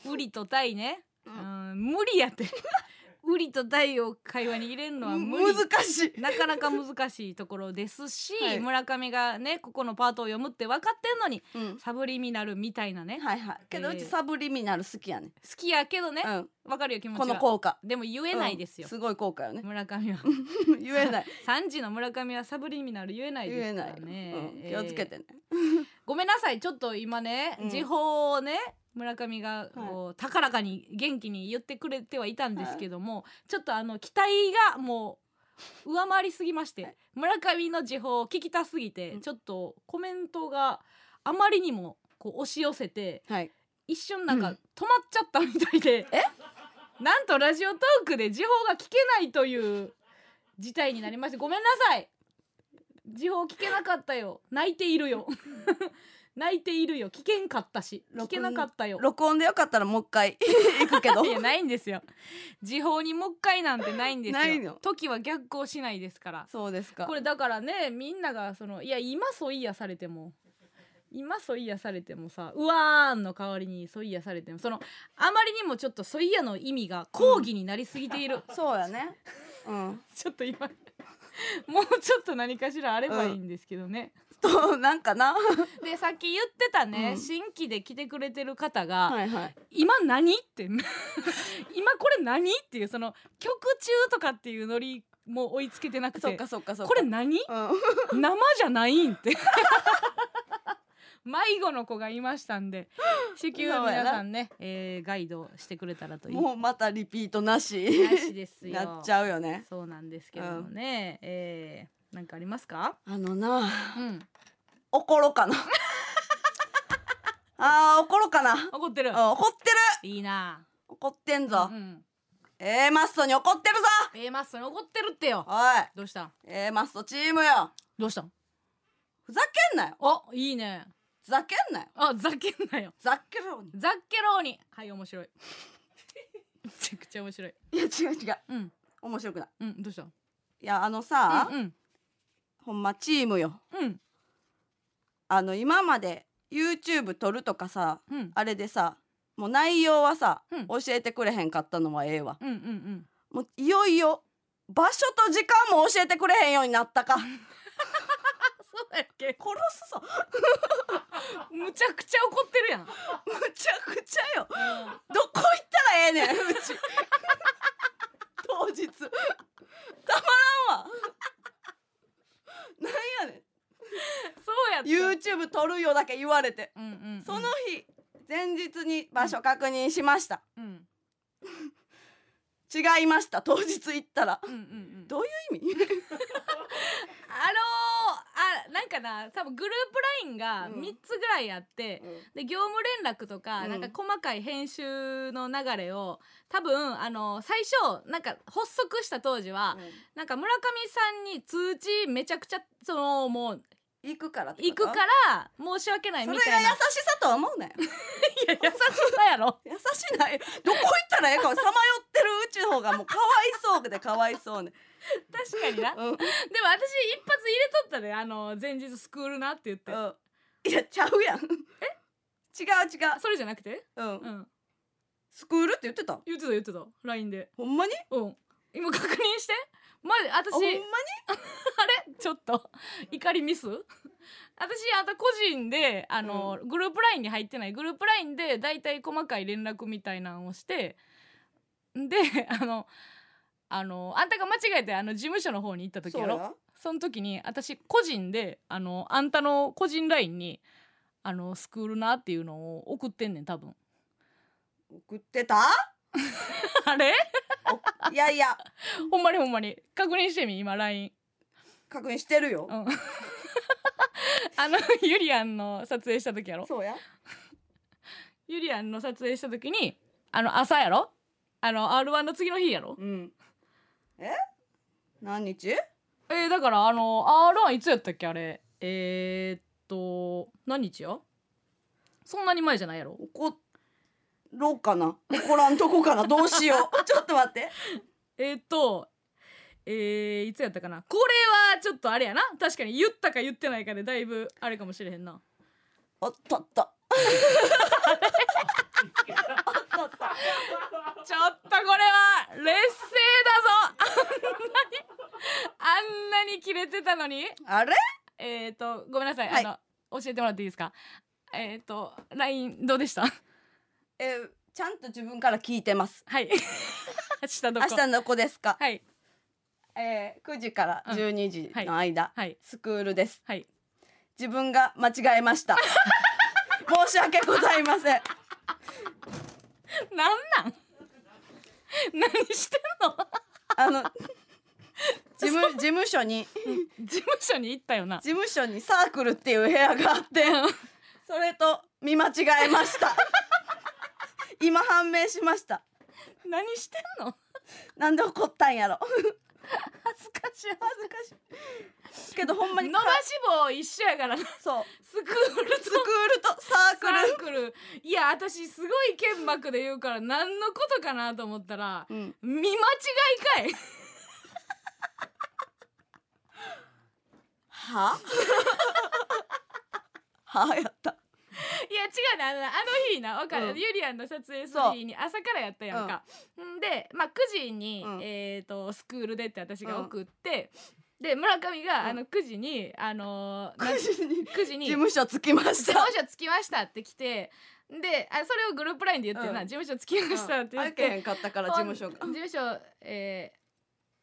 Speaker 1: ウリとタイね、う、
Speaker 2: うん
Speaker 1: 無理やって ウリとタイを会話に入れるのは無理
Speaker 2: 難しい
Speaker 1: なかなか難しいところですし、
Speaker 2: はい
Speaker 1: 村上がねここのパートを読むって分かってんのに
Speaker 2: うん
Speaker 1: サブリミナルみたいなね、好
Speaker 2: はいはいけどう
Speaker 1: え
Speaker 2: ち
Speaker 1: ー
Speaker 2: サブリミナル好きやね、
Speaker 1: きやけどね、
Speaker 2: う
Speaker 1: 分かるよ気
Speaker 2: ん
Speaker 1: 持ち
Speaker 2: こ
Speaker 1: は
Speaker 2: の効果
Speaker 1: でも言えないですよ
Speaker 2: うん、すごい効果よね
Speaker 1: 村上 は
Speaker 2: 言えない
Speaker 1: 3時の村上はサブリミナル言えない
Speaker 2: 言
Speaker 1: で
Speaker 2: え
Speaker 1: すか
Speaker 2: ない
Speaker 1: ら、ね、
Speaker 2: うん、気をつけてね、
Speaker 1: ごめんなさいちょっと今ね、
Speaker 2: うん
Speaker 1: 時報をね村上がこう、高らかに元気に言ってくれてはいたんですけども、ちょっとあの期待がもう上回りすぎまして、
Speaker 2: はい
Speaker 1: 村上の時報を聞きたすぎて、
Speaker 2: うん
Speaker 1: ちょっとコメントがあまりにもこう押し寄せて
Speaker 2: はい
Speaker 1: 一瞬なんか
Speaker 2: う
Speaker 1: 止まっちゃったみたいで、なんとラジオトークで時報が聞けないという事態になりましてごめんなさい時報聞けなかったよ泣いているよ 泣いているよ聞けんかったし聞
Speaker 2: 録音
Speaker 1: けなかったよ
Speaker 2: 録音でよかったらもう一 回行くけど
Speaker 1: いやないんですよ時報にもう一回なんてないんですよ
Speaker 2: ないの
Speaker 1: 時は逆行しないですから
Speaker 2: そうですか
Speaker 1: これだからねみんながそのいや今そいやされても今そいやされてもさうわーんの代わりにそいやされてもそのあまりにもちょっとそいやの意味が抗議になりすぎて いる、
Speaker 2: そうやねうん
Speaker 1: ちょっと今もうちょっと何かしらあればいいんですけどね、
Speaker 2: となんかな
Speaker 1: でさっき言ってたね、
Speaker 2: うん
Speaker 1: 新規で来てくれてる方 が、
Speaker 2: はいはい
Speaker 1: 今何って 今これ何っていうその曲中とかっていうノリも追いつけてなく
Speaker 2: そってかそっかそっか
Speaker 1: これ何
Speaker 2: うん
Speaker 1: 生じゃないんって迷子の子がいましたんで至急
Speaker 2: そうや
Speaker 1: 皆
Speaker 2: な
Speaker 1: さんね、えーガイドしてくれたらという
Speaker 2: もうまたリピートなし
Speaker 1: 話ですよ
Speaker 2: なっちゃうよね
Speaker 1: そうなんですけどもね、えーなんかありますか
Speaker 2: あのな
Speaker 1: うん
Speaker 2: 怒ろうか なあー怒ろうかなうん
Speaker 1: 怒ってる
Speaker 2: 怒ってる
Speaker 1: いいな
Speaker 2: 怒ってん
Speaker 1: あ
Speaker 2: ぞ
Speaker 1: うん
Speaker 2: A マッソに怒ってるぞ
Speaker 1: A マッソに怒ってるってよ
Speaker 2: おい
Speaker 1: どうしたん
Speaker 2: A マッソチームよ
Speaker 1: どうしたん
Speaker 2: ふざけんなよ
Speaker 1: あいいね
Speaker 2: ふざけんなよ
Speaker 1: あざけんなよ
Speaker 2: ざっけろに
Speaker 1: ざっけろうにはい面白いめちゃくちゃ面白い
Speaker 2: いや違う違う
Speaker 1: うん
Speaker 2: 面白くない
Speaker 1: うんどうしたん
Speaker 2: いやあのさ、
Speaker 1: うんうん
Speaker 2: ほんまチームよ
Speaker 1: うん
Speaker 2: あの今まで YouTube 撮るとかさ
Speaker 1: うん
Speaker 2: あれでさもう内容はさ、
Speaker 1: うん
Speaker 2: 教えてくれへんかったのはええわ
Speaker 1: うんうんうん
Speaker 2: もういよいよ場所と時間も教えてくれへんようになったか殺
Speaker 1: そうやっけ
Speaker 2: す ぞ
Speaker 1: むちゃくちゃ怒ってるやん。
Speaker 2: むちゃくちゃよどこ行ったらええ YouTube 撮るよだけ言われて
Speaker 1: うんうんうん
Speaker 2: その日前日に場所確認しました
Speaker 1: うん
Speaker 2: 違いました当日行ったら
Speaker 1: うんうんうん
Speaker 2: どういう意味
Speaker 1: あのーあなんかな多分グループ LINE が
Speaker 2: うん
Speaker 1: 3つぐらいあって、で業務連絡とか、
Speaker 2: うん
Speaker 1: なんか細かい編集の流れを多分あの最初なんか発足した当時は、なんか村上さんに通知めちゃくちゃそのもう
Speaker 2: 行くからってこ
Speaker 1: 行
Speaker 2: と
Speaker 1: くから申し訳ない
Speaker 2: それ
Speaker 1: み
Speaker 2: が優
Speaker 1: たいな
Speaker 2: しさとは思うなよ
Speaker 1: いや優しさやろ
Speaker 2: 優しないどこ行ったらええかさまよってるうちの方がもうかわいそうでかわいそうね、
Speaker 1: 確かになでも
Speaker 2: うんうん、
Speaker 1: 私一発入れとったであの前日スクールなって言って、
Speaker 2: いやちゃうやんえ違う違
Speaker 1: それじゃなくて
Speaker 2: う、うん、
Speaker 1: うん
Speaker 2: スクールって言ってた
Speaker 1: 言ってた言ってた LINE で
Speaker 2: ほんまに
Speaker 1: うん今確認してマジ
Speaker 2: あほんまに
Speaker 1: 私ちょっと怒りミス私あと個人であの、グループ LINE に入ってないグループ LINE で大体細かい連絡みたいなのをしてであのあのあんたが間違えてあの事務所の方に行った時やろ
Speaker 2: や
Speaker 1: その時に私個人であのあんたの個人 LINE にあのスクールなっていうのを送ってんねん多分
Speaker 2: 送ってた
Speaker 1: あれ
Speaker 2: いやいや
Speaker 1: ほんまにほんまに確認してみ今 LINE
Speaker 2: 確認してるよ、
Speaker 1: うんあのゆりやんの撮影した時やろ
Speaker 2: そうや
Speaker 1: ゆりやんの撮影した時にあの朝やろあの r 1の次の日やろ
Speaker 2: うんえ何日
Speaker 1: えー、だからあの r 1いつやったっけあれえー、っと何日やそんなに前じゃないやろ
Speaker 2: 怒ろうかな怒らんとこかなどうしよ うちょっと待って
Speaker 1: えー、っとえー、いつやったかなこれはちょっとあれやな確かに言ったか言ってないかでだいぶあれかもしれへんな
Speaker 2: あったあった
Speaker 1: ちょっとこれは劣勢だぞあんなにあんなにキレてたのに
Speaker 2: あれ
Speaker 1: えっ、ー、とごめんなさい、
Speaker 2: はい
Speaker 1: あの教えてもらっていいですかえっ、ー、と LINE どうでした
Speaker 2: えーちゃんと自分から聞いてます
Speaker 1: はい 明日どこ
Speaker 2: 明日の子ですか、
Speaker 1: はい
Speaker 2: えー、9時から
Speaker 1: うん
Speaker 2: 12時の間、
Speaker 1: はい
Speaker 2: スクールです
Speaker 1: はい
Speaker 2: 自分が間違えました 申し訳ございません
Speaker 1: なんなん何してんの
Speaker 2: あの事務事務所に
Speaker 1: 事務所に行ったよな
Speaker 2: 事務所にサークルっていう部屋があってそれと見間違えました今判明しました
Speaker 1: 何してんの
Speaker 2: なんで怒ったんやろ
Speaker 1: 恥ずかしい
Speaker 2: 恥ずかしいけどほんまに
Speaker 1: 伸ば
Speaker 2: か
Speaker 1: し棒一緒やからな
Speaker 2: そう
Speaker 1: スクール
Speaker 2: ス
Speaker 1: と
Speaker 2: クールとサークル
Speaker 1: サークルいや私すごい剣幕で言うから何のことかなと思ったら
Speaker 2: うん、
Speaker 1: 見間違いかい
Speaker 2: は はや った
Speaker 1: いや違うなあのあの日なわかる、
Speaker 2: うん
Speaker 1: ゆりやんの撮影する日に朝からやったやんか、んで、まあ、9時に、
Speaker 2: うん
Speaker 1: えー、とスクールでって私が
Speaker 2: うん
Speaker 1: 送って、で村上が、
Speaker 2: うん
Speaker 1: あの9時にあのーな
Speaker 2: 9時に
Speaker 1: 9時
Speaker 2: 事
Speaker 1: に
Speaker 2: 務所着きまし
Speaker 1: 事
Speaker 2: た
Speaker 1: 務所着きましたって来てであそれをグループラインで言ってるな、
Speaker 2: うん
Speaker 1: 事務所着きましたって言っ
Speaker 2: 開け
Speaker 1: て、
Speaker 2: へんかったから事務所が
Speaker 1: ほん事務所、えー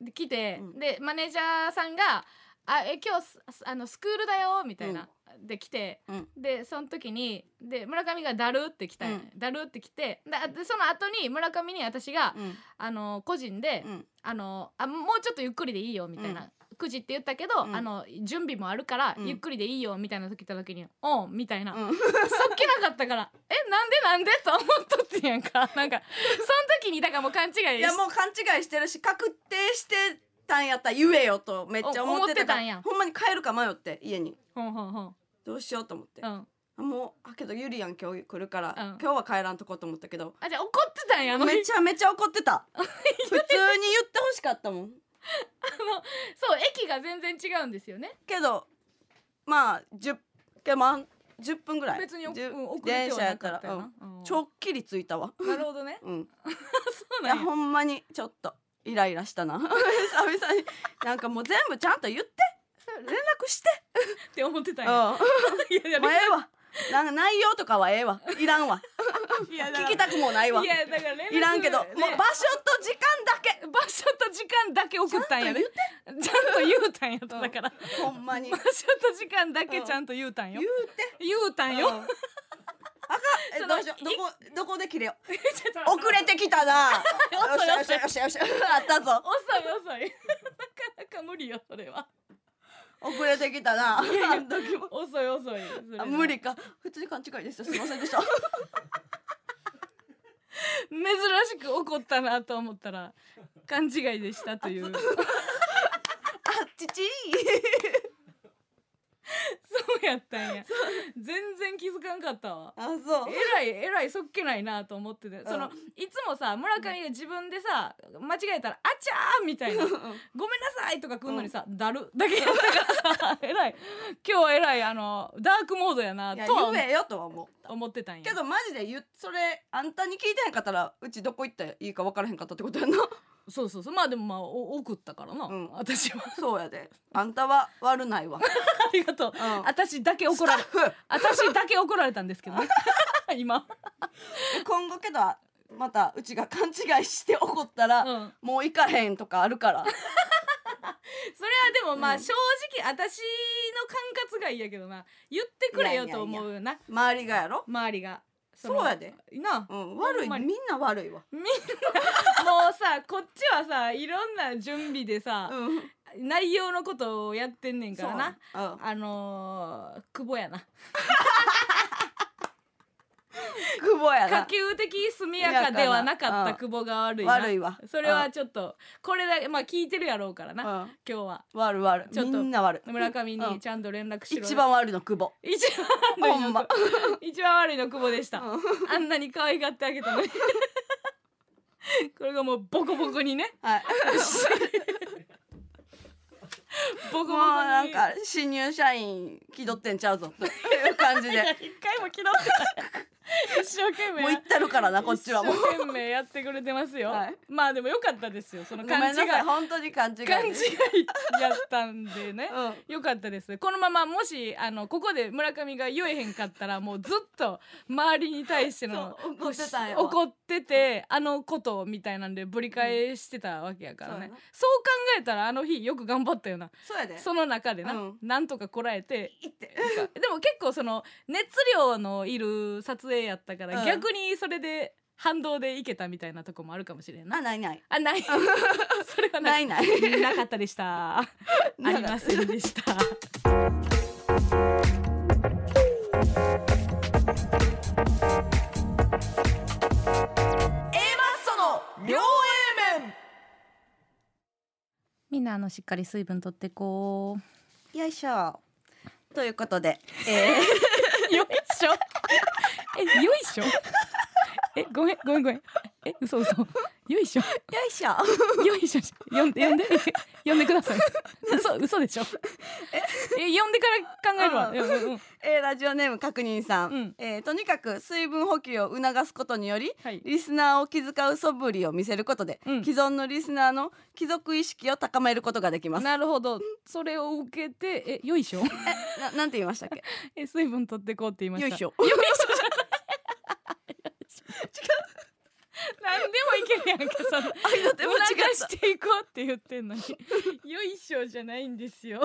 Speaker 1: で来て、
Speaker 2: うん
Speaker 1: でマネージャーさんが「あえ今日すあのスクールだよ」みたいな、で来て、
Speaker 2: うん
Speaker 1: でその時にで村上が「だる」って来たんや、
Speaker 2: うん
Speaker 1: だるって来てであでその後に村上に私が、
Speaker 2: うん
Speaker 1: あの個人で、
Speaker 2: うん
Speaker 1: あのあ「もうちょっとゆっくりでいいよ」みたいな。9時って言ったけど、
Speaker 2: うん
Speaker 1: あの準備もあるから、
Speaker 2: うん
Speaker 1: ゆっくりでいいよみたいな時来た時に「おん」みたいな、
Speaker 2: うん
Speaker 1: そっけなかったから「えなんでなんで?」 と思っとってんやんかなんかその時にだからもう勘違いして
Speaker 2: いやもう勘違いしてるし確定してたんやったら言えよとめっちゃ思ってたから
Speaker 1: お思ってたんや
Speaker 2: ほんまに帰るか迷って家に
Speaker 1: ほんほんほん
Speaker 2: どうしようと思って、
Speaker 1: う
Speaker 2: あ
Speaker 1: ん
Speaker 2: もうあけどゆりやん今日来るから、
Speaker 1: うん
Speaker 2: 今日は帰らんとこと思ったけど
Speaker 1: あじゃあ怒ってたんやあの
Speaker 2: め
Speaker 1: 日
Speaker 2: ちゃめちゃ怒って た普通に言ってほしかったもん
Speaker 1: そう駅が全然違うんですよね
Speaker 2: けどまあ10けどまあ10分ぐらい
Speaker 1: 別にお、う
Speaker 2: 10
Speaker 1: ん、遅れてはなかった
Speaker 2: 電車
Speaker 1: よ
Speaker 2: や
Speaker 1: な
Speaker 2: っ、
Speaker 1: うん
Speaker 2: ちょっきりついたわ
Speaker 1: なるほ どね
Speaker 2: うん
Speaker 1: そう
Speaker 2: い
Speaker 1: な
Speaker 2: や
Speaker 1: んや
Speaker 2: ほんまにちょっとイライラしたな 久々になんかもう全部ちゃんと言って連絡して
Speaker 1: って思ってたん
Speaker 2: うん
Speaker 1: やいやいや
Speaker 2: もうええわなんか内容とかはええわいらんわ
Speaker 1: いやだ
Speaker 2: 聞きたくもないわ
Speaker 1: いやだから連絡
Speaker 2: いらんけど、もう場所と時間だけ
Speaker 1: 場ッショと時間だけ送ったんやで、ちゃんと言うたんやとだから
Speaker 2: ほん まに
Speaker 1: マッショと時間だけちゃんと言うたん
Speaker 2: 言
Speaker 1: よ
Speaker 2: うて
Speaker 1: 言うたん
Speaker 2: う
Speaker 1: よ
Speaker 2: んあかんえ
Speaker 1: その
Speaker 2: どうしようどこどこで切れよう 遅れてきたなよっしゃよっしゃよっしゃよっしゃ あったぞ
Speaker 1: 遅い遅いなかなか無理よそれは
Speaker 2: 遅れてきたなあん時も
Speaker 1: 遅い遅いそれ
Speaker 2: あ
Speaker 1: は
Speaker 2: 無理か普通に勘違いですよすいませんでした
Speaker 1: 珍しく怒ったなと思ったら勘違いでしたという
Speaker 2: あ
Speaker 1: そう
Speaker 2: ちち
Speaker 1: やったんや全然気づかんかったわ
Speaker 2: あ そう
Speaker 1: えらいえらいそっけないなと思ってて、
Speaker 2: ん
Speaker 1: そのいつもさ村上が自分でさ間違えたら「あちゃー!」みたいな「ごめんなさい!」とか来んのにさ「だる」だけやったから さえらい今日はえらいあのダークモードやない
Speaker 2: や
Speaker 1: とは思
Speaker 2: 言えよとは思う
Speaker 1: 思ってたんや
Speaker 2: けどマジで言うそれあんたに聞いてへんかったらうちどこ行っていいか分からへんかったってこと やな
Speaker 1: そうそうそうまあでもまあお送ったからな、
Speaker 2: うん
Speaker 1: 私は
Speaker 2: そうやであんたは悪ない わ、う
Speaker 1: ありがとう、
Speaker 2: ん、
Speaker 1: 私だけ怒
Speaker 2: スタッ
Speaker 1: られ
Speaker 2: フ
Speaker 1: 私だけ怒られたんですけどね 今、
Speaker 2: 今後けどまたうちが勘違いして怒った
Speaker 1: う
Speaker 2: ら、
Speaker 1: ん、それは
Speaker 2: もう行かへんとかあるから
Speaker 1: でもまあ
Speaker 2: うん
Speaker 1: 正直私の管轄がいいやけどな言ってくれよと思うよな
Speaker 2: 周りがやろ、
Speaker 1: 周りがの
Speaker 2: そうやで
Speaker 1: なあ
Speaker 2: うん、悪い
Speaker 1: ほんま
Speaker 2: み
Speaker 1: に
Speaker 2: んな悪いわ、
Speaker 1: みんなもうさこっちはさいろんな準備でさ、
Speaker 2: うん、
Speaker 1: 内容のことをやってんねんからな
Speaker 2: そううん
Speaker 1: あのー、久保やな
Speaker 2: 久保や
Speaker 1: 可
Speaker 2: な
Speaker 1: 及的速やかではなかっ
Speaker 2: う
Speaker 1: た
Speaker 2: ん
Speaker 1: 久保が悪いな
Speaker 2: 悪いわ
Speaker 1: それはちょっとこれだけまあ聞いてるやろうからな、
Speaker 2: う
Speaker 1: 今
Speaker 2: ん
Speaker 1: 日は
Speaker 2: 悪い悪
Speaker 1: ち
Speaker 2: い
Speaker 1: ょっ
Speaker 2: み
Speaker 1: と
Speaker 2: んな悪い
Speaker 1: 村上
Speaker 2: うん
Speaker 1: にちゃんと連絡しろよ
Speaker 2: 一番悪いの久 保
Speaker 1: 一番
Speaker 2: ほん ま
Speaker 1: 一番悪いの久保でした、
Speaker 2: うん
Speaker 1: あんなに可愛がってあげたのに これがもうボコボコにね
Speaker 2: はい
Speaker 1: ボコボコ
Speaker 2: もう
Speaker 1: に
Speaker 2: なんか新入社員気取ってんちゃうぞという感じ
Speaker 1: い
Speaker 2: で
Speaker 1: や 一回も気取ってない一生懸命
Speaker 2: もう行ってるからなこっちはもう
Speaker 1: 一生懸命やってくれてますよ、
Speaker 2: はい
Speaker 1: まあでも良かったですよそ
Speaker 2: ごめ
Speaker 1: の
Speaker 2: ん
Speaker 1: 勘違
Speaker 2: ないさい本当に勘違い
Speaker 1: 勘違
Speaker 2: です
Speaker 1: いやったんでね
Speaker 2: うん
Speaker 1: 良かったですこのままもしあのここで村上が言えへんかったらもうずっと周りに対しての
Speaker 2: そう怒ってたんやわ
Speaker 1: 怒っててあのことみたいなんでぶり返してたわけやからね、
Speaker 2: うん
Speaker 1: そう考えたらあの日よく頑張ったよな
Speaker 2: そうやで
Speaker 1: その中でな、
Speaker 2: うん
Speaker 1: なんとかこらえて
Speaker 2: 行って
Speaker 1: なんかでも結構その熱量のいる撮影やったから、
Speaker 2: うん
Speaker 1: 逆にそれで反動でいけたみたいなとこもあるかもしれんな
Speaker 2: あないない
Speaker 1: あ ないそれはな
Speaker 2: ないいない
Speaker 1: なかったでした。ありませんでした。
Speaker 2: その両 A 面
Speaker 1: みんなあのしっかり水分取ってこ
Speaker 2: よいしょということで、え
Speaker 1: う。 よいしょ。え、よいしょ。え、ごめん、ごめん、ごめん。え、嘘嘘。よいしょ。
Speaker 2: ー、よいしょ
Speaker 1: よいしょ。呼んで、呼 んで、呼んでくださ い。嘘、嘘でしょ。え、呼んでから考えるわ。うん、うん、
Speaker 2: えー、ラジオネーム確認さん、
Speaker 1: うん
Speaker 2: えーとにかく水分補給を促すことにより
Speaker 1: はい。
Speaker 2: リスナーを気遣う素振りを見せることで、
Speaker 1: うん
Speaker 2: 既存のリスナーの貴族意識を高めることができますな
Speaker 1: なるほど。それを受けて、え、よいしょ。
Speaker 2: なんて言いましたっけ
Speaker 1: え、水分取ってこうって言いました。
Speaker 2: よいし
Speaker 1: ょ。
Speaker 2: ょ
Speaker 1: なんでもいけるやんか、その。
Speaker 2: あいの手
Speaker 1: で
Speaker 2: 間
Speaker 1: も
Speaker 2: 違
Speaker 1: なんか
Speaker 2: えた
Speaker 1: していこうって言って んのによいしょじゃないんですよ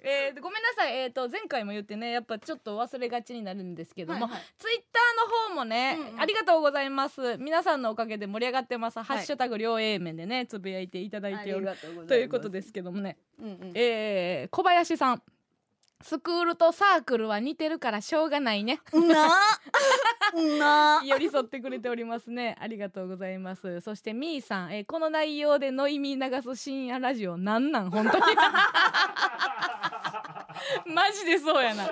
Speaker 1: えーごめんなさい、えー、と前回も言ってねやっぱちょっと忘れがちになるんですけども、
Speaker 2: はいはい
Speaker 1: ツイッターの方もね、
Speaker 2: うんうん
Speaker 1: ありがとうございます皆さんのおかげで盛り上がってます「ハ
Speaker 2: い
Speaker 1: ッシュタグ両 A 面」でねつぶやいていただいておる
Speaker 2: ありがとうございます
Speaker 1: ということですけどもね、
Speaker 2: うんうん
Speaker 1: えー小林さん「スクールとサークルは似てるからしょうがないね」
Speaker 2: な な
Speaker 1: 寄り添ってくれておりますねありがとうございますそしてみーさん、えーこの内容でノイミー流す深夜ラジオなんなん本当に マジでそうやな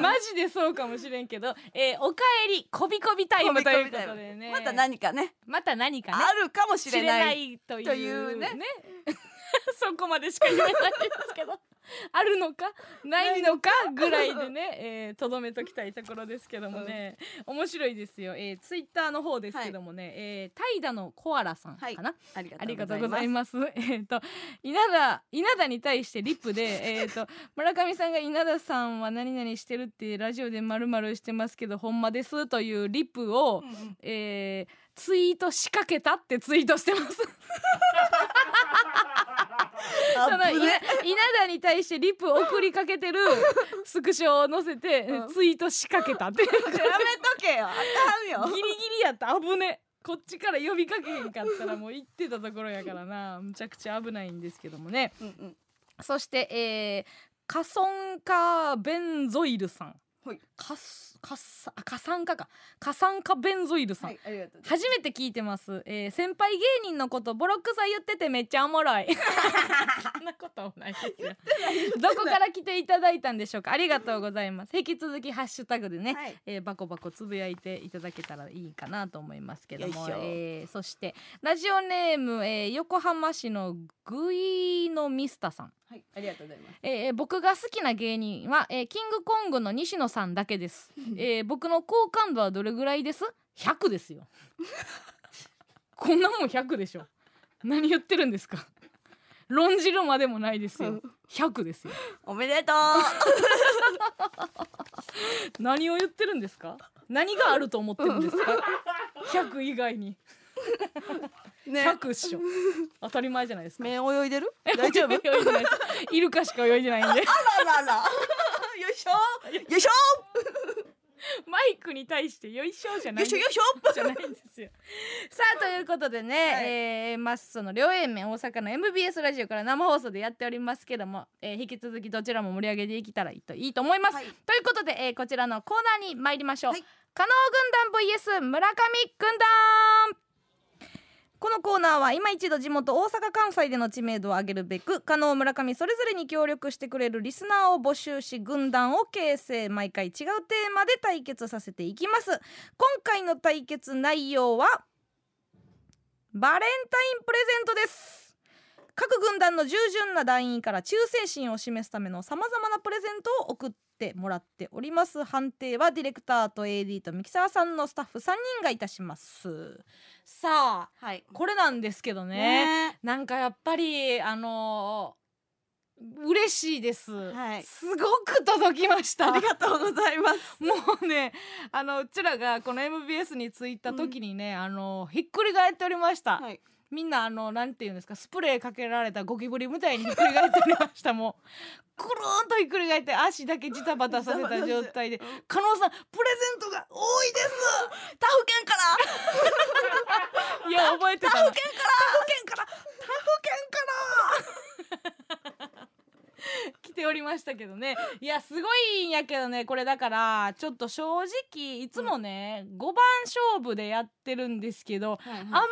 Speaker 1: マジでそうかもしれんけど、えーおかえりこびこびタイムということでね
Speaker 2: また何かね
Speaker 1: また何かね
Speaker 2: あるかもし
Speaker 1: 知れ
Speaker 2: れな
Speaker 1: ないいという
Speaker 2: というね
Speaker 1: そこまでしか言えないですけど あるのかないのかぐらいでね とど、えー、留めときたいところですけどもね、面白いですよ、えー、ツイッターの方ですけどもね、はいえー、怠惰のコアラさんかな、はい
Speaker 2: あり
Speaker 1: ありがとうございます。えっと稲田稲田に対してリップでえっと村上さんが稲田さんは何々してるってラジオでまるまるしてますけどほんまですというリップを、
Speaker 2: うんうん
Speaker 1: えーツイート仕掛けたってツイートしてます。その
Speaker 2: あぶ
Speaker 1: 稲稲
Speaker 2: ね
Speaker 1: 田に対してリップを送りかけてるスクショを載せて、
Speaker 2: うん
Speaker 1: ツイート仕掛けたって
Speaker 2: やめとけよあかん
Speaker 1: ギ
Speaker 2: よ
Speaker 1: リギリやった危ねこっちから呼びかけへんかったらもう行ってたところやからなむちゃくちゃ危ないんですけどもね
Speaker 2: うんうん
Speaker 1: そして、えー、カソンカベンゾイルさん
Speaker 2: はい
Speaker 1: カスカスあカサンカかカサンカベンゾイルさん、
Speaker 2: はいありがとうござい
Speaker 1: 初めて聞いてます、えー、先輩芸人のことボロクソ言っててめっちゃおも ろいそんなこともないですよどこから来ていただいたんでしょうかありがとうございます引き続きハッシュタグでね、
Speaker 2: ますはい
Speaker 1: えー、バコバコつぶやいていただけたらいいかなと思いますけど
Speaker 2: よい
Speaker 1: も
Speaker 2: しょ
Speaker 1: えーそしてラジオネーム、えー、横浜市のグイのミスタさん、
Speaker 2: はいありがとうございます
Speaker 1: えー、僕が好きな芸人は、えー、キングコングの西野さんだけです、えー、僕の好感度はどれぐらいです100ですよ こんなもん100でしょ何言ってるんですか論じるまでもないですよ100ですよ
Speaker 2: おめでとう
Speaker 1: 何を言ってるんですか何があると思ってるんですか100以外に
Speaker 2: ね
Speaker 1: 100っしょ当たり前じゃないですか
Speaker 2: 目泳いでる 大丈夫
Speaker 1: 泳いで ないですイルカしか泳いでないん で
Speaker 2: あらららよいしょよいしょ
Speaker 1: マイクに対してよいしょじゃな
Speaker 2: よ
Speaker 1: い
Speaker 2: いしょよいしょ
Speaker 1: じゃないんですよさあということでね、
Speaker 2: はい
Speaker 1: えーマッソの両 A 面大阪の MBS ラジオから生放送でやっておりますけども、えー引き続きどちらも盛り上げていけたらいいといいと思います、
Speaker 2: はい
Speaker 1: ということで、えーこちらのコーナーに参りましょう、
Speaker 2: はい
Speaker 1: 加納軍団 VS 村上軍団このコーナーは今一度地元大阪関西での知名度を上げるべく加納村上それぞれに協力してくれるリスナーを募集し軍団を形成毎回違うテーマで対決させていきます今回の対決内容はバレンタインプレゼントです各軍団の従順な団員から忠誠心を示すためのさまざまなプレゼントを送ってもらっております判定はディレクターと AD と三木沢さんのスタッフ3人がいたしますさあ
Speaker 2: はい
Speaker 1: これなんですけどね
Speaker 2: ね
Speaker 1: なんかやっぱりあのー嬉しいです、
Speaker 2: はい
Speaker 1: すごく届きました
Speaker 2: あり
Speaker 1: も
Speaker 2: がとうございます
Speaker 1: うねあのうちらがこの MBS に着いた時にね、あのひっくり返っておりました、
Speaker 2: はい
Speaker 1: みんなあのなんていうんですかスプレーかけられたゴキブリみたいにひっくり返っておりましたもうくるーんとひっくり返って足だけジタバタさせた状 態で
Speaker 2: うん
Speaker 1: 加納さんプレゼントが多いです他府県からいや覚えてた他府県から他府県から他府県から来ておりましたけどねいやすごいんやけどねこれだからちょっと正直いつもね、五5番勝負でやってるんですけど
Speaker 2: はいはい
Speaker 1: あまり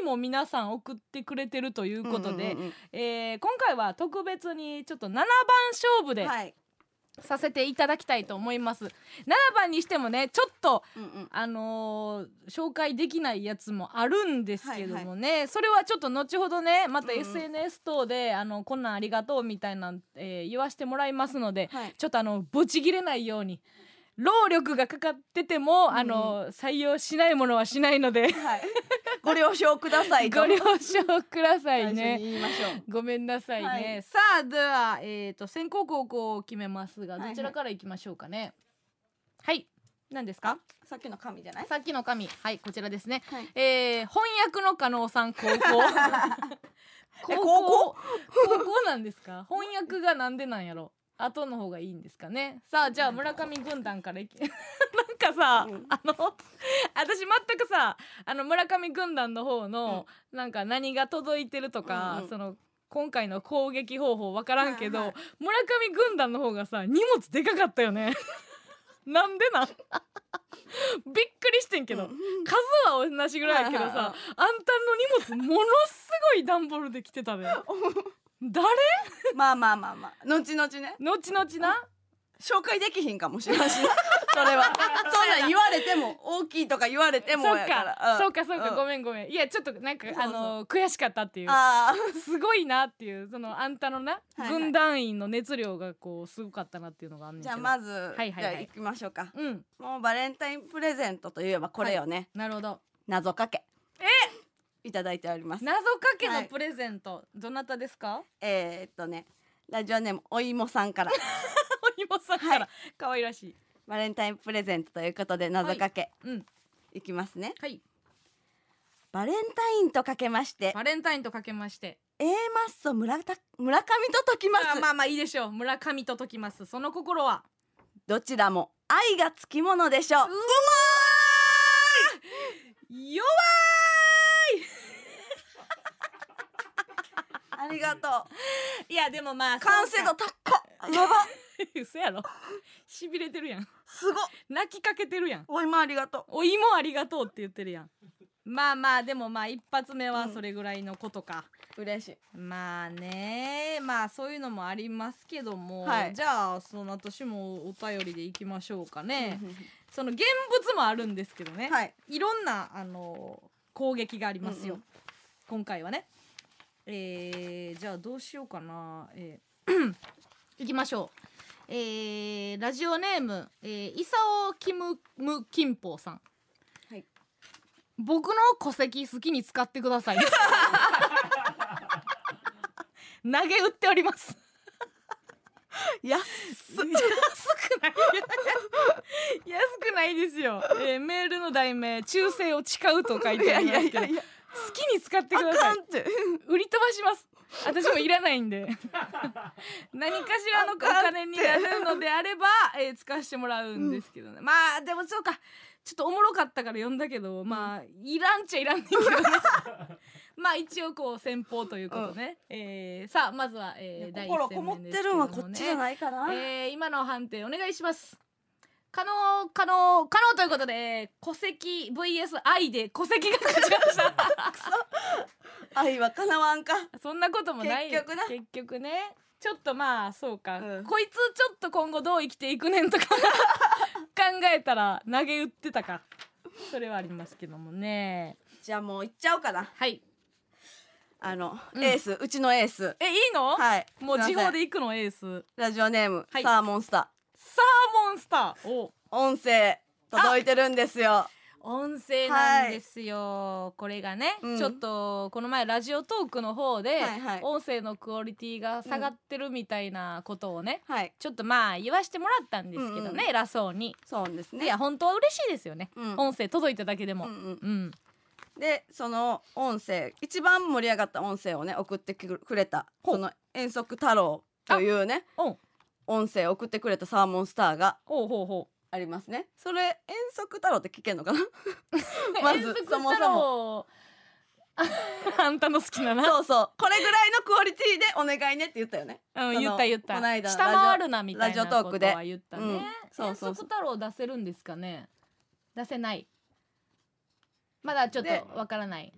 Speaker 1: にも皆さん送ってくれてるということで、
Speaker 2: うんうんうん
Speaker 1: えー今回は特別にちょっと7番勝負
Speaker 2: うん
Speaker 1: で
Speaker 2: はい
Speaker 1: させていただきたいと思います。7番にしてもねちょっと
Speaker 2: うんうん
Speaker 1: あのー紹介できないやつもあるんですけどもね、それはちょっと後ほどねまた
Speaker 2: うんうん
Speaker 1: SNS 等で、あのこんなんありがとうみたいなん、えー言わしてもらいますので、
Speaker 2: はい
Speaker 1: ちょっとあのブチ切れないように労力がかかってても、あの採用しないものはしないので
Speaker 2: はいご了承くださいと
Speaker 1: ご了承くださ
Speaker 2: 最初に
Speaker 1: いね。
Speaker 2: 言いましょう
Speaker 1: ごめんなさいね。
Speaker 2: はい
Speaker 1: さあではえっ、と先行後攻を決めますが
Speaker 2: はいはい
Speaker 1: どちらから行きましょうかね。はい、何ですか？
Speaker 2: さっきの紙じゃない
Speaker 1: さっきの紙はいこちらですね。
Speaker 2: はい
Speaker 1: えー、翻訳の加納さん高校
Speaker 2: え
Speaker 1: 高校高校なんです か？翻訳がなんでなんやろ。後の方がいいんですかね。さあじゃあ村上軍団からいき なんかさ、
Speaker 2: うん
Speaker 1: あの私全くさあの村上軍団の方の、なんか何が届いてるとか、
Speaker 2: うんうん
Speaker 1: その今回の攻撃方法分からんけど、
Speaker 2: はいはい
Speaker 1: 村上軍団の方がさ荷物でかかったよね なんで なんびっくりしてんけど、
Speaker 2: うん
Speaker 1: 数は同じぐらいやけど
Speaker 2: はいはいは
Speaker 1: さ
Speaker 2: い
Speaker 1: あんたの荷物ものすごい段ボールで 来てたで誰
Speaker 2: まあまあまあまあ後々ね
Speaker 1: 後々な
Speaker 2: 紹介できひんかもしれない それはそんなん言われても大きいとか言われても
Speaker 1: そ
Speaker 2: や
Speaker 1: っ
Speaker 2: から
Speaker 1: か、そうかそうか、
Speaker 2: うん
Speaker 1: ごめんごめんいやちょっとなんか
Speaker 2: そうそう
Speaker 1: あの悔しかったっていう
Speaker 2: あ
Speaker 1: すごいなっていうそのあんたのな、
Speaker 2: はいはい
Speaker 1: 軍団員の熱量がこうすごかったなっていうのがあんね
Speaker 2: ー
Speaker 1: ん
Speaker 2: じ
Speaker 1: け
Speaker 2: ゃあ
Speaker 1: ど
Speaker 2: まず、
Speaker 1: はいはい
Speaker 2: じゃあ行きましょうか
Speaker 1: うん
Speaker 2: もうバレンタインプレゼントといえばこれよね、
Speaker 1: なるほど
Speaker 2: 謎かけえいただいております
Speaker 1: 謎かけ
Speaker 2: は
Speaker 1: の
Speaker 2: い
Speaker 1: プレゼント、どなたで すか
Speaker 2: えー、っとねラジオネームお芋さんから
Speaker 1: お芋さん
Speaker 2: から
Speaker 1: 可愛らしい
Speaker 2: バレンタインプレゼントということで謎かけ、
Speaker 1: うん
Speaker 2: い、きますね
Speaker 1: はい
Speaker 2: バレンタインとかけまして
Speaker 1: バレンタインとかけまして
Speaker 2: A マッソ村田村上と解きます、
Speaker 1: まあまあまあいいでしょう村上と解きますその心は
Speaker 2: どちらも愛がつきものでしょう
Speaker 1: うまーい弱
Speaker 2: ありがとう
Speaker 1: いいやでもまあ
Speaker 2: 完成度
Speaker 1: そうか
Speaker 2: 高っやば
Speaker 1: 嘘やろしびれてるやん
Speaker 2: すごっ
Speaker 1: 泣きかけてるやん
Speaker 2: お芋ありがと
Speaker 1: お芋ありがとうって言ってるやんまあまあでもまあ一発目はそれぐらいのことか、
Speaker 2: う嬉しい
Speaker 1: まあねまあそういうのもありますけども、
Speaker 2: はい
Speaker 1: じゃあその私もお便りでいきましょうかね、
Speaker 2: うん
Speaker 1: その現物もあるんですけどね、
Speaker 2: はい
Speaker 1: いろんなあの攻撃がありますよ、
Speaker 2: うんうん
Speaker 1: 今回はねえー、じゃあどうしようかなえ ーいきましょうえー、ラジオネーム、えー、イサオキムムキンポウさん、
Speaker 2: はい
Speaker 1: 僕の戸籍好きに使ってくだ さい投げ打っております
Speaker 2: やっ
Speaker 1: 安くない安くないですよ、えーメールの題名「忠誠を誓う」と書い
Speaker 2: い
Speaker 1: てあ
Speaker 2: や
Speaker 1: り
Speaker 2: い
Speaker 1: ま
Speaker 2: やい
Speaker 1: すけど
Speaker 2: やいや
Speaker 1: 好きに使って
Speaker 2: あ
Speaker 1: くださ
Speaker 2: か
Speaker 1: い
Speaker 2: んって
Speaker 1: 売り飛ばします私もいらない んで何かしらのお金になるのであれば、えー使わせてもらうんですけどね、まあでもそうかちょっとおもろかったから読んだけどまあいらんちゃいらんねんけどね まあ一応こう先方ということね、えーさあまずは、えー、第一
Speaker 2: 心こ
Speaker 1: 戦
Speaker 2: も
Speaker 1: 目
Speaker 2: っ
Speaker 1: です
Speaker 2: て
Speaker 1: け
Speaker 2: るん
Speaker 1: ども
Speaker 2: は
Speaker 1: ね
Speaker 2: こっちじゃないかな、
Speaker 1: えー、今の判定お願いします可能可能可能ということで戸籍 VSI で戸籍が勝ちました
Speaker 2: 愛はかなわんか
Speaker 1: そんなこともない
Speaker 2: 結局な
Speaker 1: 結局ねちょっとまあそうか、
Speaker 2: うん
Speaker 1: こいつちょっと今後どう生きていくねんとか 考えたら投げ打ってたかそれはありますけどもね
Speaker 2: じゃあもう行っちゃおうかな
Speaker 1: はい
Speaker 2: あの、
Speaker 1: うん
Speaker 2: エースうちのエース
Speaker 1: えいいの、
Speaker 2: はい
Speaker 1: もう
Speaker 2: すい
Speaker 1: 地
Speaker 2: ません
Speaker 1: 方で行くのエース
Speaker 2: ラジオネーム、
Speaker 1: はい
Speaker 2: サーモンスタ
Speaker 1: サーモンスターお
Speaker 2: ー音声届いてるんですよ
Speaker 1: 音声なんですよ、これがね、
Speaker 2: うん
Speaker 1: ちょっとこの前ラジオトークの方で、
Speaker 2: はいはい
Speaker 1: 音声のクオリティが下がってるみたいなことをね、
Speaker 2: はい
Speaker 1: ちょっとまあ言わしてもらったんですけ
Speaker 2: うん
Speaker 1: どね、
Speaker 2: うん
Speaker 1: 偉そうに、
Speaker 2: そうですね
Speaker 1: いや本当は嬉しいですよね、
Speaker 2: うん
Speaker 1: 音声届いただけで
Speaker 2: う
Speaker 1: も
Speaker 2: んうん
Speaker 1: うん、
Speaker 2: でその音声一番盛り上がった音声をね送ってくれた
Speaker 1: ほう
Speaker 2: その遠足太郎というね
Speaker 1: おう
Speaker 2: 音声を送ってくれたサーモンスターが
Speaker 1: おうほうほ
Speaker 2: ありますねそれ遠足太郎って聞けんのかな
Speaker 1: う
Speaker 2: まず
Speaker 1: 遠足
Speaker 2: そも
Speaker 1: 太
Speaker 2: そ
Speaker 1: 郎 あんたの好きなな
Speaker 2: そうそうこれぐらいのクオリティでお願いねって言ったよね
Speaker 1: うん、
Speaker 2: その
Speaker 1: 言った言っ
Speaker 2: こ
Speaker 1: た
Speaker 2: の間
Speaker 1: 下回るなみたいな
Speaker 2: ラジオト
Speaker 1: こ
Speaker 2: ーク
Speaker 1: と
Speaker 2: で
Speaker 1: は言ったね、
Speaker 2: うんそ
Speaker 1: 遠
Speaker 2: うそう
Speaker 1: 足
Speaker 2: そう
Speaker 1: 太郎出せるんですかね出せないまだちょっ
Speaker 2: で
Speaker 1: とわからない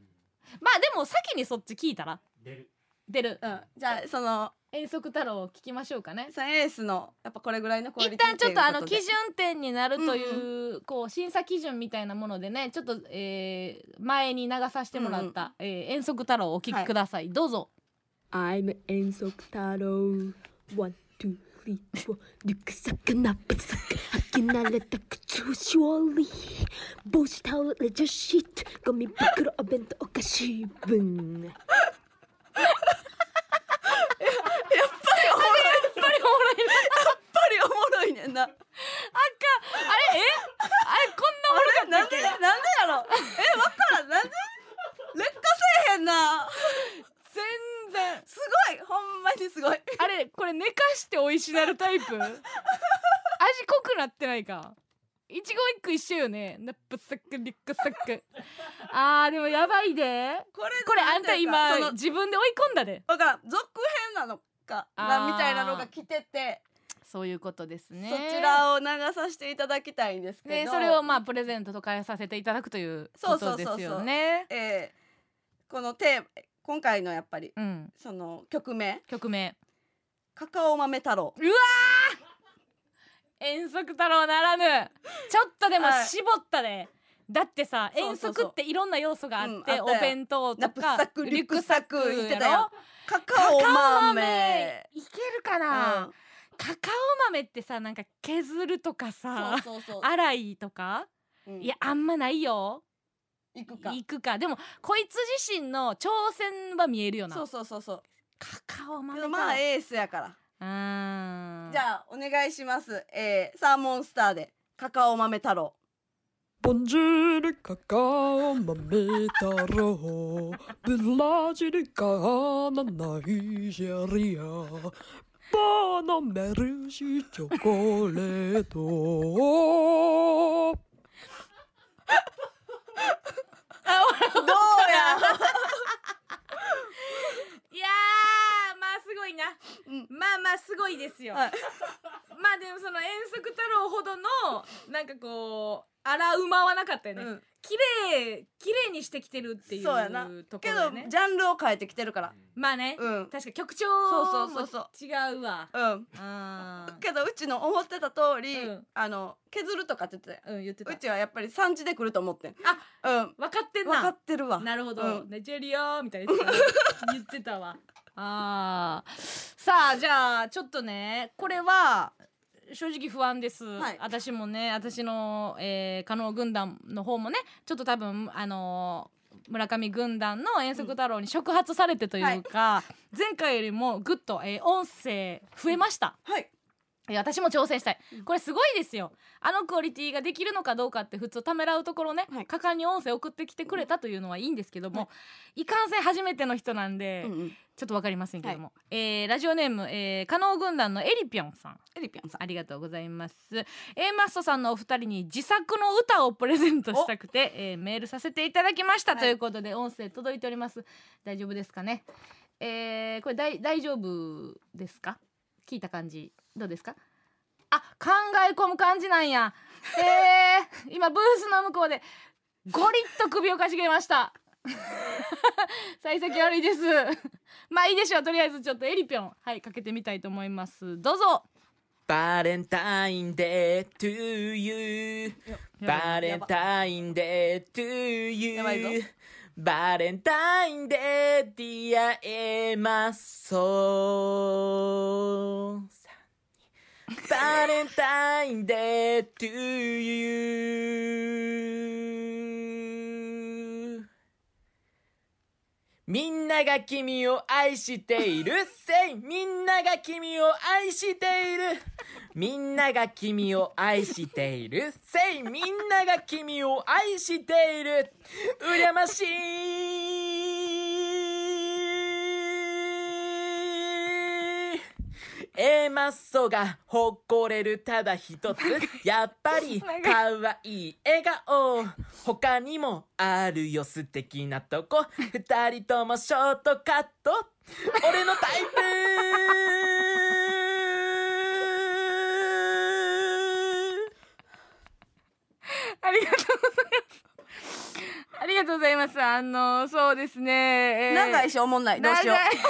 Speaker 1: まあでも先にそっち聞いたら
Speaker 3: 出る
Speaker 1: 出る
Speaker 2: うんじゃあその
Speaker 1: 遠足太郎を聞きましょうかね
Speaker 2: そのエースのやっぱこれぐらいのクオリテ
Speaker 1: 一
Speaker 2: ィ
Speaker 1: 旦ちょっとあの
Speaker 2: いうこ
Speaker 1: 基
Speaker 2: で
Speaker 1: 準点になるという,、こう審査基準みたいなものでねちょっと、えー前に流させてもらった「えー遠足太郎」をお聴きください、どうぞ
Speaker 4: I'm 遠足太郎 One, two, three, four リュックサックナップサック履き慣れた靴をしおり帽子タオルレジャーシートゴミ袋お弁当お菓子分
Speaker 1: やっぱりおもろい
Speaker 2: やっぱりおもろいね
Speaker 1: な
Speaker 2: ん な。
Speaker 1: あれえあれこんなおもろかったっけ
Speaker 2: なんでなんでやろ。えわからんなんで。劣化せえへんな。
Speaker 1: 全然
Speaker 2: すごいほんまにすごい。
Speaker 1: あれこれ寝かして美味しなるタイ プ味濃くなってないか一期一句一緒よねナップサックリュックサックあーでもやばいで
Speaker 2: これ
Speaker 1: これあんた
Speaker 2: その
Speaker 1: 今自分で追い込んだで
Speaker 2: わからん続編なのか
Speaker 1: あ
Speaker 2: な
Speaker 1: ー
Speaker 2: みたいなのが来てて、
Speaker 1: そういうことですね
Speaker 2: そちらを流させていただきたいんですけど。
Speaker 1: でそれをまあプレゼントと変えさせていただくという
Speaker 2: そ
Speaker 1: こ
Speaker 2: うそ
Speaker 1: と
Speaker 2: う
Speaker 1: で
Speaker 2: そうそう
Speaker 1: すよね
Speaker 2: えーこのテーマ今回のやっぱり
Speaker 1: うん
Speaker 2: その曲名
Speaker 1: 曲名
Speaker 2: カカオ豆太郎。
Speaker 1: うわ遠足太郎ならぬ ちょっとでも
Speaker 2: はい
Speaker 1: 絞ったで、だってさ
Speaker 2: そう
Speaker 1: 遠
Speaker 2: そうそう
Speaker 1: 足っていろんな要素があっ
Speaker 2: う
Speaker 1: て
Speaker 2: んあったよ
Speaker 1: お弁当
Speaker 2: ナ
Speaker 1: と
Speaker 2: ップサッ
Speaker 1: か
Speaker 2: クリュックサック言ってた
Speaker 1: やろ
Speaker 2: よカカオ豆
Speaker 1: いけるか
Speaker 2: う
Speaker 1: な、
Speaker 2: ん
Speaker 1: カカオ豆ってさなんか削るとかさ
Speaker 2: そうそうそう
Speaker 1: 洗いとか、
Speaker 2: うん
Speaker 1: いやあんまないよ
Speaker 2: 行くか
Speaker 1: 行くかでもこいつ自身の挑戦は見えるよな
Speaker 2: そうそうそうそう
Speaker 1: カカオ
Speaker 2: け
Speaker 1: 豆
Speaker 2: ど
Speaker 1: か
Speaker 2: まあエースやから
Speaker 1: うん
Speaker 2: じゃあお願いしますえーサーモンスターでカカオ豆太 郎
Speaker 5: ボンジュールカカオ豆太郎ブラジルガーナナイジェリアバーナメルシーチョコレート
Speaker 2: どうや
Speaker 1: いやーまあすごいな、
Speaker 2: う
Speaker 1: まあまあすごいですよ、
Speaker 2: はい
Speaker 1: まあでもその遠足太郎ほどのなんかこう荒馬はなかったよね、
Speaker 2: うん
Speaker 1: 綺麗綺麗にしてきてるっていう
Speaker 2: そうやな
Speaker 1: とこ
Speaker 2: け
Speaker 1: ろ
Speaker 2: ど
Speaker 1: よね
Speaker 2: ジャンルを変えてきてるから
Speaker 1: まあね、
Speaker 2: うん
Speaker 1: 確か曲調
Speaker 2: そう
Speaker 1: も
Speaker 2: そうそう
Speaker 1: 違 うわ
Speaker 2: うん
Speaker 1: あ
Speaker 2: けどうちの思ってた通り
Speaker 1: うん
Speaker 2: あの削るとかって言ってたよ
Speaker 1: ーうん言ってた
Speaker 2: うちはやっぱり産地で来ると思ってんうん
Speaker 1: 分かってん
Speaker 2: 分か
Speaker 1: な
Speaker 2: ってるわ
Speaker 1: なるほど、
Speaker 2: うん
Speaker 1: ナイジェリアみたいな言ってた言って たわあーさあじゃあちょっとねこれは正直不安です、
Speaker 2: はい
Speaker 1: 私もね私の、えー、加納軍団の方もねちょっと多分あのー村上軍団の遠足太郎に触発されてというか、前回よりもぐっと、えー音声増えました、
Speaker 2: はい
Speaker 1: えー私も挑戦したいこれすごいですよあのクオリティができるのかどうかって普通ためらうところね、
Speaker 2: はい
Speaker 1: 果敢に音声送ってきてくれたというのはいいんですけども、い、かんせん初めての人なんで、
Speaker 2: うんうん
Speaker 1: ちょっとわかりませんけども、えーラジオネーム、えー、加納軍団のエリピョンさん
Speaker 2: エリピョンさん
Speaker 1: ありがとうございます A マストさんのお二人に自作の歌をプレゼントしたくて、えーメールさせていただきました、
Speaker 2: はい
Speaker 1: ということで音声届いております大丈夫ですかねえー、これだい大丈夫ですか聞いた感じどうですかあ考え込む感じなんやえー、今ブースの向こうでゴリッと首をかしげました。 幸先悪いです。まあいいでしょう。とりあえずちょっとエリピョンはいかけてみたいと思います。どうぞ。
Speaker 6: バレンタインデー to you バレンタインデー to
Speaker 2: やばいぞ
Speaker 6: you バレンタインデー dear エマソバレンタインデー to you みんなが君を愛している Say みんなが君を愛しているみんなが君を愛している Say みんなが君を愛している羨ましい A マッソが誇れるただ一つやっぱり可愛い笑顔他にもあるよ素敵なとこ二人ともショートカット俺のタイプ
Speaker 1: ありがとうございます。 ありがとうございます。あのそうですね。えー
Speaker 2: 長いしおもんないどうしよ
Speaker 1: 長いう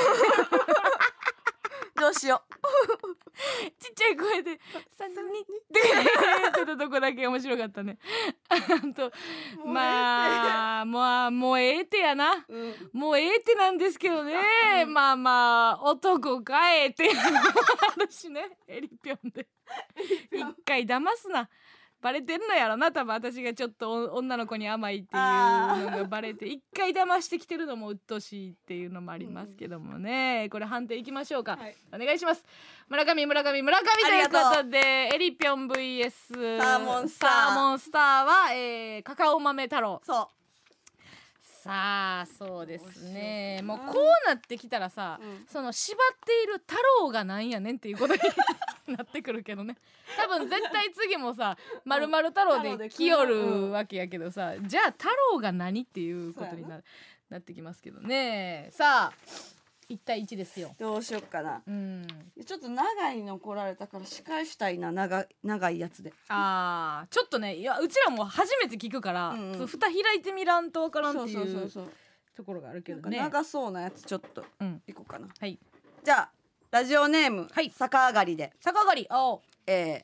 Speaker 2: どうしよ
Speaker 1: ちっちゃい 声で三人 って言ってたとこだけ面白かったね。 あと
Speaker 2: う
Speaker 1: まあまあもうええてやな。
Speaker 2: うん
Speaker 1: もうええってなんですけどね、まあまあ男かえっていうの もあるしねエリピョンで一回騙すなバレてんのやろな多分私がちょっとお女の子に甘いっていうのがバレて一回騙してきてるのも鬱陶しいっていうのもありますけどもねこれ判定いきましょうか、
Speaker 2: はい
Speaker 1: お願いします村上村上村上という
Speaker 2: あり
Speaker 1: こ
Speaker 2: が
Speaker 1: とでエリピョン VS
Speaker 2: サーモンスター
Speaker 1: サーモンスターは、えーカカオ豆太郎
Speaker 2: そ
Speaker 1: さあそうですね
Speaker 2: ど
Speaker 1: も
Speaker 2: うし
Speaker 1: う
Speaker 2: ようかな
Speaker 1: こうなってきたらさ、
Speaker 2: うん
Speaker 1: その縛っている太郎がなんやねんっていうことに なってくるけどね多分絶対次もさ「まるまる太郎」
Speaker 2: 太郎
Speaker 1: で
Speaker 2: で
Speaker 1: 来よ
Speaker 2: うん
Speaker 1: るわけやけどさじゃあ太郎が何っていうことに
Speaker 2: そうや
Speaker 1: ななってきますけどねさあ1対1ですよ
Speaker 2: う。どうしよっかな
Speaker 1: うん、
Speaker 2: ちょっと長いの来られたから仕返したいな長長いやつで
Speaker 1: あーちょっとねいやうちらも初めて聞くから、
Speaker 2: うんうん
Speaker 1: そう蓋開いてみらんとわからん
Speaker 2: そ
Speaker 1: っ
Speaker 2: う
Speaker 1: てい
Speaker 2: そうそう
Speaker 1: う
Speaker 2: そう
Speaker 1: ところがあるけ
Speaker 2: なん
Speaker 1: ど
Speaker 2: か
Speaker 1: ね。
Speaker 2: 長そうなやつちょっと
Speaker 1: うん、
Speaker 2: いこうかな
Speaker 1: はい
Speaker 2: じゃあラジオネーム、
Speaker 1: はい
Speaker 2: 逆上がりで
Speaker 1: 逆上がりおう
Speaker 2: え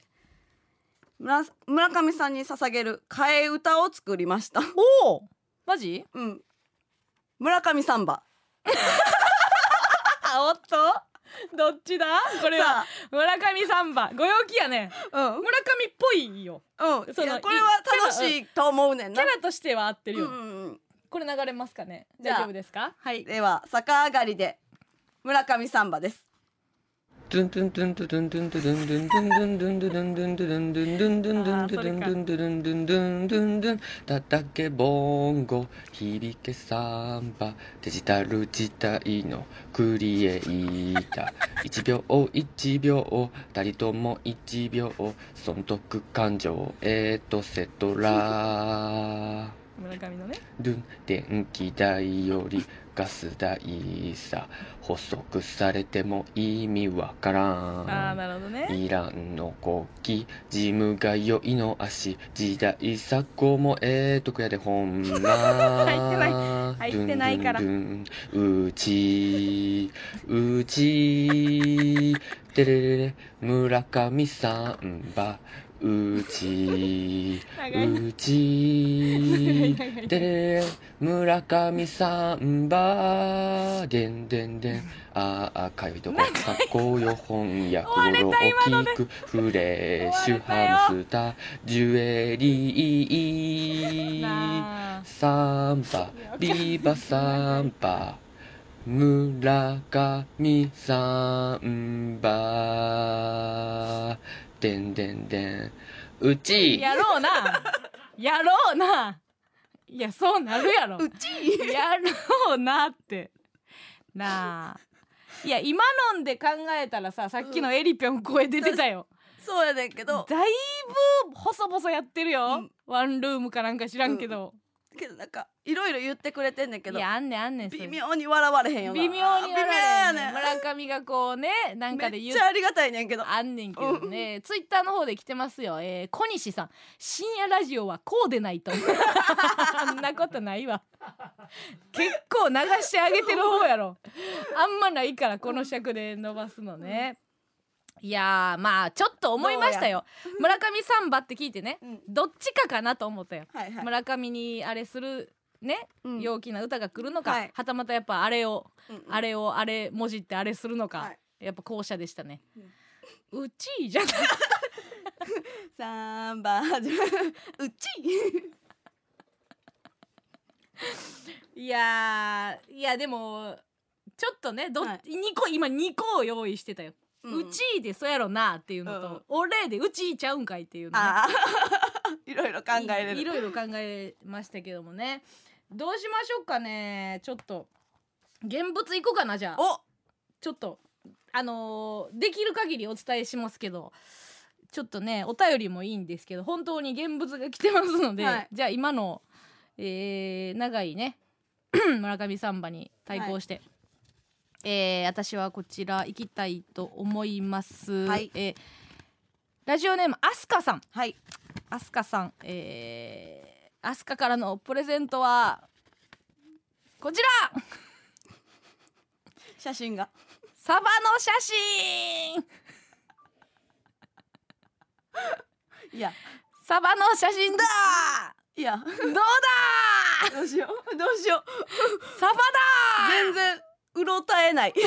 Speaker 2: ー村村上さんに捧げる替え歌を作りました。
Speaker 1: おおマジ
Speaker 2: うん。村上サンバ。
Speaker 1: あおっとどっちだこれは
Speaker 2: さ
Speaker 1: 村上サンバご陽気やね
Speaker 2: あ、うん
Speaker 1: 村上っぽいよ
Speaker 2: うん。
Speaker 1: そ
Speaker 2: い
Speaker 1: の
Speaker 2: やこれは楽しいと思うねん
Speaker 1: キ
Speaker 2: な
Speaker 1: ャ。ラとしては合ってる
Speaker 2: う
Speaker 1: よ、
Speaker 2: んうんうん。
Speaker 1: これ流れますかね
Speaker 2: じゃあ
Speaker 1: 大丈夫ですかはい
Speaker 2: では逆上がりで村上サンバです。
Speaker 7: たたけボンゴ響けサンバデジタル時代のクリエイター1秒1秒たりとも1秒損得感情エトセトラ
Speaker 1: 村上のね
Speaker 7: ルン電気代よりガス代さ補足されても意味わからん
Speaker 1: ああなるほどね
Speaker 7: イランの国旗、ジムが酔いの足、時代錯誤もええとこやでほ んま。
Speaker 1: 入ってない入ってないから
Speaker 7: ドゥンドゥンドゥンうち、うち、てれれれ、村上さんば、うち、
Speaker 1: 長いな
Speaker 7: うち、
Speaker 1: 長い長い
Speaker 7: でれれ村上さんばでんでんでんああかゆいとこかっこよ翻
Speaker 1: 終
Speaker 7: 訳
Speaker 1: われ
Speaker 7: を
Speaker 1: た今の
Speaker 7: 大
Speaker 1: で
Speaker 7: きくフレッシュ
Speaker 1: 終われたよ
Speaker 7: ハムスタージュエリー
Speaker 1: なあ
Speaker 7: サンバビバサンバ村上サンバでんでんでんうち
Speaker 1: やろうな やろうないやそうなるやろ
Speaker 2: うち。
Speaker 1: やろうなってなあいや今のんで考えたらささっきのエリぴょん声出てたよ、
Speaker 2: そうやねんけど、
Speaker 1: だいぶ細々やってるよ、
Speaker 2: うん
Speaker 1: ワンルームかなんか知らんけど、
Speaker 2: けどなんかいろいろ言ってくれてんねんけど
Speaker 1: い、やあんねんあんねんそれ
Speaker 2: 微妙に笑われへんよな。
Speaker 1: 微妙にあられ
Speaker 2: 微妙やねん。
Speaker 1: 村上がこうねなんかで
Speaker 2: め
Speaker 1: 言
Speaker 2: っ
Speaker 1: っ
Speaker 2: ちゃありがたいねんけど。
Speaker 1: あんねんけどね、ツイッターの方で来てますよ、えー、小西さん深夜ラジオはこうでな いとあんなことないわ結構流してあげてる方やろあんまないからこの尺で伸ばすのね、いやーまあちょっと思いましたよ村上サンバって聞いてね、
Speaker 2: うん
Speaker 1: どっちかかなと思ったよ、
Speaker 2: はいはい。
Speaker 1: 村上にあれするね、
Speaker 2: うん
Speaker 1: 陽気な歌が来るのか、
Speaker 2: は
Speaker 1: はいたまたやっぱあれを
Speaker 2: うんうん
Speaker 1: あれをあれ文字ってあれするのか、
Speaker 2: はい
Speaker 1: やっぱ後者でしたね。うちじゃない。
Speaker 2: サンバージュうち。
Speaker 1: いやーいやでもちょっとねど、
Speaker 2: はい
Speaker 1: 二個今2個を用意してたよ。 う
Speaker 2: うん
Speaker 1: ちでそうやろなっていうの
Speaker 2: う
Speaker 1: と
Speaker 2: ん、
Speaker 1: 俺でうちちゃうんかいっていうの、ね、
Speaker 2: あ あ。いろいろ考えれ
Speaker 1: いい
Speaker 2: る。
Speaker 1: ろいろ考えましたけどもねどうしましょうかねちょっと現物いこうかなじゃあ。
Speaker 2: お。
Speaker 1: ちょっとあのーできる限りお伝えしますけどちょっとねお便りもいいんですけど本当に現物が来てますので、
Speaker 2: はい
Speaker 1: じゃあ今の、えー長いね 村上サンバに対抗して、えー私はこちら行きたいと思います。
Speaker 2: はい
Speaker 1: えーラジオネームアスカさん
Speaker 2: はい。
Speaker 1: アスカさん、えー、アスカからのプレゼントはこちら
Speaker 2: 写真が。
Speaker 1: サバの写真
Speaker 2: い や。
Speaker 1: サバの写真だ
Speaker 2: いや。
Speaker 1: どうだ
Speaker 2: どうしよう。どうしよう。
Speaker 1: サバ
Speaker 2: 全然。うろたえない。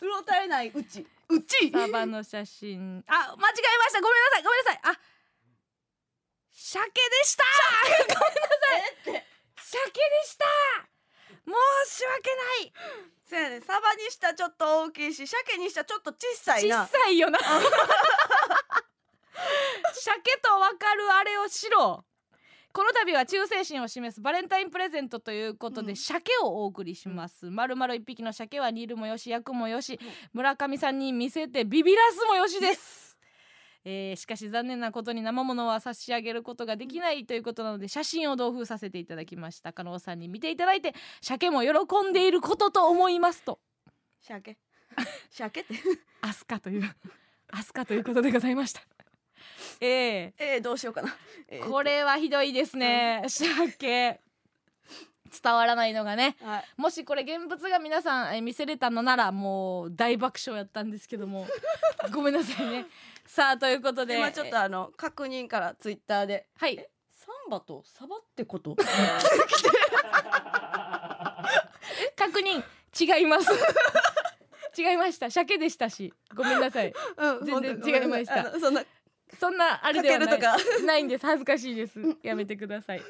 Speaker 2: うろたえないうち。うち。
Speaker 1: だサバの写真あ間違えましたごめんなさいごめんなさいあ鮭でしたごめんなさい鮭でした申し訳な
Speaker 2: せやね、サバにしたらちょっと大きいし、鮭にしたらちょっと小さい
Speaker 1: い
Speaker 2: な
Speaker 1: 小。さいよな鮭とわかるあれをしろこの度は忠誠心を示すバレンタインプレゼントということで、
Speaker 2: うん
Speaker 1: 鮭をお送りします、丸々一匹の鮭は煮るもよし焼くもよし、村上さんに見せてビビらすもよしです、えーしかし残念なことに生ものは差し上げることができないということなので写真を同封させていただきました加納さんに見ていただいて鮭も喜んでいることと思いますと
Speaker 2: 鮭。 鮭って。
Speaker 1: アスカというアスカということでございま した。ええ
Speaker 2: えー、どうしよう かな。えー
Speaker 1: こ。れはひどいですね。鮭伝わらないのがね。
Speaker 2: はい。
Speaker 1: もしこれ現物が皆 さんえー見せれたのならもう大爆笑やったんですけどもごめんなさいねさあということで
Speaker 2: 今ちょっとあの確認からツイッターで
Speaker 1: はい
Speaker 2: サンバとサバってこと
Speaker 1: 確認違い ます違いました鮭でしたしごめんなさい
Speaker 2: うん
Speaker 1: 全然違いました
Speaker 2: ほんとごめんあのそんな
Speaker 1: そんなあ
Speaker 2: か
Speaker 1: れで
Speaker 2: け
Speaker 1: は
Speaker 2: る
Speaker 1: ない
Speaker 2: とか
Speaker 1: ないんです恥ずかしいですやめてください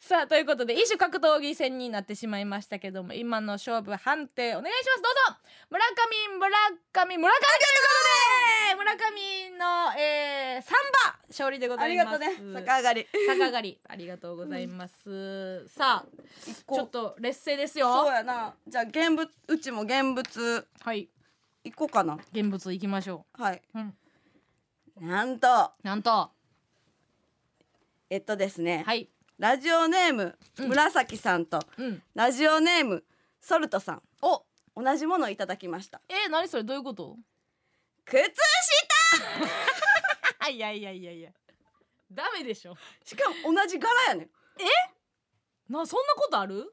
Speaker 1: さあということで一種格闘技戦になってしまいましたけども今の勝負判定お願いしますどうぞ村上村上村上ということで村上の、えー、サンバ勝利でご
Speaker 2: あ
Speaker 1: ざ
Speaker 2: り
Speaker 1: いま
Speaker 2: が
Speaker 1: す
Speaker 2: とうね逆上がり
Speaker 1: 逆上がりありがとうございます、さあ
Speaker 2: 一個
Speaker 1: ちょっと劣勢です
Speaker 2: そう
Speaker 1: よ
Speaker 2: やなじゃあ現物うちも現物
Speaker 1: はい
Speaker 2: いこうかな
Speaker 1: 現物いきましょ
Speaker 2: はい、
Speaker 1: うん
Speaker 2: なんと
Speaker 1: うなんと
Speaker 2: えっとですね、
Speaker 1: はい
Speaker 2: ラジオネーム
Speaker 1: うん
Speaker 2: 紫さんと、
Speaker 1: うん
Speaker 2: ラジオネームソルトさんを同じものをいただきました
Speaker 1: えー、何それどういうこと
Speaker 2: 靴下
Speaker 1: いやいやいやいやダメでしょ
Speaker 2: しかも同じ柄やねん
Speaker 1: なそんなことある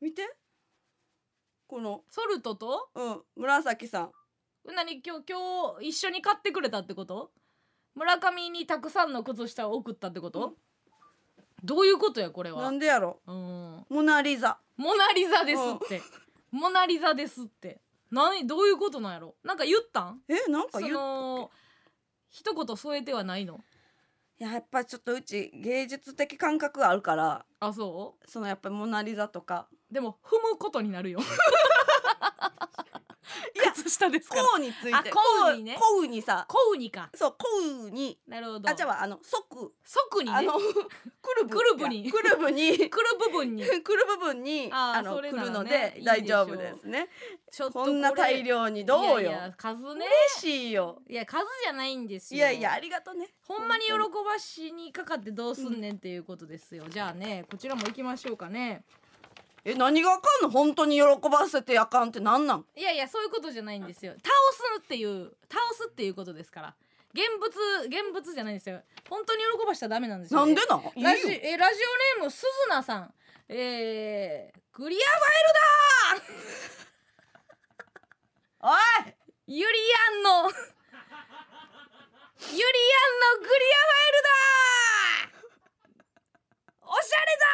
Speaker 2: 見てこの
Speaker 1: ソルトと
Speaker 2: うん紫さん
Speaker 1: 何今日今日一緒に買ってくれたってこと村上にたくさんの靴下を送ったってこと、どういうことやこれ
Speaker 2: な
Speaker 1: は
Speaker 2: んでやろ
Speaker 1: うん
Speaker 2: モナリザ
Speaker 1: モナリザですってモナリザですって何どういうことなんやろなんか言ったん
Speaker 2: えなんか
Speaker 1: そ
Speaker 2: 言う
Speaker 1: の一言添えてはないの
Speaker 2: いややっぱちょっとうち芸術的感覚があるから
Speaker 1: あそ
Speaker 2: そのやっぱりモナリザとか
Speaker 1: うでも踏むことになるよ靴下ですから
Speaker 2: コウについて
Speaker 1: あコウにね
Speaker 2: コウにさ
Speaker 1: コウニか
Speaker 2: そうコウに
Speaker 1: なるほど
Speaker 2: あじゃああの即
Speaker 1: 即に
Speaker 2: あ
Speaker 1: ね
Speaker 2: のくるぶ
Speaker 1: くるぶに
Speaker 2: いやくるぶ に
Speaker 1: 来る部分に
Speaker 2: くる部分に
Speaker 1: あー
Speaker 2: あの
Speaker 1: そ
Speaker 2: く
Speaker 1: れなら
Speaker 2: るの
Speaker 1: ねい
Speaker 2: で
Speaker 1: いでしょ
Speaker 2: 大
Speaker 1: う
Speaker 2: 丈夫ですね
Speaker 1: ちょっと
Speaker 2: こんな
Speaker 1: れ
Speaker 2: 大量にどうよ
Speaker 1: いやいや数ね
Speaker 2: 嬉しいよ
Speaker 1: いや数じゃないんです
Speaker 2: い
Speaker 1: よ
Speaker 2: やいやありがとね
Speaker 1: ほんまに喜ばしにかかってどうすんねんっていうことですよ、じゃあねこちらも行きましょうかね
Speaker 2: え何があかんの本当に喜ばせてあかんってなんなん
Speaker 1: いやいやそういうことじゃないんですよ倒すっていう倒すっていうことですから現物現物じゃないんですよ本当に喜ばしたらダメなんです
Speaker 2: な
Speaker 1: よ、
Speaker 2: ん
Speaker 1: ね、
Speaker 2: でなんいいよ
Speaker 1: ラジえラジオネームすずなさんえー、クリアファイルだー
Speaker 2: おい
Speaker 1: ゆりやんのゆりやんのクリアファイルだおしゃれだ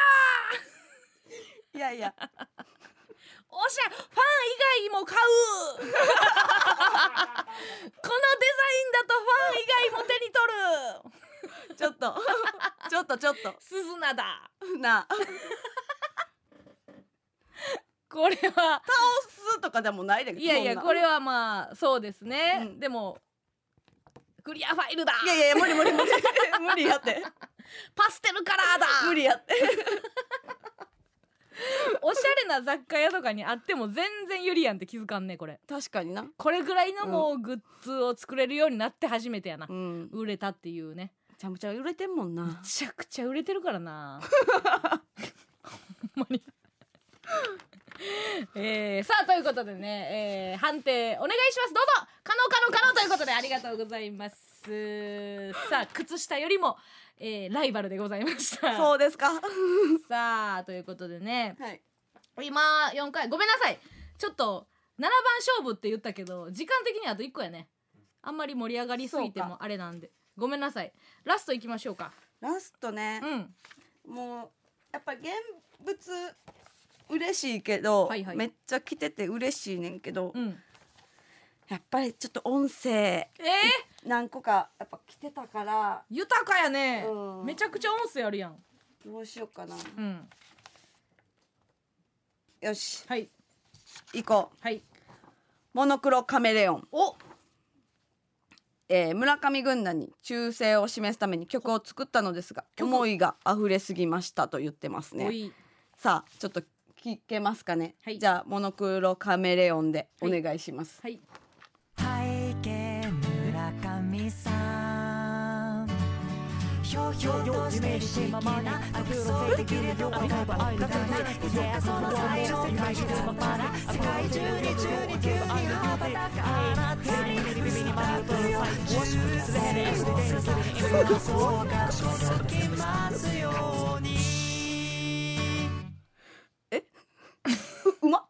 Speaker 2: いやいや
Speaker 1: おしゃファン以外も買 うこのデザインだとファン以外も手に取る
Speaker 2: ちょっと ちょっとちょっ
Speaker 1: すずなだ
Speaker 2: となあ
Speaker 1: これは
Speaker 2: スーとかでもないで
Speaker 1: いやいやこれはまあそうですね、
Speaker 2: うん
Speaker 1: でもクリアファイルだ
Speaker 2: いやいやいや無理無理無理 無理や って
Speaker 1: パステルカラーだ
Speaker 2: 無理やって
Speaker 1: おしゃれな雑貨屋とかにあっても全然ゆりやんって気づかんねこれ
Speaker 2: 確かにな
Speaker 1: これぐらいのもうグッズを作れるようになって初めてやな、
Speaker 2: うん
Speaker 1: 売れたっていうね
Speaker 2: めちゃめちゃ売れてんもんな
Speaker 1: めちゃくちゃ売れてるからな ほんまに えー、さあということでね、えー、判定お願いしますどうぞ可能可能可能ということでありがとうございますさあ靴下よりも、えー、ライバルでございました
Speaker 2: そうです か
Speaker 1: さあということでね
Speaker 2: はい
Speaker 1: 今4回ごめんなさいちょっと7番勝負って言ったけど時間的にはあと1個やねあんまり盛り上がりすぎて
Speaker 2: そう
Speaker 1: もあれなんでごめんなさいラストいきましょうか
Speaker 2: ラストね
Speaker 1: うん
Speaker 2: もうやっぱ現物嬉しいけど、
Speaker 1: はいはい
Speaker 2: めっちゃ来てて嬉しいねんけど、
Speaker 1: うん
Speaker 2: やっぱりちょっと音声
Speaker 1: えー、
Speaker 2: 何個かやっぱ来てたから
Speaker 1: 豊かやね
Speaker 2: うん
Speaker 1: めちゃくちゃ音声あるやん
Speaker 2: どうしようかな
Speaker 1: うん
Speaker 2: よし
Speaker 1: はい
Speaker 2: 行こう
Speaker 1: はい
Speaker 2: モノクロカメレオン、
Speaker 1: お
Speaker 2: えー村上軍団に忠誠を示すために曲を作ったのですが
Speaker 1: 曲
Speaker 2: 思いが溢れすぎましたと言ってます
Speaker 1: お
Speaker 2: ね
Speaker 1: い
Speaker 2: さあちょっと聞けますかね、
Speaker 1: はい
Speaker 2: じゃあモノクロカメレオンでお
Speaker 1: はい
Speaker 2: 願いします、
Speaker 1: はい
Speaker 8: 背景村上さんひょうひょうとして不思議な独創的でどこかあったないずれその最上階に突っ張ら世界中に中に急に羽ばたくあなたに結びたくよすべてをすべてそうか届きますように
Speaker 2: う まっ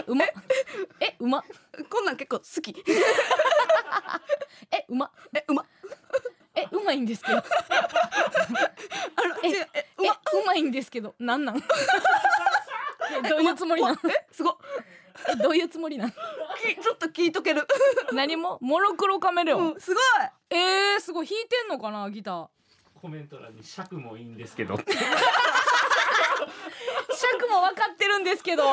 Speaker 1: えうまえうま
Speaker 2: こんなん結構好き
Speaker 1: えうま
Speaker 2: えうま
Speaker 1: えうまいんで すけど
Speaker 2: あの
Speaker 1: え
Speaker 2: 違うえう
Speaker 1: え
Speaker 2: ま
Speaker 1: うまいんですけどなん なんえどういうつもりなん
Speaker 2: えすごい
Speaker 1: えどういうつもりなん
Speaker 2: きちょっと聞いとける
Speaker 1: 何もモロクロカメレオ ン、
Speaker 2: うんすごい
Speaker 1: えー、すごい弾いてんのかなギター
Speaker 3: コメント欄に尺もいいんですけど。
Speaker 1: 尺も分かってるんですけどこ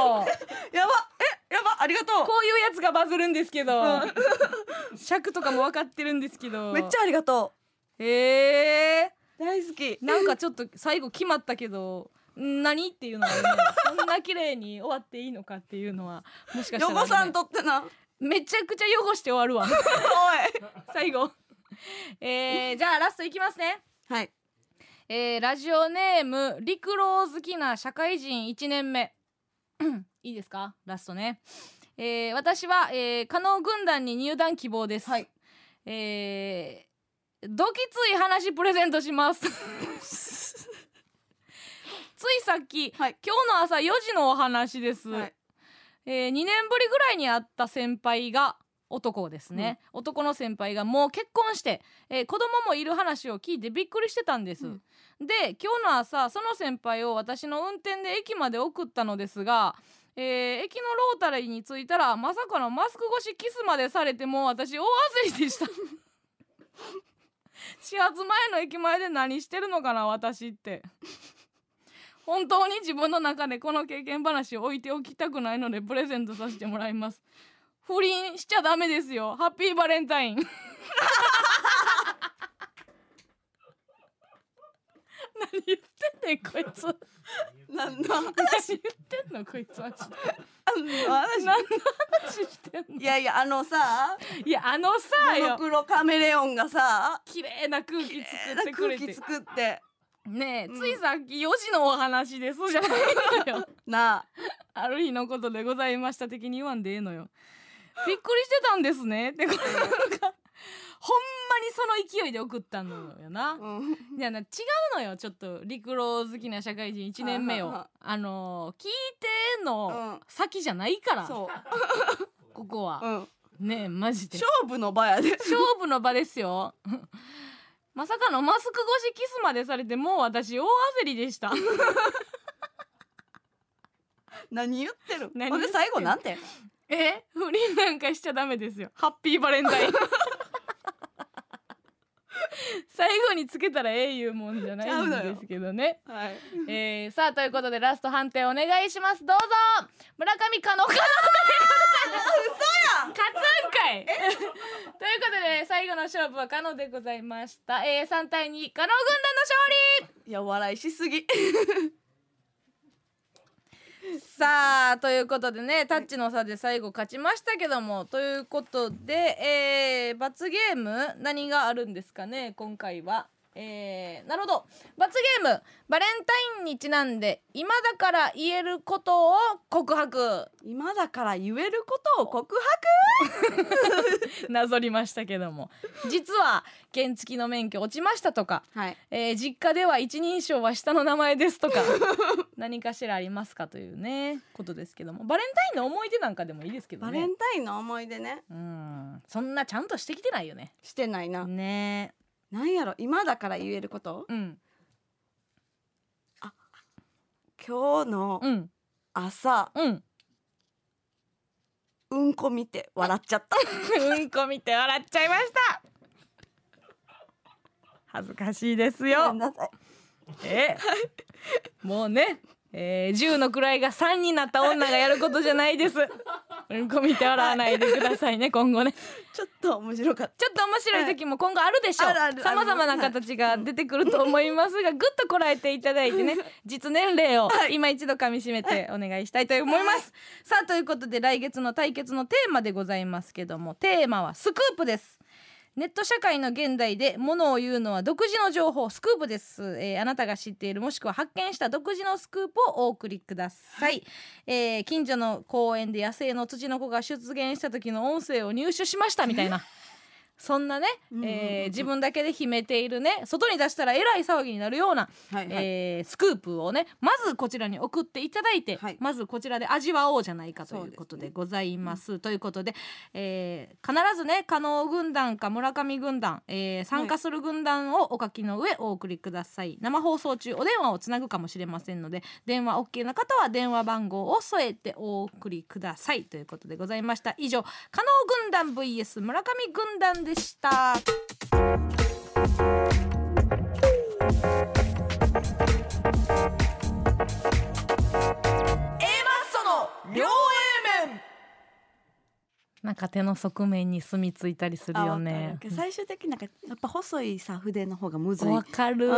Speaker 2: やばえやばありがと
Speaker 1: ういうやつがバズるんですけど尺とかも分かってるんですけど
Speaker 2: うめっちゃありがと
Speaker 1: ええ
Speaker 2: う大好き
Speaker 1: ー、なんかちょっと最後決まったけどん何っていうのは、ね、こんな綺麗に終わっていいのかっていうのはもしかしたら、ね、
Speaker 2: 横さんとってな
Speaker 1: めちゃくちゃ汚して終わるわ
Speaker 2: おい
Speaker 1: 最後えー、じゃあラストいきますね
Speaker 2: はい
Speaker 1: えー、ラジオネーム陸郎好きな社会人1年目 いいですかラストね、えー、私は、えー、加納軍団に入団希望です、
Speaker 2: はい
Speaker 1: えー、どきつい話プレゼントします ついさっき、
Speaker 2: はい
Speaker 1: 今日の朝4時のお話です、
Speaker 2: はい
Speaker 1: えー、2年ぶりぐらいに会った先輩が男ですね、男の先輩がもう結婚して、えー子供もいる話を聞いてびっくりしてたんです、
Speaker 2: うん
Speaker 1: で今日の朝その先輩を私の運転で駅まで送ったのですが、えー駅のロータリーに着いたらまさかのマスク越しキスまでされてもう私大焦りでした 始発前の駅前で何してるのかな私って本当に自分の中でこの経験話を置いておきたくないのでプレゼントさせてもらいます不倫しちゃダメですよハッピーバレンタイン何言ってんねんこいつ
Speaker 2: なん の話
Speaker 1: 何言ってんのこいつはちょっと
Speaker 2: の話
Speaker 1: 何の話してん の
Speaker 2: いやいやあのさ
Speaker 1: いやあのさ
Speaker 2: モノ
Speaker 1: よ
Speaker 2: クロカメレオンがさ
Speaker 1: 綺麗な空気
Speaker 2: えー
Speaker 1: 作っ
Speaker 2: な
Speaker 1: てく
Speaker 2: 空
Speaker 1: れ
Speaker 2: 気
Speaker 1: て
Speaker 2: 作って
Speaker 1: ねえ
Speaker 2: うん
Speaker 1: ついさっき4時のお話ですじゃないのよ
Speaker 2: なあ
Speaker 1: ある日のことでございました的に言わんでええのよびっくりしてたんですねってこれなんかほんまにその勢いで送ったのよな
Speaker 2: うん
Speaker 1: いやな違うのよちょっと陸郎好きな社会人1年目
Speaker 2: はいはい
Speaker 1: を
Speaker 2: は
Speaker 1: あのー聞いて
Speaker 2: う
Speaker 1: の
Speaker 2: ん
Speaker 1: 先じゃないか ら
Speaker 2: そ
Speaker 1: ここ
Speaker 2: うう
Speaker 1: は
Speaker 2: ん
Speaker 1: ねえマジで
Speaker 2: 勝負の場やで
Speaker 1: 勝負の場ですよ まさかのマスク越しキスまでされてもう私大焦りでした
Speaker 2: 何言ってる
Speaker 1: 何
Speaker 2: ほんで最後なんて
Speaker 1: え不倫なんかしちゃダメですよハッピーバレンタ イン最後につけたらええいうもんじゃな
Speaker 2: ちゃ
Speaker 1: い
Speaker 2: うんのよ
Speaker 1: ですけどね
Speaker 2: はい
Speaker 1: えー、さあということでラスト判定お願いしますどうぞ村上かのかな嘘や勝つんかい ということで最後の勝負はカノでございました、えー、3対2カノ軍団の勝
Speaker 2: い
Speaker 1: 利
Speaker 2: や笑いしすぎ
Speaker 1: さあということでねタッチの差で最後勝ちましたけどもということで、えー罰ゲーム何があるんですかね今回は。えーなるほど罰ゲームバレンタインにちなんで今だから言えることを告白
Speaker 2: 今だから言えることを告
Speaker 1: なぞりましたけども実は原付の免許落ちましたとか、
Speaker 2: 白はい
Speaker 1: えー実家では一人称は下の名前です とか何かしらありますかというねことですけどもバレンタインの思い出なんかでもいいですけど
Speaker 2: バ
Speaker 1: ね。
Speaker 2: レンタインの思い出ね
Speaker 1: うん、そんなちゃんとしてきてないよね。
Speaker 2: してないな
Speaker 1: ね
Speaker 2: なんやろ今だから言えること
Speaker 1: うん、
Speaker 2: 今日の
Speaker 1: うん、
Speaker 2: 朝
Speaker 1: うん。
Speaker 2: うんこ見て笑っちゃった
Speaker 1: うんこ見て笑っちゃいました。恥ずかしいです
Speaker 2: ごめん
Speaker 1: よ。
Speaker 2: なさい
Speaker 1: えもうね、えー、10の位が3になった女がやることじゃないです。うんこ見て笑わないでくださいね、今後ね。
Speaker 2: ちょっと面白かった
Speaker 1: ちょっと面白い時も今後あるでしょ
Speaker 2: はいあるあるあ
Speaker 1: う。
Speaker 2: る
Speaker 1: さまざまな形が出てくると思いますが、ぐっとこらえていただいて ね、実年齢を今一度噛み締めてお願いしたいと思います。さあ、ということで来月の対決のテーマでございますけども、テーマはスクープです。ネット社会の現代で物を言うのは独自の情報スクープです、えーあなたが知っているもしくは発見した独自のスクープをお送りください、えー近所の公園で野生の土の子が出現した時の音声を入手しましたみたいなそんなね、
Speaker 2: うんうんうん
Speaker 1: えー自分だけで秘めているね外に出したらえらい騒ぎになるような、
Speaker 2: はいはい、
Speaker 1: えースクープをねまずこちらに送っていただいて、
Speaker 2: はい
Speaker 1: まずこちらで味わおうじゃないかということでございます。ということで、えー必ずね加納軍団か村上軍団、えー参加する軍団をお書きの上お送りください。生放送中お電話をつなぐかもしれませんので電話 OK な方は電話番号を添えてお送りくださいということでございました。以上加納軍団 vs 村上軍団でした。
Speaker 6: 両 A 面
Speaker 1: なんか手の側面に住み着いたりする
Speaker 2: あ
Speaker 1: よ
Speaker 2: わかる
Speaker 1: ね。
Speaker 2: 最終的になんかやっぱ細いさ筆の方がむずい
Speaker 1: わかる
Speaker 2: うん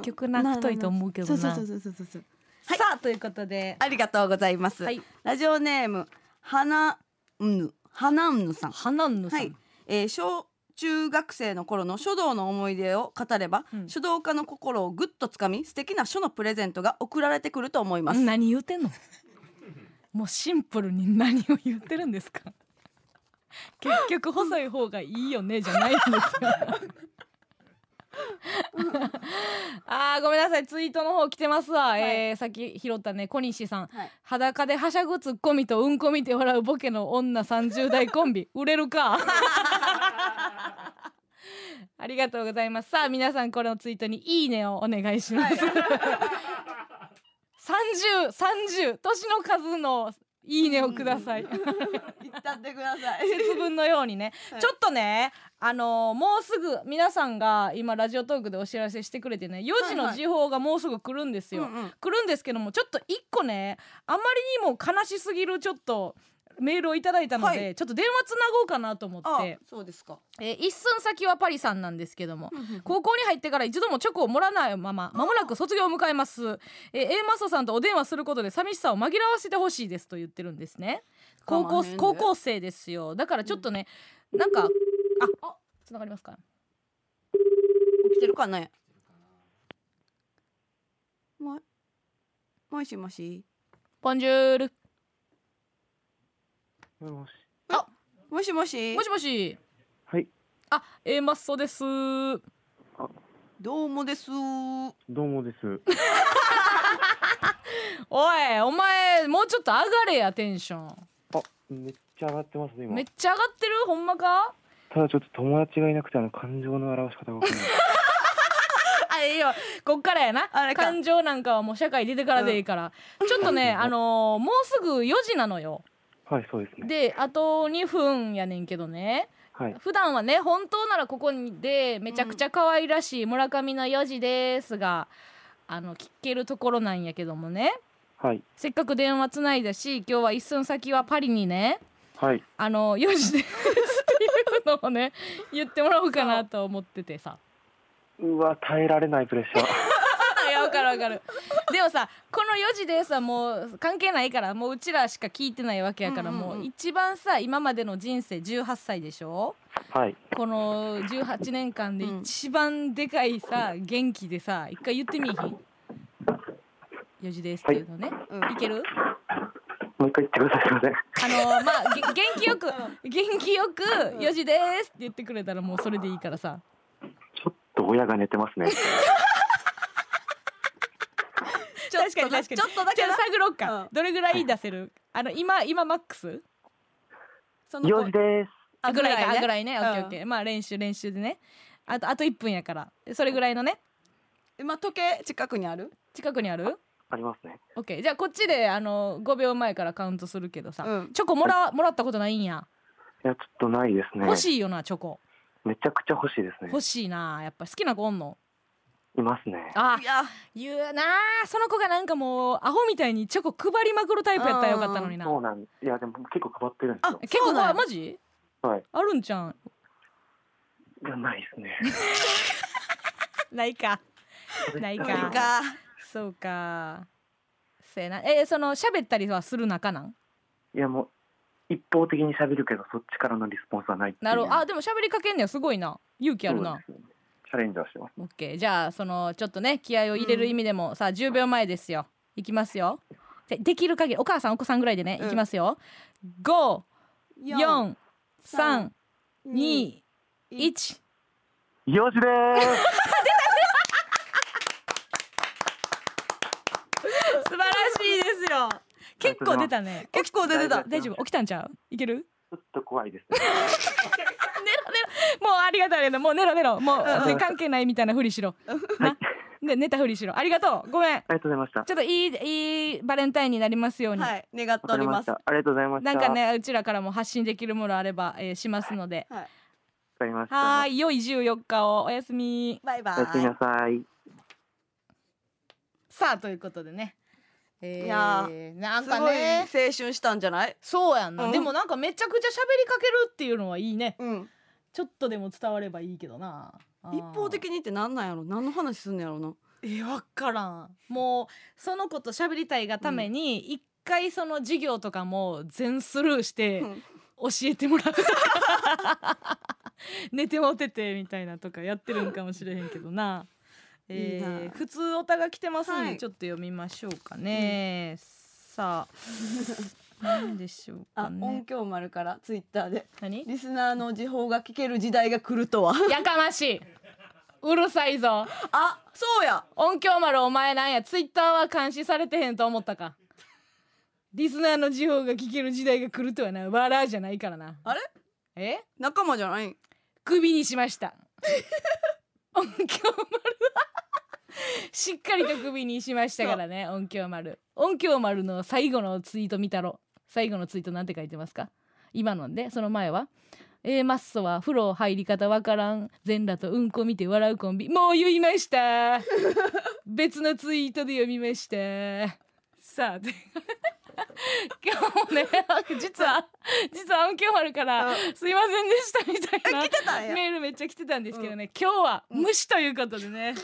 Speaker 1: 結局な太いと思うけどな
Speaker 2: そうそうそうそうそうそう
Speaker 1: さあということで
Speaker 2: ありがとうございます、
Speaker 1: はい
Speaker 2: ラジオネーム花んぬ花んぬさん
Speaker 1: 花ぬさん、
Speaker 2: はい、えー小中学生の頃の書道の思い出を語れば、
Speaker 1: うん
Speaker 2: 書道家の心をぐっとつかみ素敵な書のプレゼントが送られてくると思います、
Speaker 1: 何言うてんのもうシンプルに何を言ってるん ですか結局細い方がいいよねじゃないんですよ あーごめんなさいツイートの方来てますわ、えーさっき拾ったね小西さん、
Speaker 2: はい
Speaker 1: 裸ではしゃぐツッコミとうんこ見て笑うボケの女30代コン ビ売れるかありがとうございますさあ皆さんこのツイートにいいねをお願いします、3030年の数のいいねをください、
Speaker 2: 言ったってください
Speaker 1: 節分のようにね、
Speaker 2: はい
Speaker 1: ちょっとねあのーもうすぐ皆さんが今ラジオトークでお知らせしてくれてね4時
Speaker 2: はい
Speaker 1: の
Speaker 2: はい
Speaker 1: 時報がもうすぐ来るんですよ、
Speaker 2: うんうん
Speaker 1: 来るんですけどもちょっと一個ねあまりにも悲しすぎるちょっとメールをいただいたので、
Speaker 2: はい
Speaker 1: ちょっと電話つなごうかなと思っ
Speaker 2: あ
Speaker 1: て、
Speaker 2: そうですか
Speaker 1: えー一寸先はパリさんなんですけども高校に入ってから一度もチョコをもらないまままもなく卒業を迎えます、えー、A マッソさんとお電話することで寂しさを紛らわせてほしいですと言ってるんですね高
Speaker 2: 我慢
Speaker 1: 校
Speaker 2: 編で
Speaker 1: 高校生ですよだからちょっとね、なんかああつながりますか
Speaker 2: 起きてるかねももしもし
Speaker 1: ボンジュール
Speaker 9: もし
Speaker 2: もしもし
Speaker 1: もしもし
Speaker 9: はい
Speaker 1: あ A マッソです
Speaker 2: どうもです
Speaker 9: どうもです。
Speaker 1: おいお前もうちょっと上がれやテンション
Speaker 9: あ、めっちゃ上がってますね、
Speaker 1: めっ
Speaker 9: 今。
Speaker 1: ちゃ上がってるほんまか
Speaker 9: ただちょっと友達がいなくて、あの、感情の表し方がわかんない。
Speaker 1: あいいよこっからやな
Speaker 2: あれか
Speaker 1: 感情なんかはもう社会出てからでいいから、ちょっとねあのーもうすぐ4時なのよ
Speaker 9: はい、そうですね。
Speaker 1: であと2分やねんけどね
Speaker 9: はい。
Speaker 1: 普段はね本当ならここにでめちゃくちゃ可愛らしい村上の4時ですが、あの聞けるところなんやけどもね
Speaker 9: はい。
Speaker 1: せっかく電話つないだし今日は一寸先はパリにね
Speaker 9: はい。
Speaker 1: あの4時ですっていうのをね言ってもらおうかなと思っててさ。
Speaker 9: うわ、耐えられないプレッシャー。
Speaker 1: いやわかるわかるでもさこの4時ですはもう関係ないからもううちらしか聞いてないわけやから、
Speaker 2: うんうんうん
Speaker 1: もう一番さ今までの人生18歳でしょ
Speaker 9: はい。
Speaker 1: この18年間で
Speaker 2: うん
Speaker 1: 一番でかいさ、元気でさ一回言ってみいひん4時ですっていうのね、
Speaker 2: はい
Speaker 1: い、ける
Speaker 9: もう一回言ってください、すいません。
Speaker 1: あのまあげ元気よく元気よく「4時です」って言ってくれたらもうそれでいいからさ
Speaker 9: ちょっと親が寝て ますね。
Speaker 1: ちょっと
Speaker 2: 確かに
Speaker 1: ちょっ
Speaker 2: ちょっとだ
Speaker 1: と
Speaker 2: けな
Speaker 1: 探ろっか、
Speaker 2: うん
Speaker 1: どれぐらい出せるあの今今マックス
Speaker 2: その
Speaker 9: 4時です。
Speaker 1: あぐらいかあぐらいね、
Speaker 2: う
Speaker 1: オ
Speaker 2: ん
Speaker 1: ッケーオッケーまあ練習練習でねあとあと1分やからそれぐらいのね
Speaker 2: 今時計近くにある
Speaker 1: 近くにある
Speaker 9: ありますね。
Speaker 1: オッケーじゃあこっちであの5秒前からカウントするけどさ、
Speaker 2: うん
Speaker 1: チョコも らもらったことないんや
Speaker 9: いや、ちょっとないですね。
Speaker 1: 欲しいよなチョコ
Speaker 9: めちゃくちゃ欲しいですね
Speaker 1: 欲。しいなやっぱ好きな子おんの
Speaker 9: いますね。
Speaker 1: あ
Speaker 2: いや
Speaker 1: 言うなその子がなんかもうアホみたいにチョコ配りまくるタイプやったらよかったのにな
Speaker 9: そうなんいや、でも結構変わってるんですよ。
Speaker 1: 結構
Speaker 2: そうなんや
Speaker 1: あマジ
Speaker 9: はい。
Speaker 1: あるんちゃん
Speaker 9: いや、ないですね。
Speaker 1: ないかない
Speaker 2: 無理
Speaker 1: か
Speaker 2: か
Speaker 1: そうかせやなえその喋ったりはする仲なん
Speaker 9: いや、もう、一方的に喋るけど、そっちからのリスポンスはないっていう
Speaker 1: なるほどあでも喋りかけんねやすごいな勇気あるな、
Speaker 9: そうですねチャレンジはしてます。
Speaker 1: オッケーじゃあそのちょっとね気合を入れる意味でも、さあ10秒前ですよいきますよでできる限りお母さんお子さんぐらいでね、
Speaker 2: うん
Speaker 1: いきますよ54321一。
Speaker 9: よ しでーす。
Speaker 1: 素晴らしいですよ。結構出たね。
Speaker 2: 結構出て た
Speaker 1: 大丈夫。起きたんちゃう？いける？
Speaker 9: ちょっと怖いですね。
Speaker 1: もうありがとうありがとう。もう寝ろ寝ろ。もう、ね、関係ないみたいなふりしろ。な。ね寝たふりしろ。ありがとう。ごめん。
Speaker 9: ありがとうございました
Speaker 1: ち。ょっといいいいバレンタインになりますように。
Speaker 2: はい願って
Speaker 9: わか
Speaker 2: お
Speaker 9: り
Speaker 2: り
Speaker 9: ま
Speaker 2: ま
Speaker 9: し
Speaker 2: す
Speaker 9: た。ありがとうございました。
Speaker 1: なんか。ねうちらからも発信できるものあれば、えーしますので。
Speaker 2: はい
Speaker 9: わかりました。
Speaker 1: はーい良い14日をおやすみ。
Speaker 2: バイバ
Speaker 9: おやすみ
Speaker 2: イ
Speaker 9: なさい。
Speaker 1: さあということでね。えー、
Speaker 2: いや
Speaker 1: なん
Speaker 2: す
Speaker 1: か
Speaker 2: ごい青
Speaker 1: ね
Speaker 2: 春したんじゃない
Speaker 1: そうやんな、
Speaker 2: うん
Speaker 1: でもなんかめちゃくちゃ喋りかけるっていうのはいいね
Speaker 2: うん
Speaker 1: ちょっとでも伝わればいいけどなあー
Speaker 2: 一方的にってなんなんやろ何の話すんのやろな
Speaker 1: えわからんもうその子と喋りたいがために、一回その授業とかも全スルーして
Speaker 2: うん
Speaker 1: 教えてもらうと か寝てもててみたいなとかやってるんかもしれへんけどな。えー
Speaker 2: いいな
Speaker 1: 普通おたが来てますんで、
Speaker 2: はい
Speaker 1: ちょっと読みましょうかね、さあ何でしょうか
Speaker 2: あ
Speaker 1: ね
Speaker 2: 音響丸からツイッターで
Speaker 1: 何
Speaker 2: リスナーの時報が聞ける時代が来るとは
Speaker 1: やかましいうるさいぞ
Speaker 2: あそうや
Speaker 1: 音響丸お前なんやツイッターは監視されてへんと思ったかリスナーの時報が聞ける時代が来るとはなわらじゃないからな
Speaker 2: あれ
Speaker 1: え
Speaker 2: 仲間じゃない
Speaker 1: クビにしました 音響丸はしっかりとクビにしましたからね音響丸音響丸の最後のツイート見たろ最後のツイートなんて書いてますか今のでその前は A マッソは風呂入り方わからん全裸とうんこ見て笑うコンビもう言いました 別のツイートで読みましたさあで 今日もね実は実は音響丸から「すいませんでした」みたい
Speaker 2: 来
Speaker 1: な
Speaker 2: てたんや
Speaker 1: メールめっちゃ来てたんですけどね、今日は無視ということでね、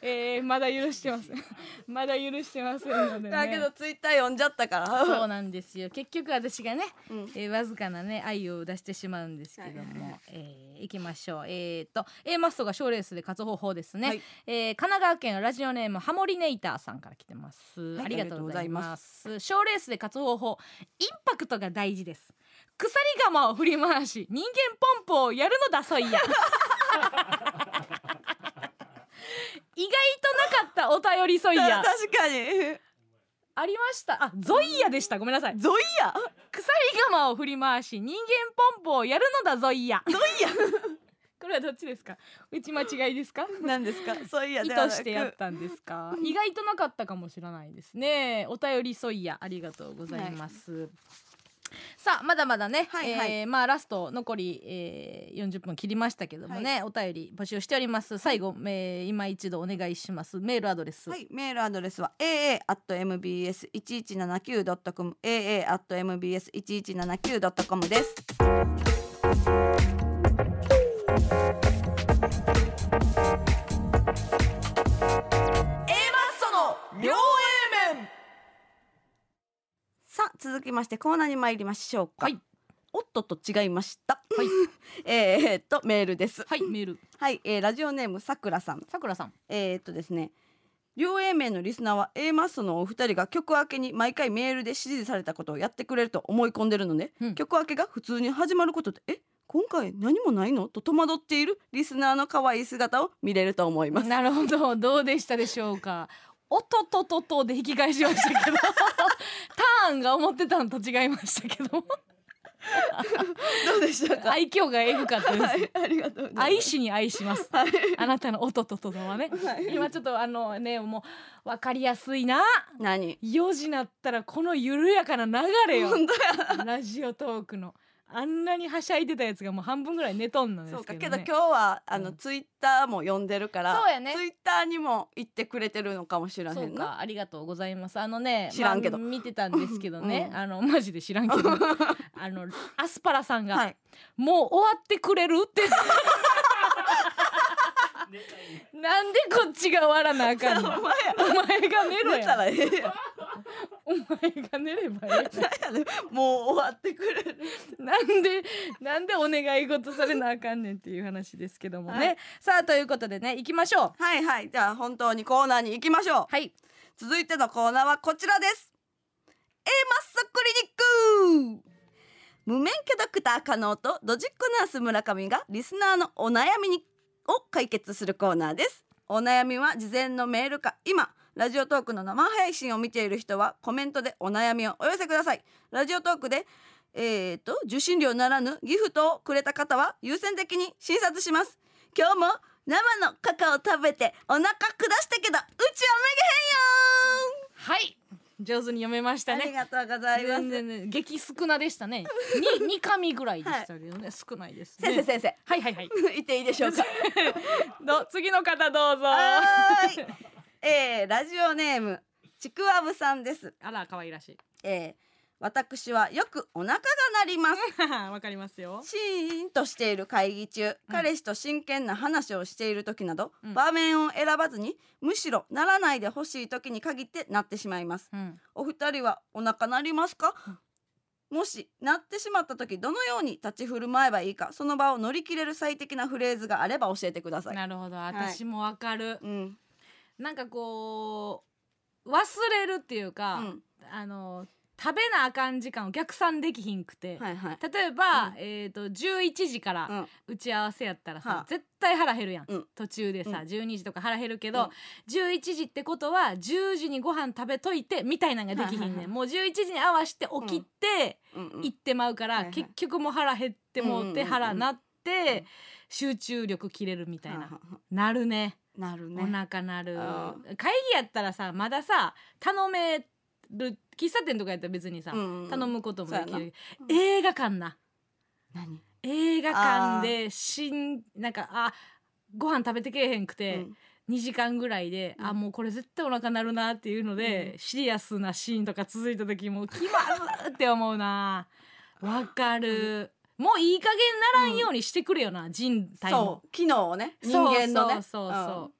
Speaker 1: えー、まだ許してます まだ許してますのでね
Speaker 2: だけどツイッター読んじゃったから
Speaker 1: そうなんですよ結局私がね、
Speaker 2: うん
Speaker 1: えーわずかなね愛を出してしまうんですけども、えー、いきましょうえー、っと A マストが賞レースで勝つ方法ですね、
Speaker 2: はい
Speaker 1: えー神奈川県ラジオネームハモリネイターさんから来てます、
Speaker 2: はい
Speaker 1: ありがとうございます賞レースで勝つ方法インパクトが大事です鎖釜を振り回し人間ポンプをやるのだそうい や意外となかったお便りソイ
Speaker 2: ただ
Speaker 1: ヤ
Speaker 2: 確かに
Speaker 1: ありましたあゾイヤでしたごめんなさい
Speaker 2: ゾイや
Speaker 1: 鎖釜を振り回し人間ポンポをやるのだぞいや
Speaker 2: ゾイや
Speaker 1: これはどっちですか打ち間違いですか
Speaker 2: 何ですかソイヤ
Speaker 1: 意
Speaker 2: では
Speaker 1: 図
Speaker 2: な
Speaker 1: してやっ
Speaker 2: く
Speaker 1: たんですか意外となかったかもしれないですねお便りそいやありがとうございます、さあまだまだね、
Speaker 2: はいはい
Speaker 1: えーまあラスト残り、えー、40分切りましたけどもね、お便り募集しております最後、えー、今一度お願いしますメールアドレス、
Speaker 2: はい、メールアドレスは aa at mbs 一一七九ドットコム aa at mbs 一一七九ドットコムです。
Speaker 6: 両 A 面
Speaker 2: さあ続きましてコーナーに参りましょうか。
Speaker 1: はい
Speaker 2: おっとと違いました。
Speaker 1: はい
Speaker 2: えーっとメールです。
Speaker 1: はいメール
Speaker 2: はい、えー、ラジオネームさくらさん。
Speaker 1: さくらさん
Speaker 2: えーっとですね両 A 名のリスナーは A マッソのお二人が曲明けに毎回メールで指示されたことをやってくれると思い込んでるので、
Speaker 1: うん
Speaker 2: 曲明けが普通に始まることでえ今回何もないのと戸惑っているリスナーの可愛い姿を見れると思います。
Speaker 1: なるほどどうでしたでしょうかおととととで引き返しましたけどターンが思ってたのと違いましたけど
Speaker 2: どうでしたか。
Speaker 1: 愛嬌がエグかったです、
Speaker 2: はい、ありがとうございま
Speaker 1: 愛
Speaker 2: す。
Speaker 1: しに愛します、あなたのおととととはね、今ちょっとあのねもう分かりやすいな
Speaker 2: 何？
Speaker 1: 4時になったらこの緩やかな流れよ
Speaker 2: 本当や。
Speaker 1: ラジオトークのあんなにはしゃいでたやつがもう半分ぐらい寝とんのです
Speaker 2: そうか
Speaker 1: け
Speaker 2: けど
Speaker 1: ど、ね
Speaker 2: 今、日はあの、
Speaker 1: うん
Speaker 2: ツイッターも読んでるから、
Speaker 1: そうやね
Speaker 2: ツイッターにも行ってくれてるのかもしれへん
Speaker 1: そう
Speaker 2: な。
Speaker 1: かありがとうございますあのね
Speaker 2: 知らんけど
Speaker 1: まあ見てたんですけどね、
Speaker 2: うん
Speaker 1: あのマジで知らん けどあのアスパラさんが、
Speaker 2: はい。
Speaker 1: もう終わってくれるってなんでこっちが終わらなあかんのお前が寝ろ
Speaker 2: 出た
Speaker 1: や
Speaker 2: らええやん。
Speaker 1: お前が寝ればいい
Speaker 2: もう終わってくれる。
Speaker 1: なんでなんでお願い事されなあかんねんっていう話ですけどもね、
Speaker 2: はい
Speaker 1: さあということでね行きましょう
Speaker 2: はいはいじゃあ本当にコーナーに行きましょう
Speaker 1: はい
Speaker 2: 続いてのコーナーはこちらです A マッソクリニック無免許ドクター加納とドジっ子ナース村上がリスナーのお悩みにを解決するコーナーですお悩みは事前のメールか今ラジオトークの生配信を見ている人はコメントでお悩みをお寄せくださいラジオトークでえー、と受信料ならぬギフトをくれた方は優先的に診察します今日も生のカカオ食べてお腹下したけどうちは
Speaker 1: はい上手に読めまし
Speaker 2: めげへ
Speaker 1: た
Speaker 2: んよありがとう
Speaker 1: ね
Speaker 2: ございます、
Speaker 1: 全然ね激少なでしたねに二紙ぐらいでしたけどね、少ないですね
Speaker 2: 先生先生
Speaker 1: はいはいはい
Speaker 2: 言っていいでし ょうか
Speaker 1: ど次の方どうぞ
Speaker 2: はーい、えー、ラジオネームちくわぶさんです、
Speaker 1: あら可愛らしい
Speaker 2: えー、私はよくお腹が鳴ります
Speaker 1: わかりますよ
Speaker 2: シーンとしている会議中、彼氏と真剣な話をしている時など、
Speaker 1: うん
Speaker 2: 場面を選ばずにむしろならないでほしい時に限ってなってしまいます
Speaker 1: うん
Speaker 2: お二人はお腹鳴りますか、もし鳴ってしまった時どのように立ち振る舞えばいいかその場を乗り切れる最適なフレーズがあれば教えてください
Speaker 1: なるほど私もわかる、
Speaker 2: うん
Speaker 1: なんかこう忘れるっていう
Speaker 2: う
Speaker 1: か、
Speaker 2: ん
Speaker 1: あの食べなあかん時間を逆算できひんくて、
Speaker 2: はいはい
Speaker 1: 例えば、
Speaker 2: うん
Speaker 1: えっ、と11時か
Speaker 2: う
Speaker 1: ら
Speaker 2: ん
Speaker 1: 打ち合わせやったらさ、
Speaker 2: はあ
Speaker 1: 絶対腹減るやん、
Speaker 2: うん
Speaker 1: 途中でさ、
Speaker 2: うん
Speaker 1: 12時とか腹減るけ
Speaker 2: うん
Speaker 1: ど、11時ってことは10時にご飯食べといてみたいなんができひんね
Speaker 2: は
Speaker 1: ん、
Speaker 2: いはいはい
Speaker 1: もう11時に合わして起きて
Speaker 2: うんうん
Speaker 1: 行ってまうから、
Speaker 2: はいはい
Speaker 1: 結局もう腹減っても
Speaker 2: う
Speaker 1: うて
Speaker 2: んうんうんうん
Speaker 1: 腹なって、
Speaker 2: うん
Speaker 1: 集中力切れるみたいな、
Speaker 2: はあはあ
Speaker 1: なるね。
Speaker 2: なる
Speaker 1: お
Speaker 2: ね
Speaker 1: 腹なる
Speaker 2: あ
Speaker 1: 会議やったらさまださ頼める喫茶店とかやったら別にさ、
Speaker 2: うんうん
Speaker 1: 頼むこともでき
Speaker 2: そうや
Speaker 1: る映画館な
Speaker 2: 何
Speaker 1: 映画館でしんなんかあご飯食べてけえへんく
Speaker 2: う
Speaker 1: て
Speaker 2: ん、
Speaker 1: 2時間ぐらいで、
Speaker 2: うん
Speaker 1: あもうこれ絶対お腹なるなっていうので、シリアスなシーンとか続いた時もう気まずって思うなわかる、もういい加減ならんようにしてくれよな、人体も
Speaker 2: そう機能をね人間のね
Speaker 1: そうそうそうそ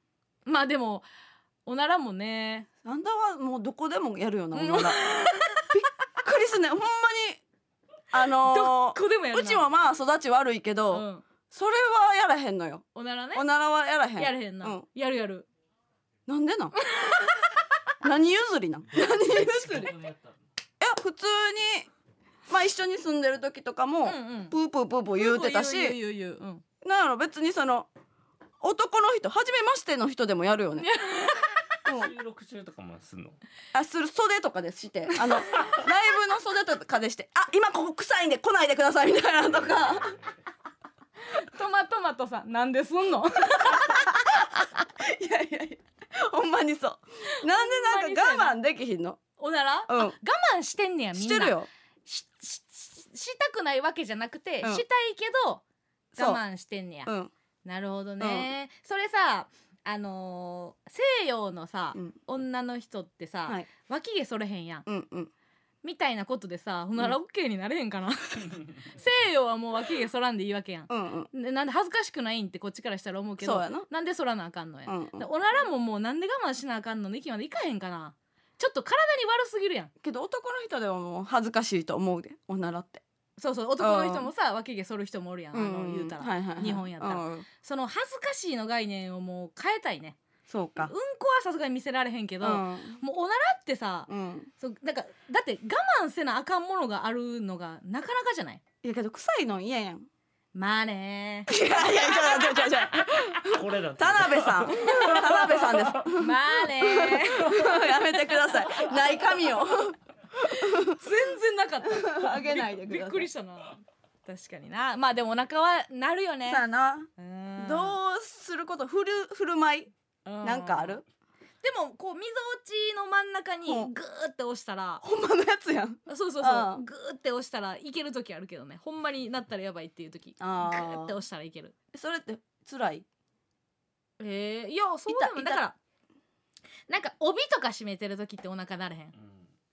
Speaker 1: うまあでもおならもね
Speaker 2: あんたはもうどこでもやるよな、おならびっくりすんねほんまにあ
Speaker 1: ど
Speaker 2: の
Speaker 1: こでもや
Speaker 2: ー、
Speaker 1: る
Speaker 2: うちもまあ育ち悪いけ
Speaker 1: う
Speaker 2: ど、
Speaker 1: ん、
Speaker 2: それはやらへんのよ
Speaker 1: おならね
Speaker 2: おならはやらへん
Speaker 1: やれへんな、
Speaker 2: うん
Speaker 1: やるやる
Speaker 2: なんでなん 何譲 りなん何譲りいや普通にまあ一緒に住んでる時とかも、
Speaker 1: うんうん
Speaker 2: プープープープー言うてたし
Speaker 1: 言う言う言う言ううん
Speaker 2: なんやろ別にその男の人初めましての人でもやるよねうん
Speaker 3: 収録中とかもすんの。
Speaker 2: あする袖とかでしてあ のライブの袖とかでして「あ今ここ臭いんで来ないでください」みたいなのとか
Speaker 1: トマトマトさんなんですん の
Speaker 2: いやいやいやほんまにそうなんでなんか我慢できひんの
Speaker 1: おなら、
Speaker 2: うん
Speaker 1: あ我慢してんねやみん
Speaker 2: し
Speaker 1: な
Speaker 2: てるよ
Speaker 1: ししししたくないわけじゃなくて、
Speaker 2: うん
Speaker 1: したいけど
Speaker 2: そう
Speaker 1: 我慢してんねや、
Speaker 2: うん
Speaker 1: なるほどね、それさあのー西洋のさ、
Speaker 2: うん
Speaker 1: 女の人ってさ、
Speaker 2: はい
Speaker 1: 脇毛それへんやん
Speaker 2: うんうん
Speaker 1: みたいなことでさほなら OK になれへんかな、 西洋はもう脇毛そらんでいいわけやん
Speaker 2: うんうん
Speaker 1: でなんで恥ずかしくないんってこっちからしたら思うけ
Speaker 2: そ
Speaker 1: ど
Speaker 2: うやな
Speaker 1: なんでそらなあかんのや、
Speaker 2: うんうん
Speaker 1: でおならももうなんで我慢しなあかんのの域までいかへんかなちょっと体に悪すぎるやん
Speaker 2: けど男の人でももう恥ずかしいと思うでおならって
Speaker 1: そうそう男の人もさ脇毛剃る人もおるやん、
Speaker 2: うん
Speaker 1: あの言うたら、
Speaker 2: はいはいはい
Speaker 1: 日本やったら
Speaker 2: うん
Speaker 1: その恥ずかしいの概念をもう変えたいね
Speaker 2: そう
Speaker 1: うん
Speaker 2: か
Speaker 1: こはさすがに見せられへんけど、
Speaker 2: うん
Speaker 1: もうおならってさ、
Speaker 2: うん
Speaker 1: そうなんかだって我慢せなあかんものがあるのがなかなかじゃない
Speaker 2: いやけど臭いの嫌やん
Speaker 1: まあね
Speaker 2: いやいやいやいやいや
Speaker 3: これだって
Speaker 2: 田辺さん田辺さんです
Speaker 1: まあね
Speaker 2: やめてください。ない髪 を
Speaker 1: 全然なかった
Speaker 2: あげないでください。
Speaker 1: びっくりしたな確かになまあでもお腹はなるよね
Speaker 2: さあな、
Speaker 1: うん
Speaker 2: どうすること振る振る舞い
Speaker 1: うん
Speaker 2: なんかある？
Speaker 1: でもこう溝落ちの真ん中に
Speaker 2: うん
Speaker 1: グーって押したら
Speaker 2: ほんまのやつやん。
Speaker 1: そうそうそう
Speaker 2: あー
Speaker 1: グーって押したらいける時あるけどねほんまになったらやばいっていう時グ
Speaker 2: あー
Speaker 1: ーって押したらいける
Speaker 2: それって辛い。
Speaker 1: えー、いやそうでも
Speaker 2: 痛
Speaker 1: だ
Speaker 2: い
Speaker 1: からなんか帯とか締めてる時ってお腹なれへん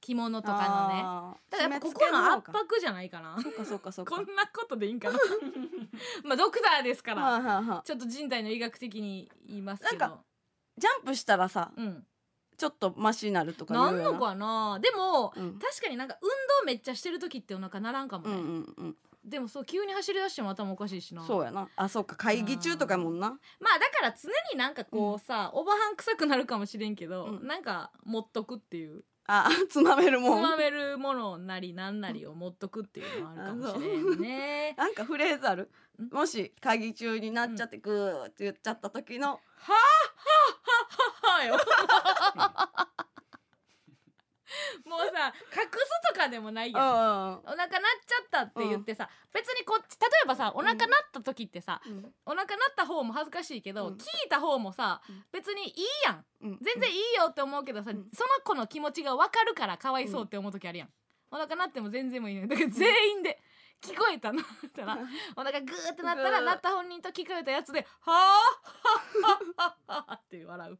Speaker 1: 着物とかのねだからやっぱここの圧迫じゃないかな
Speaker 2: そっかそっかそっか。
Speaker 1: こんなことでいいんかな まあドクターですから、
Speaker 2: はいはいはい
Speaker 1: ちょっと人体の医学的に言いますけど
Speaker 2: なんジャンプしたらさ、
Speaker 1: うん、
Speaker 2: ちょっとマシになるとか言
Speaker 1: な
Speaker 2: うんよ
Speaker 1: のかなでも、
Speaker 2: うん
Speaker 1: 確かになんか運動めっちゃしてる時ってお腹ならんかも
Speaker 2: うん
Speaker 1: ね、
Speaker 2: うんうん。
Speaker 1: でもそう急に走り出しても頭おかしいしな
Speaker 2: そうやな。あ、そうか。会議中とかやもんな。
Speaker 1: まあだから常になんかこうさ、おばはん臭くなるかもしれんけど、
Speaker 2: うん
Speaker 1: なんか持っとくっていう
Speaker 2: あつまめる
Speaker 1: つ
Speaker 2: もん
Speaker 1: まめるものなりなんなりを持っとくっていうのはあるかもしれんね。
Speaker 2: なんかフレーズある
Speaker 1: ん
Speaker 2: もし会議中になっちゃってグーって言っちゃった時の
Speaker 1: はいよ。もうさ隠すとかでもない
Speaker 2: うん
Speaker 1: やん。お腹なっちゃったって言ってさ、別にこっち例えばさお腹なった時ってさ、
Speaker 2: うん
Speaker 1: お腹なった方も恥ずかしいけど、
Speaker 2: うん
Speaker 1: 聞いた方もさ、
Speaker 2: ん
Speaker 1: 別にいいやん
Speaker 2: うん
Speaker 1: 全然いいよって思うけどさ、
Speaker 2: うん
Speaker 1: その子の気持ちが分かるからかわいそうって思う時あるやん、お腹なっても全然もいいのにだから全員で聞こえたなったら お腹グーってなったら
Speaker 2: グー
Speaker 1: なった本人と聞こえたやつで「はあはあはあはあ」って笑う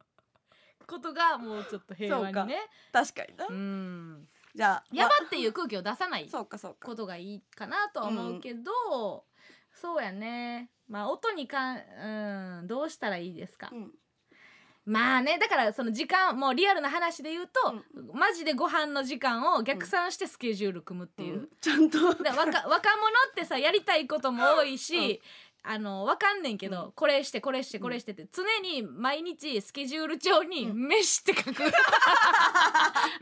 Speaker 1: ことがもうちょっと平和にね
Speaker 2: 確かにな
Speaker 1: うん
Speaker 2: じゃあ
Speaker 1: や
Speaker 2: ま
Speaker 1: ばっていう空気を出さない
Speaker 2: そうかそうか
Speaker 1: ことがいいかなとは思うけど、そうやねまあ音にかん、うん、どうしたらいいですか、
Speaker 2: うん
Speaker 1: まあねだからその時間もうリアルな話で言うと、マジでご飯の時間を逆算してスケジュール組むっていう、
Speaker 2: ちゃんと
Speaker 1: だから若若者ってさやりたいことも多いし、あのわかんねんけど、これしてこれしてこれしてって常に毎日スケジュール帳に「飯」って書く、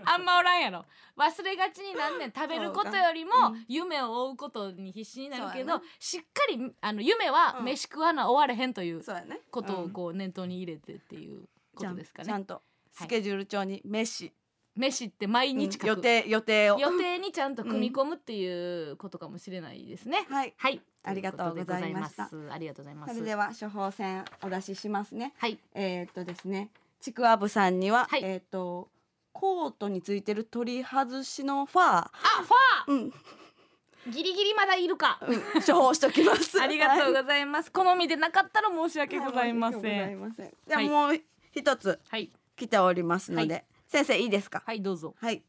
Speaker 1: あんまおらんやろ忘れがちになんねん食べることよりも
Speaker 2: そうかう
Speaker 1: 夢を追うことに必死になるけ
Speaker 2: そうや
Speaker 1: どしっかりあの夢は
Speaker 2: うん
Speaker 1: 飯食わな終われへんという
Speaker 2: そうやね
Speaker 1: ことを
Speaker 2: うん
Speaker 1: こう念頭に入れてっていうことですか
Speaker 2: ちゃ
Speaker 1: ね
Speaker 2: ん。とスケジュール帳に飯
Speaker 1: 飯って毎日書く、
Speaker 2: 予定予定を
Speaker 1: 予定にちゃんと組み込むっていうことかもしれないですね。
Speaker 2: はい
Speaker 1: はい。
Speaker 2: ありがとうございました
Speaker 1: ということでございますありがとうございま
Speaker 2: そ
Speaker 1: す。
Speaker 2: れでは処方箋お出ししますね
Speaker 1: はい。
Speaker 2: えーっとですねちくわぶさんには
Speaker 1: はい
Speaker 2: えーっとコートについてる取り外しのファー
Speaker 1: あ、ファ
Speaker 2: うん
Speaker 1: ー、ギリギリまだいるか。
Speaker 2: うん処方しときます。
Speaker 1: ありがとうございます。好みでなかったら申し訳ございませ
Speaker 2: はい申し訳
Speaker 1: ん。
Speaker 2: ございませんじゃあ
Speaker 1: はい
Speaker 2: もう一つ
Speaker 1: はい。
Speaker 2: 来ておりますので、
Speaker 1: は
Speaker 2: 先生いいですか。
Speaker 1: はい、どうぞ。
Speaker 2: はい。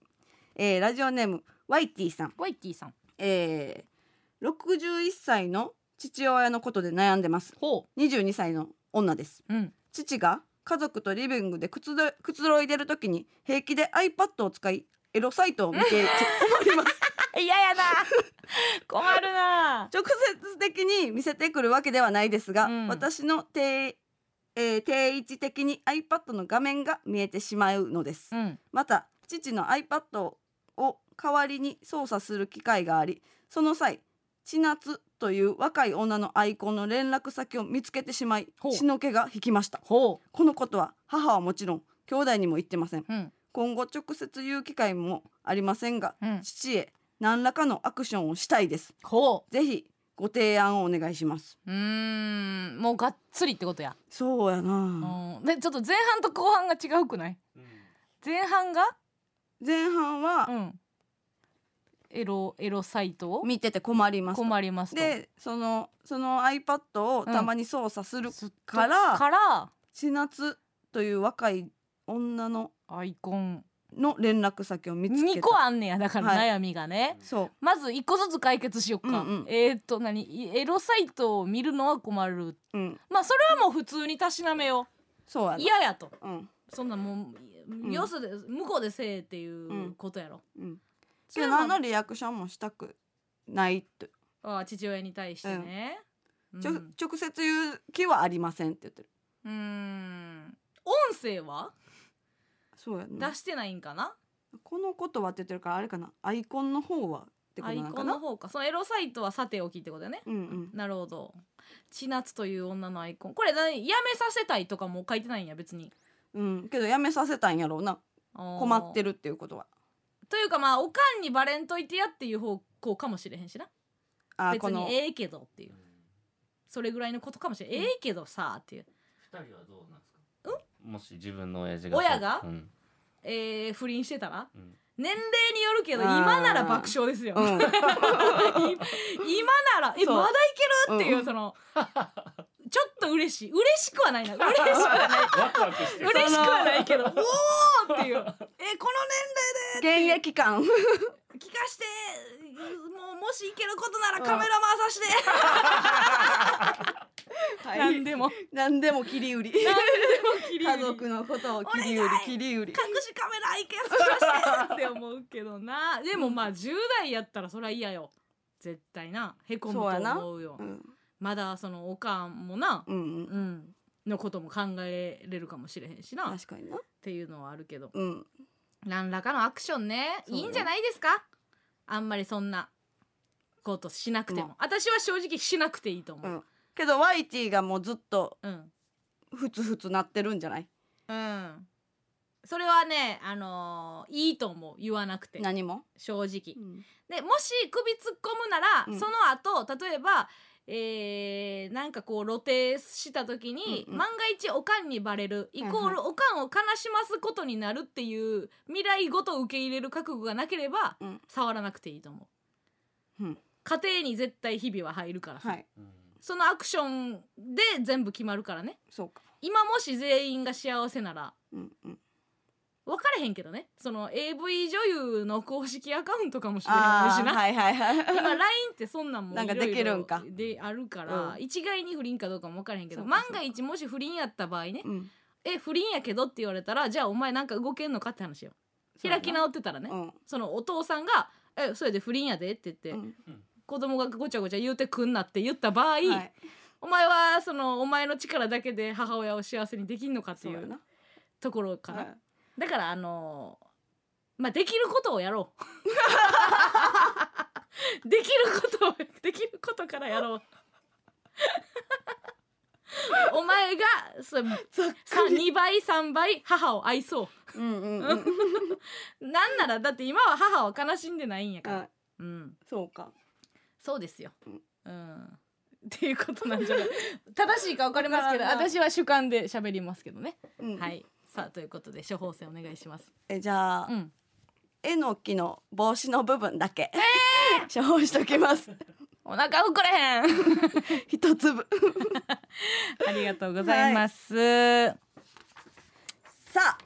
Speaker 2: えー、ラジオネームワイティさん、
Speaker 1: ワイティさん。
Speaker 2: えー、61歳の父親のことで悩んでます。
Speaker 1: ほ
Speaker 2: 22歳の女です。
Speaker 1: う。うん。
Speaker 2: 父が家族とリビングでくつろくつろいでるときに平気で iPad を使いエロサイトを見ている困ります。
Speaker 1: 嫌ややな。困るな。
Speaker 2: 直接的に見せてくるわけではないですが、
Speaker 1: うん
Speaker 2: 私の定,、えー定位置的に iPad の画面が見えてしまうのです、
Speaker 1: うん。
Speaker 2: また父の iPad を代わりに操作する機会がありその際千夏という若い女のアイコンの連絡先を見つけてしまい
Speaker 1: ほう
Speaker 2: 血の気が引きました
Speaker 1: ほ
Speaker 2: このことは母はもちろん兄弟にも言ってません
Speaker 1: う。うん。
Speaker 2: 今後直接言う機会もありませんが、
Speaker 1: うん。
Speaker 2: 父へ何らかのアクションをしたいです
Speaker 1: ほ
Speaker 2: ぜひご提案をお願いします。
Speaker 1: う。うーん。もうがっつりってことや。
Speaker 2: そうや
Speaker 1: う
Speaker 2: な。
Speaker 1: ん。で、ちょっと前半と後半が違うくない。前半が。
Speaker 2: 前半は
Speaker 1: うん。エロ、エロサイトを。
Speaker 2: 見てて困りますと。
Speaker 1: 困りますと。
Speaker 2: で、そのその iPad をたまに操作する
Speaker 1: すっと
Speaker 2: から、
Speaker 1: から
Speaker 2: 千夏という若い女の
Speaker 1: アイコン
Speaker 2: の連絡先を見つけた。
Speaker 1: 2個あんねやだから
Speaker 2: はい
Speaker 1: 悩みがね、
Speaker 2: そう。
Speaker 1: まず1個ずつ解決しよっか、
Speaker 2: うんうん
Speaker 1: えーっと何いエロサイトを見るのは困る
Speaker 2: うん。
Speaker 1: まあそれはもう普通にたしなめよ
Speaker 2: そうや
Speaker 1: う
Speaker 2: な。
Speaker 1: 嫌やと
Speaker 2: うん。
Speaker 1: そんなもう、
Speaker 2: ん
Speaker 1: よそで向こうでせえっていううんことやろ、
Speaker 2: うん。
Speaker 1: そ
Speaker 2: け
Speaker 1: れ
Speaker 2: ど
Speaker 1: は
Speaker 2: 何のリアクションもしたくないと。
Speaker 1: ああ父親に対してねうん
Speaker 2: ちょ直接言う気はありませんって言ってる。
Speaker 1: うーん音声は
Speaker 2: そうやな
Speaker 1: 出。してないんかな、
Speaker 2: このことはって言ってるからあれかな。アイコンの方はってこ
Speaker 1: ア
Speaker 2: と
Speaker 1: イ
Speaker 2: なの
Speaker 1: コ
Speaker 2: か
Speaker 1: ンの
Speaker 2: な。
Speaker 1: 方かそのエロサイトはさておきってことだね
Speaker 2: うんうん。
Speaker 1: なるほど千夏という女のアイコンこれ何やめさせたいとかも書いてないんや別に
Speaker 2: うん、けどやめさせたんやろうな困
Speaker 1: 困
Speaker 2: って
Speaker 1: る
Speaker 2: るっていうことは
Speaker 1: というかまあおかんにバレんといてやっていう方向かもしれへんしな
Speaker 2: あー
Speaker 1: 別
Speaker 2: この
Speaker 1: にええけどっていうそれぐらいのことかもしれん、ええけどさっていう
Speaker 3: 二人はどうなんですか。もし自分の親父が。
Speaker 1: 親が
Speaker 3: うん。
Speaker 1: えー、不倫してたら
Speaker 3: うん
Speaker 1: 年齢によるけど
Speaker 2: あー
Speaker 1: 今なら爆笑ですよ、
Speaker 2: うん
Speaker 1: 今ならえ
Speaker 2: そう
Speaker 1: まだいけるっていう、
Speaker 2: うん
Speaker 1: そのちょっと嬉しい嬉しくはないな嬉しくはない
Speaker 3: ワクワクしてる。
Speaker 1: 嬉しくはないけどおおーっていうえこの
Speaker 2: 現役感
Speaker 1: 聞かしてもうもし行けることならカメラ回さして、
Speaker 2: は
Speaker 1: なん、 何でも
Speaker 2: 何でも切り売り家
Speaker 1: 家
Speaker 2: 族のことを切り売り切り売り
Speaker 1: 隠しカメラ行けさしてって思うけどなでもまあ10代やったらそりゃ嫌よ絶対なへこむと思うよ
Speaker 2: うん
Speaker 1: まだそのおかんもな、
Speaker 2: うんう
Speaker 1: うんん、のことも考えれるかもしれへんしなっ
Speaker 2: 確かにな
Speaker 1: ていうのはあるけど
Speaker 2: うん
Speaker 1: 何らかのアクションね
Speaker 2: そう
Speaker 1: い
Speaker 2: よ
Speaker 1: いんじゃないですかあんまりそんなことしなくても、
Speaker 2: ま
Speaker 1: 私は正直しなくていいと思
Speaker 2: う
Speaker 1: う、
Speaker 2: ん、けど YT がもうずっと
Speaker 1: うん
Speaker 2: ふつふつなってるんじゃない
Speaker 1: うんそれはねあのーいいと思う言わなくて
Speaker 2: 何も、
Speaker 1: 正直でもし首突っ込むなら、
Speaker 2: うん
Speaker 1: その後例えばえー、なんかこう露呈した時に、
Speaker 2: うんうん
Speaker 1: 万が一おかんにバレるイコー
Speaker 2: はい
Speaker 1: ルおかんを悲しますことになるっていう未来ごと受け入れる覚悟がなければ、
Speaker 2: うん
Speaker 1: 触らなくていいと思う、
Speaker 2: うん
Speaker 1: 家庭に絶対日々は入るからさ、
Speaker 2: はい
Speaker 1: そのアクションで全部決まるからね
Speaker 2: そうか
Speaker 1: 今もし全員が幸せなら
Speaker 2: うんうん
Speaker 1: 分かれへんけどねその AV 女優の公式アカウントかもしれない
Speaker 2: あ
Speaker 1: し
Speaker 2: あ
Speaker 1: な、
Speaker 2: はいはいはい
Speaker 1: 今 LINE ってそんなんも
Speaker 2: なんかできるんか
Speaker 1: いろいろであるから、
Speaker 2: う
Speaker 1: 一概に不倫かどうかも分からへんけど
Speaker 2: そうか
Speaker 1: 万
Speaker 2: そうか
Speaker 1: が一もし不倫やった場合ね
Speaker 2: うん
Speaker 1: 「え不倫やけど」って言われたらじゃあお前なんか動けんのかって話よ開き直ってたらね、
Speaker 2: うん
Speaker 1: そのお父さんが「えそれで不倫やで」って言って、
Speaker 2: うん
Speaker 1: 子供がごちゃごちゃ言うてくんなって言った場合、
Speaker 2: はい
Speaker 1: お前はそのお前の力だけで母親を幸せにできんのかって
Speaker 2: そう
Speaker 1: い
Speaker 2: や
Speaker 1: う
Speaker 2: な
Speaker 1: ところかな、
Speaker 2: はい
Speaker 1: だからあのーまあできることをやろう できることをできることからやろう お前がそ2倍3倍母を愛そ
Speaker 2: うんうんうん
Speaker 1: うなんならだって今は母は悲しんでないんやから、
Speaker 2: はい
Speaker 1: うん
Speaker 2: そうか
Speaker 1: そうですよ
Speaker 2: うん
Speaker 1: うんっていうことなんじゃない 正しいか分かりますけど
Speaker 2: わからんな
Speaker 1: 私は主観で喋りますけどね、
Speaker 2: うん
Speaker 1: はいさあということで処方箋お願いします
Speaker 2: えじゃあ、
Speaker 1: うん
Speaker 2: えのきの帽子の部分だけ、 処方しとき ます。
Speaker 1: お腹膨れへん
Speaker 2: 一粒。
Speaker 1: ありがとうございます。はい、
Speaker 2: さあ、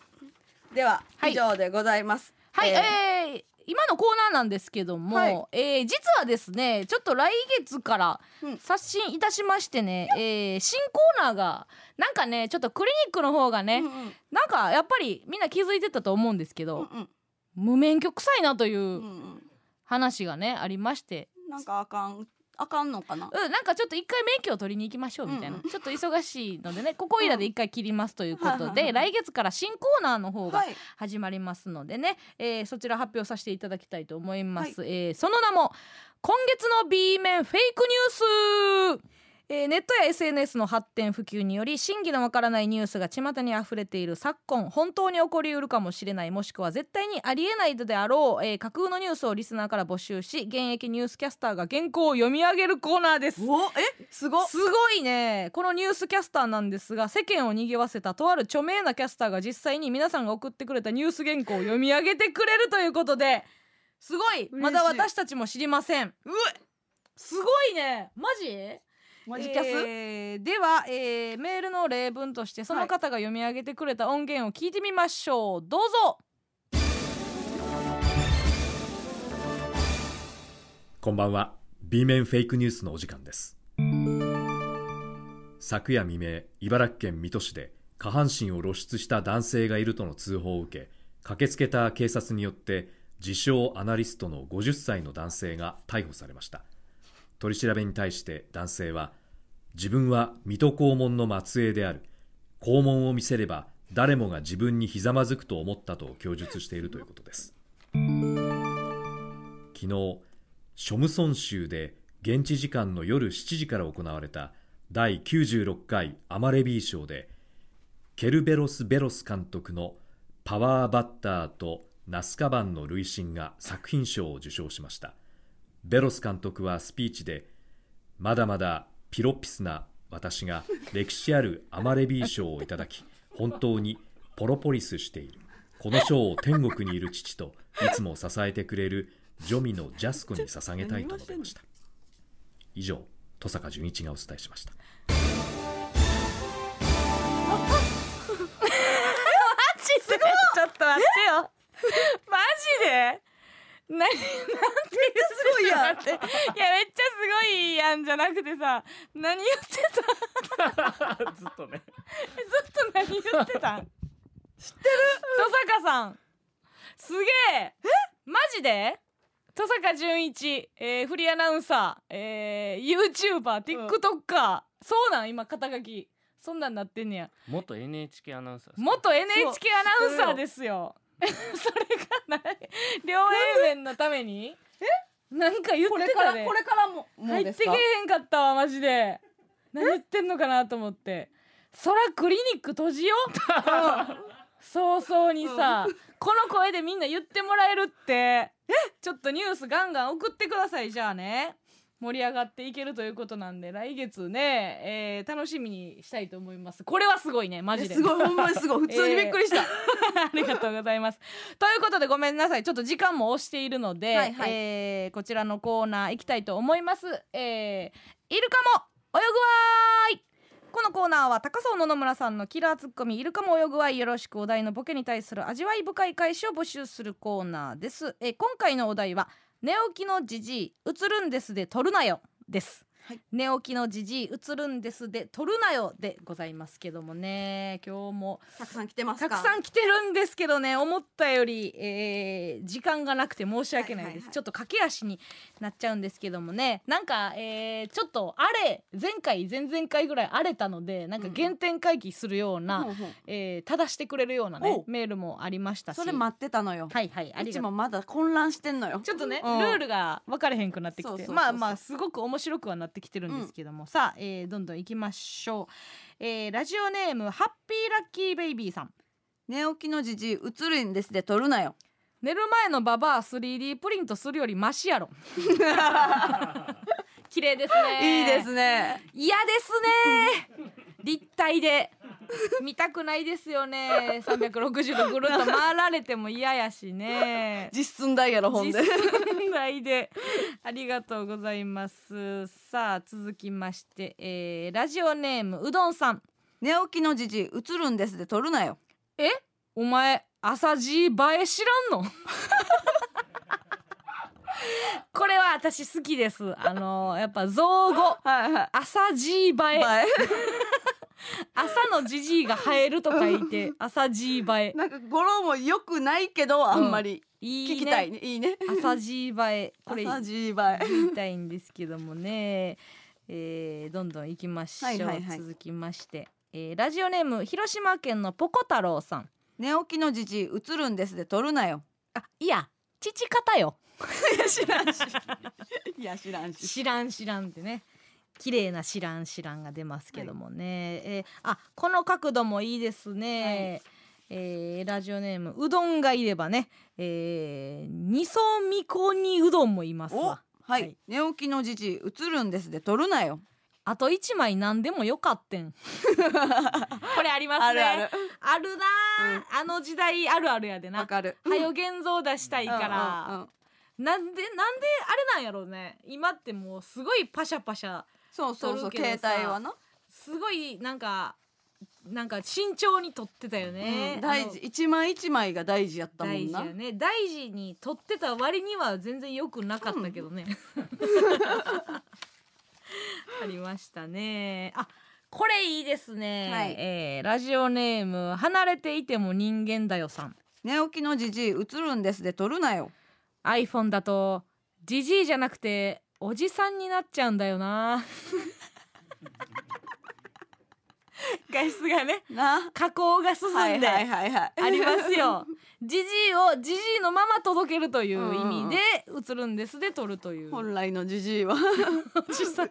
Speaker 2: では、
Speaker 1: はい
Speaker 2: 以上でございます。
Speaker 1: え
Speaker 2: ー
Speaker 1: ー今のコーナーなんですけども、
Speaker 2: はい
Speaker 1: えー実はですねちょっと来月から
Speaker 2: うん
Speaker 1: 刷新いたしましてね、えー新コーナーがなんかねちょっとクリニックの方がね、
Speaker 2: うんうん
Speaker 1: なんかやっぱりみんな気づいてたと思うんですけど、
Speaker 2: うん
Speaker 1: 無免許臭いなとい
Speaker 2: うんう
Speaker 1: うん
Speaker 2: うん
Speaker 1: 話がねありまして、
Speaker 2: なんかあかん、あかんのかな。
Speaker 1: うん、なんかちょっと一回免許を取りに行きましょうみたいな、
Speaker 2: うん
Speaker 1: ちょっと忙しいのでねここいらで一回切りますということで、
Speaker 2: はいはい
Speaker 1: 来月から新コーナーの方が
Speaker 2: はい、
Speaker 1: 始まりますのでね、えーそちら発表させていただきたいと思います、えーその名も今月の B 面フェイクニュースえーネットや SNS の発展普及により真偽のわからないニュースが巷に溢れている昨今本当に起こりうるかもしれないもしくは絶対にありえないであろう、えー架空のニュースをリスナーから募集し現役ニュースキャスターが原稿を読み上げるコーナーです
Speaker 2: お、え、すご。
Speaker 1: すごいねこのニュースキャスターなんですが世間を賑わせたとある著名なキャスターが実際に皆さんが送ってくれたニュース原稿を読み上げてくれるということですごいまだ私たちも知りませんうすごいねマジ
Speaker 2: マジキャス。
Speaker 1: えーでは、えーメールの例文としてその方が読み上げてくれた音源を聞いてみましょうどうぞ
Speaker 10: こんばんは B 面フェイクニュースのお時間です昨夜未明茨城県水戸市で下半身を露出した男性がいるとの通報を受け駆けつけた警察によって自称アナリストの50歳の男性が逮捕されました取り調べに対して男性は自分は水戸黄門の末裔である肛門を見せれば誰もが自分にひざまずくと思ったと供述しているということです昨日ショムソン州で現地時間の夜7時から行われた第96回アマレビー賞でケルベロス・ベロス監督の「パワーバッター」と「ナスカバンの累進」が作品賞を受賞しましたベロス監督はスピーチでまだまだピロピスな私が歴史あるアマレビー賞をいただき本当にポロポリスしているこの賞を天国にいる父といつも支えてくれるジョミのジャスコに捧げたいと述べました以上戸坂純一がお伝えしました
Speaker 1: マジでちょっと待ってよ マジで何なんて
Speaker 2: ごいやん
Speaker 1: 言ってるのっていやめっちゃすごいやんじゃなくてさ何言ってた
Speaker 3: ずっとね。
Speaker 1: ずっと何言って た知ってる戸坂さんすげええマジで戸坂純一、えーフリーアナウンサー、えー、YouTuberTikToker、そうなん今肩書きそんなんなってんねや
Speaker 3: 元 NHK アナウンサーですか。
Speaker 1: 元 NHK アナウンサーですよ両 A 面のためにえなんか言っ
Speaker 2: これ
Speaker 1: て
Speaker 2: から
Speaker 1: たで
Speaker 2: これからもも
Speaker 1: 入
Speaker 2: う
Speaker 1: っ
Speaker 2: で
Speaker 1: て
Speaker 2: す
Speaker 1: け
Speaker 2: か
Speaker 1: えへんかったわマジで何言ってんのかなと思ってそらクリニック閉じよ 早々にさ、この声でみんな言ってもらえるってちょっとニュースガンガン送ってくださいじゃあね盛り上がっていけるということなんで来月ね、えー楽しみにしたいと思いますこれはすごいねマ
Speaker 2: え
Speaker 1: ジです
Speaker 2: ごいほんまにすごい普通にびっくりした、
Speaker 1: ありがとうございます。ということでごめんなさいちょっと時間も押しているので、
Speaker 2: はいはい
Speaker 1: えーこちらのコーナー行きたいと思います。えー、イルカも泳ぐわーいこのコーナーは高層野々村さんのキラーツッコミイルカも泳ぐわいよろしくお題のボケに対する味わい深い返しを募集するコーナーです。えー今回のお題は寝起きのじじい映るんですで撮るなよです。
Speaker 2: はい
Speaker 1: 寝起きのじじい映るんですで撮るなよでございますけどもね今日も
Speaker 2: たくさん来てます
Speaker 1: た
Speaker 2: か
Speaker 1: くさん来てるんですけどね思ったより、えー時間がなくて申し訳ないです、
Speaker 2: はいはいはい
Speaker 1: ちょっと駆け足になっちゃうんですけどもねなんか、えーちょっとあれ前回前々回ぐらい荒れたのでなんか
Speaker 2: うん
Speaker 1: 原点回帰するような、
Speaker 2: ほうほう
Speaker 1: えー正してくれるようなね
Speaker 2: おう
Speaker 1: メールもありましたし
Speaker 2: それ待ってたのよ、
Speaker 1: はいはいあ
Speaker 2: う
Speaker 1: り
Speaker 2: ち
Speaker 1: がと
Speaker 2: も
Speaker 1: う
Speaker 2: まだ混乱してんのよ
Speaker 1: ちょっとね、
Speaker 2: うん
Speaker 1: ルールが分かれへんくなってき
Speaker 2: そう
Speaker 1: て
Speaker 2: そうそうそう
Speaker 1: まあまあすごく面白くはなってきてるんですけども、さあ、えーどんどんいきましょう、えーラジオネームハッピーラッキーベイビーさん
Speaker 2: 寝起きのじじい映るんですで撮る なよ
Speaker 1: 寝る前のババア 3D プリントするよりマシやろ綺麗ですね
Speaker 2: いいですね
Speaker 1: 嫌ですね立体で見たくないですよね360度ぐるっと回られても嫌やしね
Speaker 2: 実寸大やろほんで
Speaker 1: 実寸大でありがとうございますさあ続きまして、えーラジオネームうどんさん
Speaker 2: 寝起きのじじい映るんですで撮るなよ
Speaker 1: お前朝地映え知らんのこれは私好きですあのやっぱ造語
Speaker 2: はいはい
Speaker 1: 朝地映え
Speaker 2: 映
Speaker 1: 朝のじじいが生えると書いて朝地映
Speaker 2: え
Speaker 1: え
Speaker 2: なんか語呂も良くないけどあんまり
Speaker 1: い
Speaker 2: 聞
Speaker 1: い
Speaker 2: きたい
Speaker 1: ね
Speaker 2: ねいいね
Speaker 1: 朝地映えこれ
Speaker 2: 朝
Speaker 1: 言
Speaker 2: じいばい
Speaker 1: いたいんですけどもねえーどんどん行きましょう、
Speaker 2: はいはいはい
Speaker 1: 続きまして、えーラジオネーム広島県のポコ太郎さん
Speaker 2: 寝起きのじじい映るんですで撮るなよ
Speaker 1: あいや父方よ
Speaker 2: 知らんしいや知らんし
Speaker 1: 知らん知らんってね綺麗な知らん知らんが出ますけどもね、えーあこの角度もいいですね、えーラジオネームうどんがいればねえー、二層みこにうどんもいます
Speaker 2: お
Speaker 1: わ
Speaker 2: はい、
Speaker 1: はい
Speaker 2: 寝起きのじじい映るんですで撮るなよ
Speaker 1: あと一枚何でもよかって んこれありますね
Speaker 2: あるある
Speaker 1: あるなあ、あの時代あるあるやで
Speaker 2: わ
Speaker 1: な
Speaker 2: かる
Speaker 1: はよ現像出したいから、
Speaker 2: うんうんうん
Speaker 1: なんでなんであれなんやろうね今ってもうすごいパシャパシャ
Speaker 2: そうそうそう
Speaker 1: 撮るけ
Speaker 2: 携
Speaker 1: どさ
Speaker 2: 帯はな、
Speaker 1: すごいなんかなんか慎重に撮ってたよね、
Speaker 2: うん大事一枚一枚が大事やっ
Speaker 1: あ
Speaker 2: た
Speaker 1: の
Speaker 2: も
Speaker 1: 大
Speaker 2: ん
Speaker 1: 事
Speaker 2: な
Speaker 1: やね大事に撮ってた割には全然良くなかったけどね、 ありましたねあこれいいですね、
Speaker 2: はい
Speaker 1: えーラジオネーム離れていても人間だよさん
Speaker 2: 寝起きのじじい映るんですで撮るなよ
Speaker 1: iPhone だとジジイじゃなくておじさんになっちゃうんだ よな画質がね
Speaker 2: な
Speaker 1: 加工が進んで、
Speaker 2: はいはいはいはい
Speaker 1: あります よ。ジジイをジジイのまま届けるという意味で映るんですで撮るという。
Speaker 2: 本来のじじいは
Speaker 1: 実際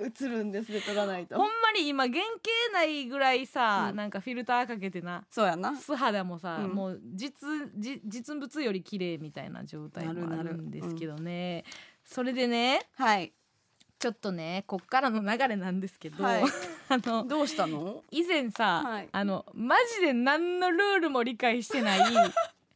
Speaker 2: 映るんですで撮らないと
Speaker 1: ほんまに今原型ないぐらいさ、
Speaker 2: うん
Speaker 1: なんかフィルターかけてな。
Speaker 2: そうやな
Speaker 1: 素肌もさ、
Speaker 2: うん
Speaker 1: もう実じ実物より綺麗みたいな状態もあ
Speaker 2: なるな
Speaker 1: る
Speaker 2: る
Speaker 1: んですけどね。それでね、
Speaker 2: はい
Speaker 1: ちょっとね、こっからの流れなんですけど、
Speaker 2: はい
Speaker 1: あ の
Speaker 2: どうしたの
Speaker 1: 以前さ、
Speaker 2: はい
Speaker 1: あのマジで何のルールも理解してない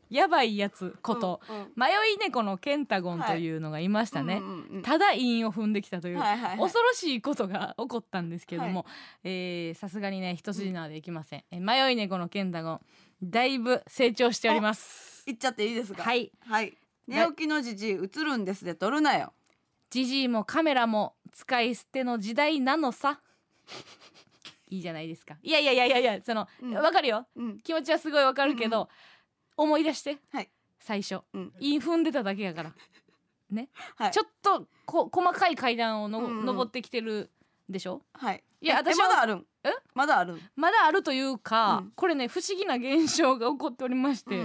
Speaker 1: やばいやつこと、
Speaker 2: うんうん
Speaker 1: 迷い猫のケンタゴンというのがいましたね、
Speaker 2: うんうんうん
Speaker 1: ただ韻を踏んできたという、
Speaker 2: はいはいはい
Speaker 1: 恐ろしいことが起こったんですけどもえーさすがにね一筋縄でいきません、え迷い猫のケンタゴンだいぶ成長しております
Speaker 2: 言っちゃっていいですか
Speaker 1: はい
Speaker 2: はい寝起きのじじい映るんですで撮るなよ
Speaker 1: ジジイもカメラも使い捨ての時代なのさ いいじゃないですかいやいやいやいやいやそのわ、
Speaker 2: うん
Speaker 1: かるよ
Speaker 2: うん
Speaker 1: 気持ちはすごいわかるけど、思い出して、
Speaker 2: はい
Speaker 1: 最初、
Speaker 2: うん
Speaker 1: 韻踏んでただけやから
Speaker 2: はい
Speaker 1: ちょっとこ細かい階段をの、
Speaker 2: うんうん
Speaker 1: 登ってきてるでしょ
Speaker 2: はい
Speaker 1: いや
Speaker 2: え
Speaker 1: 私
Speaker 2: ま
Speaker 1: は
Speaker 2: だあるんまだある
Speaker 1: まだあるというか、これね不思議な現象が起こっておりまして、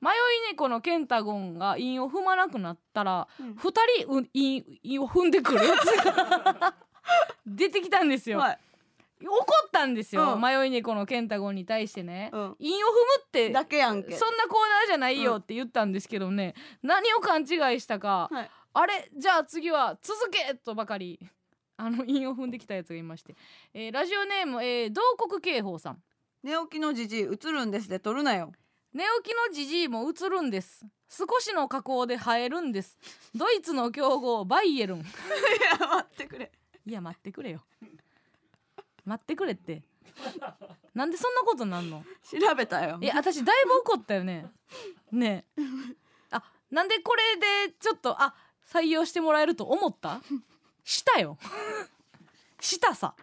Speaker 1: 迷い猫のケンタゴンが韻を踏まなくなったら、二人う韻韻を踏んでくるやつが 出てきたんですよ。
Speaker 2: はい
Speaker 1: 怒ったんですよ、
Speaker 2: うん
Speaker 1: 迷い猫のケンタゴンに対してね、
Speaker 2: うん
Speaker 1: 韻を踏むって
Speaker 2: だけやんけ
Speaker 1: そんなコーナーじゃないよって言ったんですけどね、何を勘違いしたか、
Speaker 2: はい
Speaker 1: あれじゃあ次は続けとばかりあの韻を踏んできたやつがいまして、えーラジオネーム、えー、同国警報さん
Speaker 2: 寝起きのじじい映るんですで撮るなよ
Speaker 1: 寝起きのジジイも映るんです少しの加工で生えるんですドイツの強豪バイエル ン
Speaker 2: いや待ってくれ
Speaker 1: いや待ってくれよ待ってくれってなんでそんなことなんの
Speaker 2: 調べたよ
Speaker 1: いや私だいぶ怒ったよねねえあなんでこれでちょっとあ採用してもらえると思ったしたよしたさ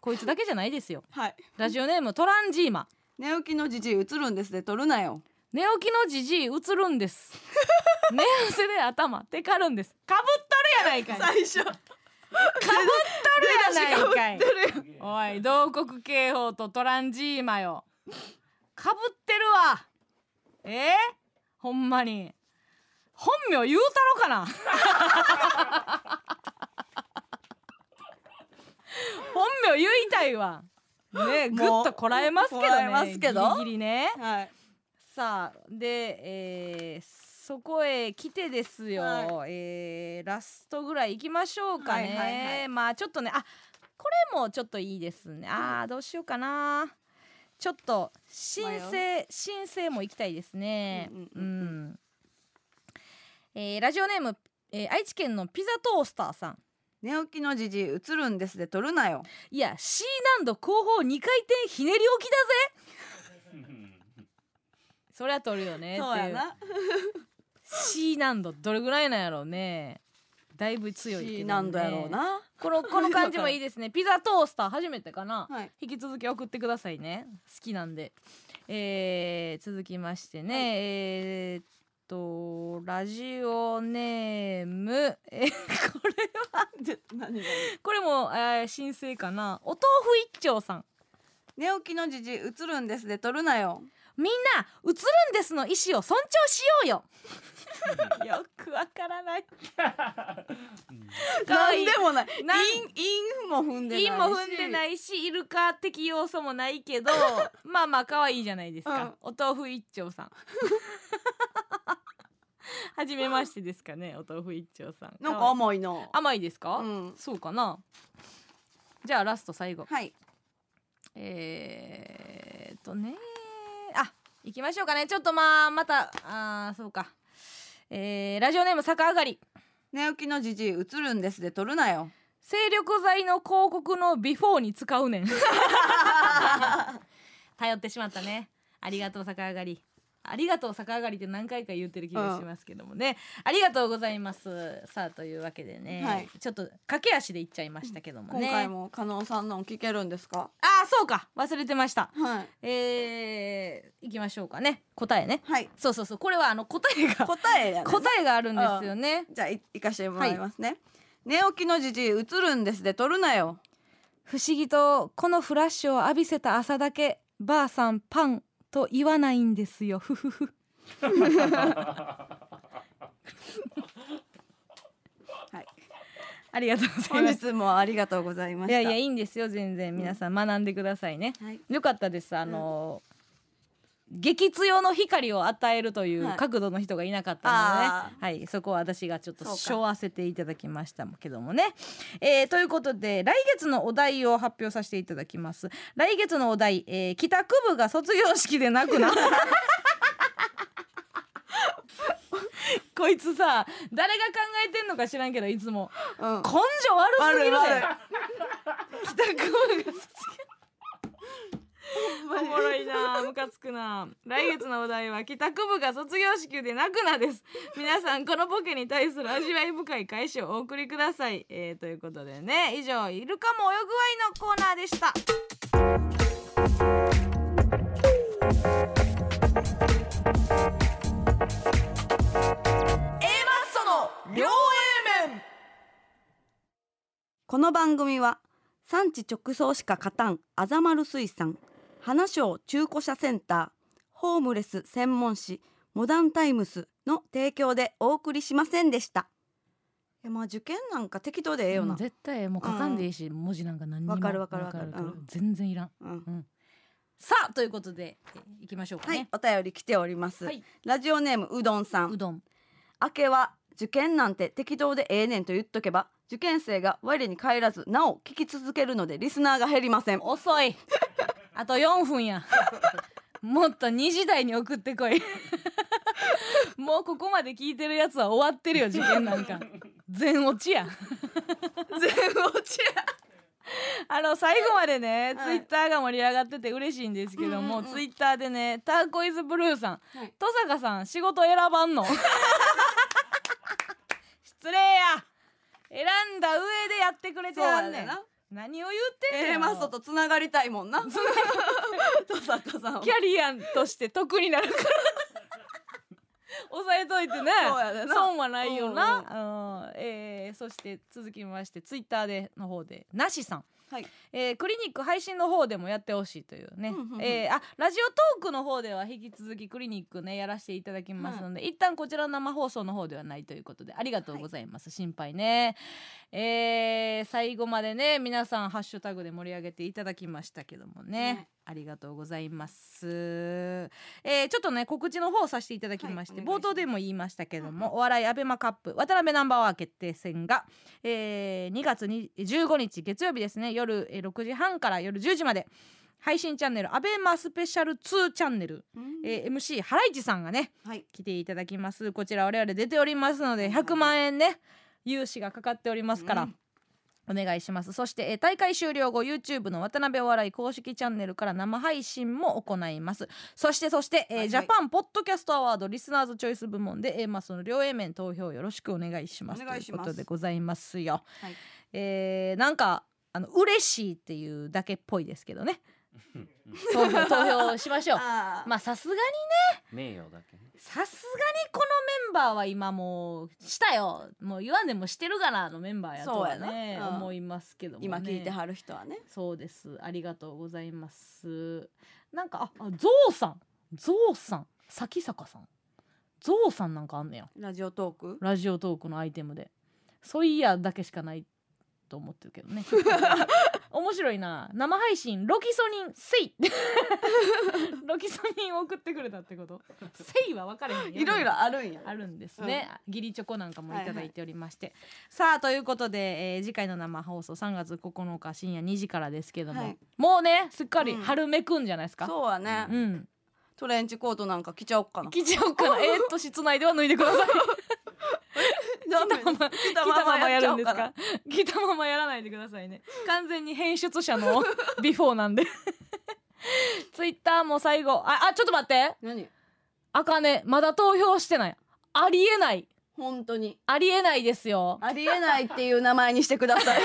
Speaker 1: こいつだけじゃないですよ
Speaker 2: はい
Speaker 1: ラジオネームトランジーマ
Speaker 2: 寝起きのじじい映るんですで撮るなよ
Speaker 1: 寝起きのじじい映るんです 寝汗で頭テカるんですかぶっとるやないかい
Speaker 2: 最初
Speaker 1: 出だしかぶってるやないかいおい同国警報とトランジーマよかぶってるわえー、ほんまに本名言うた ろかな本名言いたいわねぐっ
Speaker 2: もう
Speaker 1: とこらえますけどね
Speaker 2: こらえますけど
Speaker 1: ギリギリね
Speaker 2: はい
Speaker 1: さあで、えーそこへ来てですよ、
Speaker 2: は
Speaker 1: えーラストぐらい行きましょうかね、
Speaker 2: はいはいはい
Speaker 1: まあちょっとねあこれもちょっといいですねあーどうしようかなちょっと申請申請も行きたいですね
Speaker 2: うん
Speaker 1: う
Speaker 2: うんうんうん
Speaker 1: ん、えーラジオネーム、えー愛知県のピザトースターさん
Speaker 2: 寝起きのじじい映るんですで撮るなよ
Speaker 1: いや C 難度後方2回転ひねり置きだぜそりゃ取るよねっていう
Speaker 2: そうやな
Speaker 1: C 難度どれぐらいなんやろうねだいぶ強いけど、ね、
Speaker 2: C 難度やろうな
Speaker 1: このこの感 じもいいですねピザトースター初めてかな、
Speaker 2: はい
Speaker 1: 引き続き送ってくださいね好きなんで、えー、続きましてね、えーっとラジオネームえーこれは
Speaker 2: で何が
Speaker 1: これも、えー申請かなお豆腐一丁さん
Speaker 2: 寝起きのじじい映るんですで撮るなよ
Speaker 1: みんな映るんですの意思を尊重しよう よよくわからないか
Speaker 2: な
Speaker 1: わ
Speaker 2: いん
Speaker 1: い
Speaker 2: でもない
Speaker 1: なん
Speaker 2: インも踏んでないし
Speaker 1: 韻も踏んでないしイルカ的要素もないけ どまあまあ可愛いじゃないですか、お豆腐一丁さん はじめましてですかねお豆腐一丁さん
Speaker 2: なん
Speaker 1: 可
Speaker 2: か甘い
Speaker 1: 愛い
Speaker 2: なは
Speaker 1: 甘いですか、
Speaker 2: うん
Speaker 1: そうかなじゃあラスト最後
Speaker 2: い
Speaker 1: えーっとねあ行きましょうかねちょっとまあまたあーそうかえーラジオネーム逆上がり
Speaker 2: 寝起きのじじい映るんですで撮るなよ
Speaker 1: 精力剤の広告のビフォーに使うねん 頼ってしまったねありがとう逆上がりありがとう逆上がりって何回か言ってる気がしますけどもね、ありがとうございますさあというわけでね、
Speaker 2: はい
Speaker 1: ちょっと駆け足で行っちゃいましたけども
Speaker 2: 今
Speaker 1: ね
Speaker 2: 回も加納さんのを聞けるんですか
Speaker 1: ああそうか忘れてました
Speaker 2: はい
Speaker 1: えー、いきましょうかね答えね
Speaker 2: はい
Speaker 1: そうそうそうこれはあの答えが
Speaker 2: 答えやね
Speaker 1: 答えがあるんですよね
Speaker 2: じゃあい行かしてもらいますね、寝起きのじじい映るんですで撮るなよ
Speaker 1: 不思議とこのフラッシュを浴びせた朝だけばあさんパンと言わないんですよふふ ふ
Speaker 2: はい
Speaker 1: ありがとうござい
Speaker 2: 本
Speaker 1: ます
Speaker 2: 日もありがとうございまし
Speaker 1: い
Speaker 2: た
Speaker 1: やいやいいんですよ全然皆さん学んでくださいね、
Speaker 2: はい
Speaker 1: よかったですあの激強の光を与えるという
Speaker 2: はい
Speaker 1: 角度の人がいなかった
Speaker 2: あ
Speaker 1: のでね、はい、そこは私がちょっと
Speaker 2: そうか
Speaker 1: 背負わせていただきましたけどもね、えーということで来月のお題を発表させていただきます来月のお題、えー帰宅部が卒業式で泣 くなこいつさ誰が考えてんのか知らんけどいつも
Speaker 2: うん
Speaker 1: 根性悪すぎる
Speaker 2: 悪い
Speaker 1: で帰宅部が卒業おもろいなムカつくな来月のお題は帰宅部が卒業式で泣くなです皆さんこのボケに対する味わい深い返しをお送りください、えー、ということでね以上イルカも泳ぐワイのコーナーでした
Speaker 6: 両 A 面
Speaker 2: この番組は産地直送しか勝たんあざまる水産花賞中古車センターホームレス専門誌モダンタイムスの提供でお送りしませんでしたいやまあ受験なんか適当でええよ
Speaker 1: う
Speaker 2: なん
Speaker 1: 絶対もう書かんでいいし、文字なんか何にも
Speaker 2: わかるわかるわかる
Speaker 1: わわ
Speaker 2: うん
Speaker 1: 全然いらん、
Speaker 2: うん
Speaker 1: うんさあということでいきましょうか
Speaker 2: はい
Speaker 1: ね、
Speaker 2: お便り来ております、
Speaker 1: はい
Speaker 2: ラジオネームうどんさん
Speaker 1: うどん
Speaker 2: 明けは受験なんて適当でええねんと言っとけば受験生が我に返らずなお聞き続けるのでリスナーが減りません
Speaker 1: 遅いあと4分やもっと2時台に送ってこいもうここまで聞いてるやつは終わってるよ受験なんか全落ちや
Speaker 2: 全落ちや
Speaker 1: あの最後までね、
Speaker 2: はい
Speaker 1: ツイッターが盛り上がってて嬉しいんですけども、
Speaker 2: うんうんうん
Speaker 1: ツイッターでねターコイズブルーさん
Speaker 2: はい
Speaker 1: 登坂さん仕事選ばんの失礼や選んだ上でやってくれてはんねん何を言ってんねん
Speaker 2: A マストとつながりたいも んな登坂さんは
Speaker 1: キャリアとして得にな るから抑えといてね
Speaker 2: そうやでな
Speaker 1: 損はないよな、うんえーそして続きましてツイッターでの方でなしさん、
Speaker 2: はい
Speaker 1: えークリニック配信の方でもやってほしいというね、
Speaker 2: うんうんうん
Speaker 1: えーあラジオトークの方では引き続きクリニックねやらせていただきますので、一旦こちらの生放送の方ではないということでありがとうございます、心配ねえー最後までね皆さんハッシュタグで盛り上げていただきましたけどもね、
Speaker 2: ね
Speaker 1: ありがとうございます、えーちょっとね告知の方させていただきまし
Speaker 2: は
Speaker 1: て、
Speaker 2: いお願いします
Speaker 1: 冒頭でも言いましたけども、お笑いアベマカップ渡辺ナンバーワン決定戦が、えー2月に15日月曜日ですね夜えー6時半から夜10時まで配信チャンネルアベマスペシャル2チャンネル、
Speaker 2: うん
Speaker 1: えー MC ハライチさんがね
Speaker 2: はい
Speaker 1: 来ていただきますこちら我々出ておりますので100万円ね融資がかかっておりますから、
Speaker 2: うん
Speaker 1: お願いしますそして、えー大会終了後 YouTube の渡辺お笑い公式チャンネルから生配信も行いますそしてそして、
Speaker 2: は
Speaker 1: えー
Speaker 2: いはい
Speaker 1: ジャパンポッドキャストアワードリスナーズチョイス部門で A マスの両 A 面投票よろしくお願いします
Speaker 2: お願いします
Speaker 1: ということでございますよ、
Speaker 2: はい
Speaker 1: えーなんかあの嬉しいっていうだけっぽいですけどね投票投票しましょう
Speaker 2: あー
Speaker 1: まあさすがに
Speaker 3: 名誉だけね
Speaker 1: さすがにこのメンバーは今もうしたよもう言わんでもしてるがなのメンバーやとは
Speaker 2: そう
Speaker 1: ね
Speaker 2: やなうん
Speaker 1: 思いますけども、ね、
Speaker 2: 今聞いてはる人はね
Speaker 1: そうですありがとうございますなんかああゾウさんゾウさん先坂さんゾウさんなんかあんねや
Speaker 2: ラジオトーク
Speaker 1: ラジオトークのアイテムでそういやだけしかないと思ってるけど ね面白いな生配信ロキソニン セイロキソニン送ってくれたってことセイは分かれへんよ
Speaker 2: いろいろあるんや
Speaker 1: あるんですね、ギリチョコなんかもいただいておりまして、さあということで、えー次回の生放送3月9日深夜2時からですけども、
Speaker 2: はい
Speaker 1: もうねすっかり
Speaker 2: うん
Speaker 1: 春めくんじゃないですか、
Speaker 2: そうはね
Speaker 1: う、ん、
Speaker 2: トレンチコートなんか着ちゃおっかな
Speaker 1: 着ちゃおうかなえーっと室内では脱いで ください
Speaker 2: ダ メ着
Speaker 1: 着たままや
Speaker 2: っちゃ
Speaker 1: るん
Speaker 2: おう
Speaker 1: で
Speaker 2: か
Speaker 1: す
Speaker 2: な
Speaker 1: か着たままやらないでくださいね完全に編出者 のビフォーなんで ツイッターも最後ああちょっと待って
Speaker 2: 何
Speaker 1: あかねまだ投票してないありえない
Speaker 2: 本当に
Speaker 1: ありえないですよ
Speaker 2: ありえないっていう名前にしてくだ さい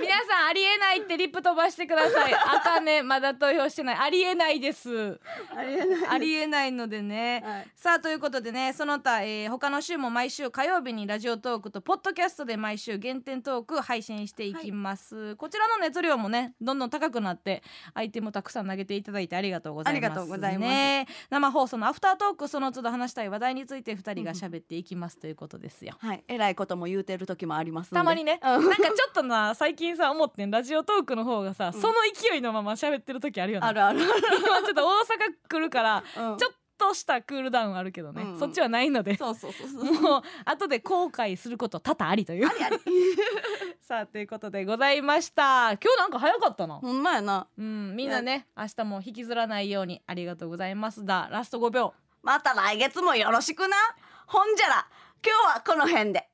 Speaker 1: 皆さんありえないってリップ飛ばしてく ださいあかねまだ投票してないありえないです
Speaker 2: ありえない
Speaker 1: ありえないのでね、
Speaker 2: はい
Speaker 1: さあということでねその他、えー他の週も毎週火曜日にラジオトークとポッドキャストで毎週原点トーク配信していきます、こちらの熱量もねどんどん高くなってアイテムたくさん投げていただいてありがとうございます、ね、
Speaker 2: ありがとうございます
Speaker 1: 生放送のアフタートークその都度話したい話題について2人が喋っていきますということですよ
Speaker 2: はい、えらいことも言うてる時もありますので
Speaker 1: たまにね、
Speaker 2: うん
Speaker 1: なんかちょっとな最近さ思ってんラジオトークの方がさ、
Speaker 2: ん
Speaker 1: その勢いのまま喋ってる時あるよね
Speaker 2: あるある
Speaker 1: 今ちょっと大阪来る から、
Speaker 2: ある、うん
Speaker 1: ちょっとしたクールダウンあるけどね、
Speaker 2: うん
Speaker 1: そっちはないので
Speaker 2: そうそうそうそう
Speaker 1: もう後で後悔すること多々ありという さあということでございました今日なんか早かったな
Speaker 2: ほんまやな
Speaker 1: うんみんなね明日も引きずらないようにありがとうございますだラスト5秒
Speaker 2: また来月もよろしくなほんじゃら今日はこの辺で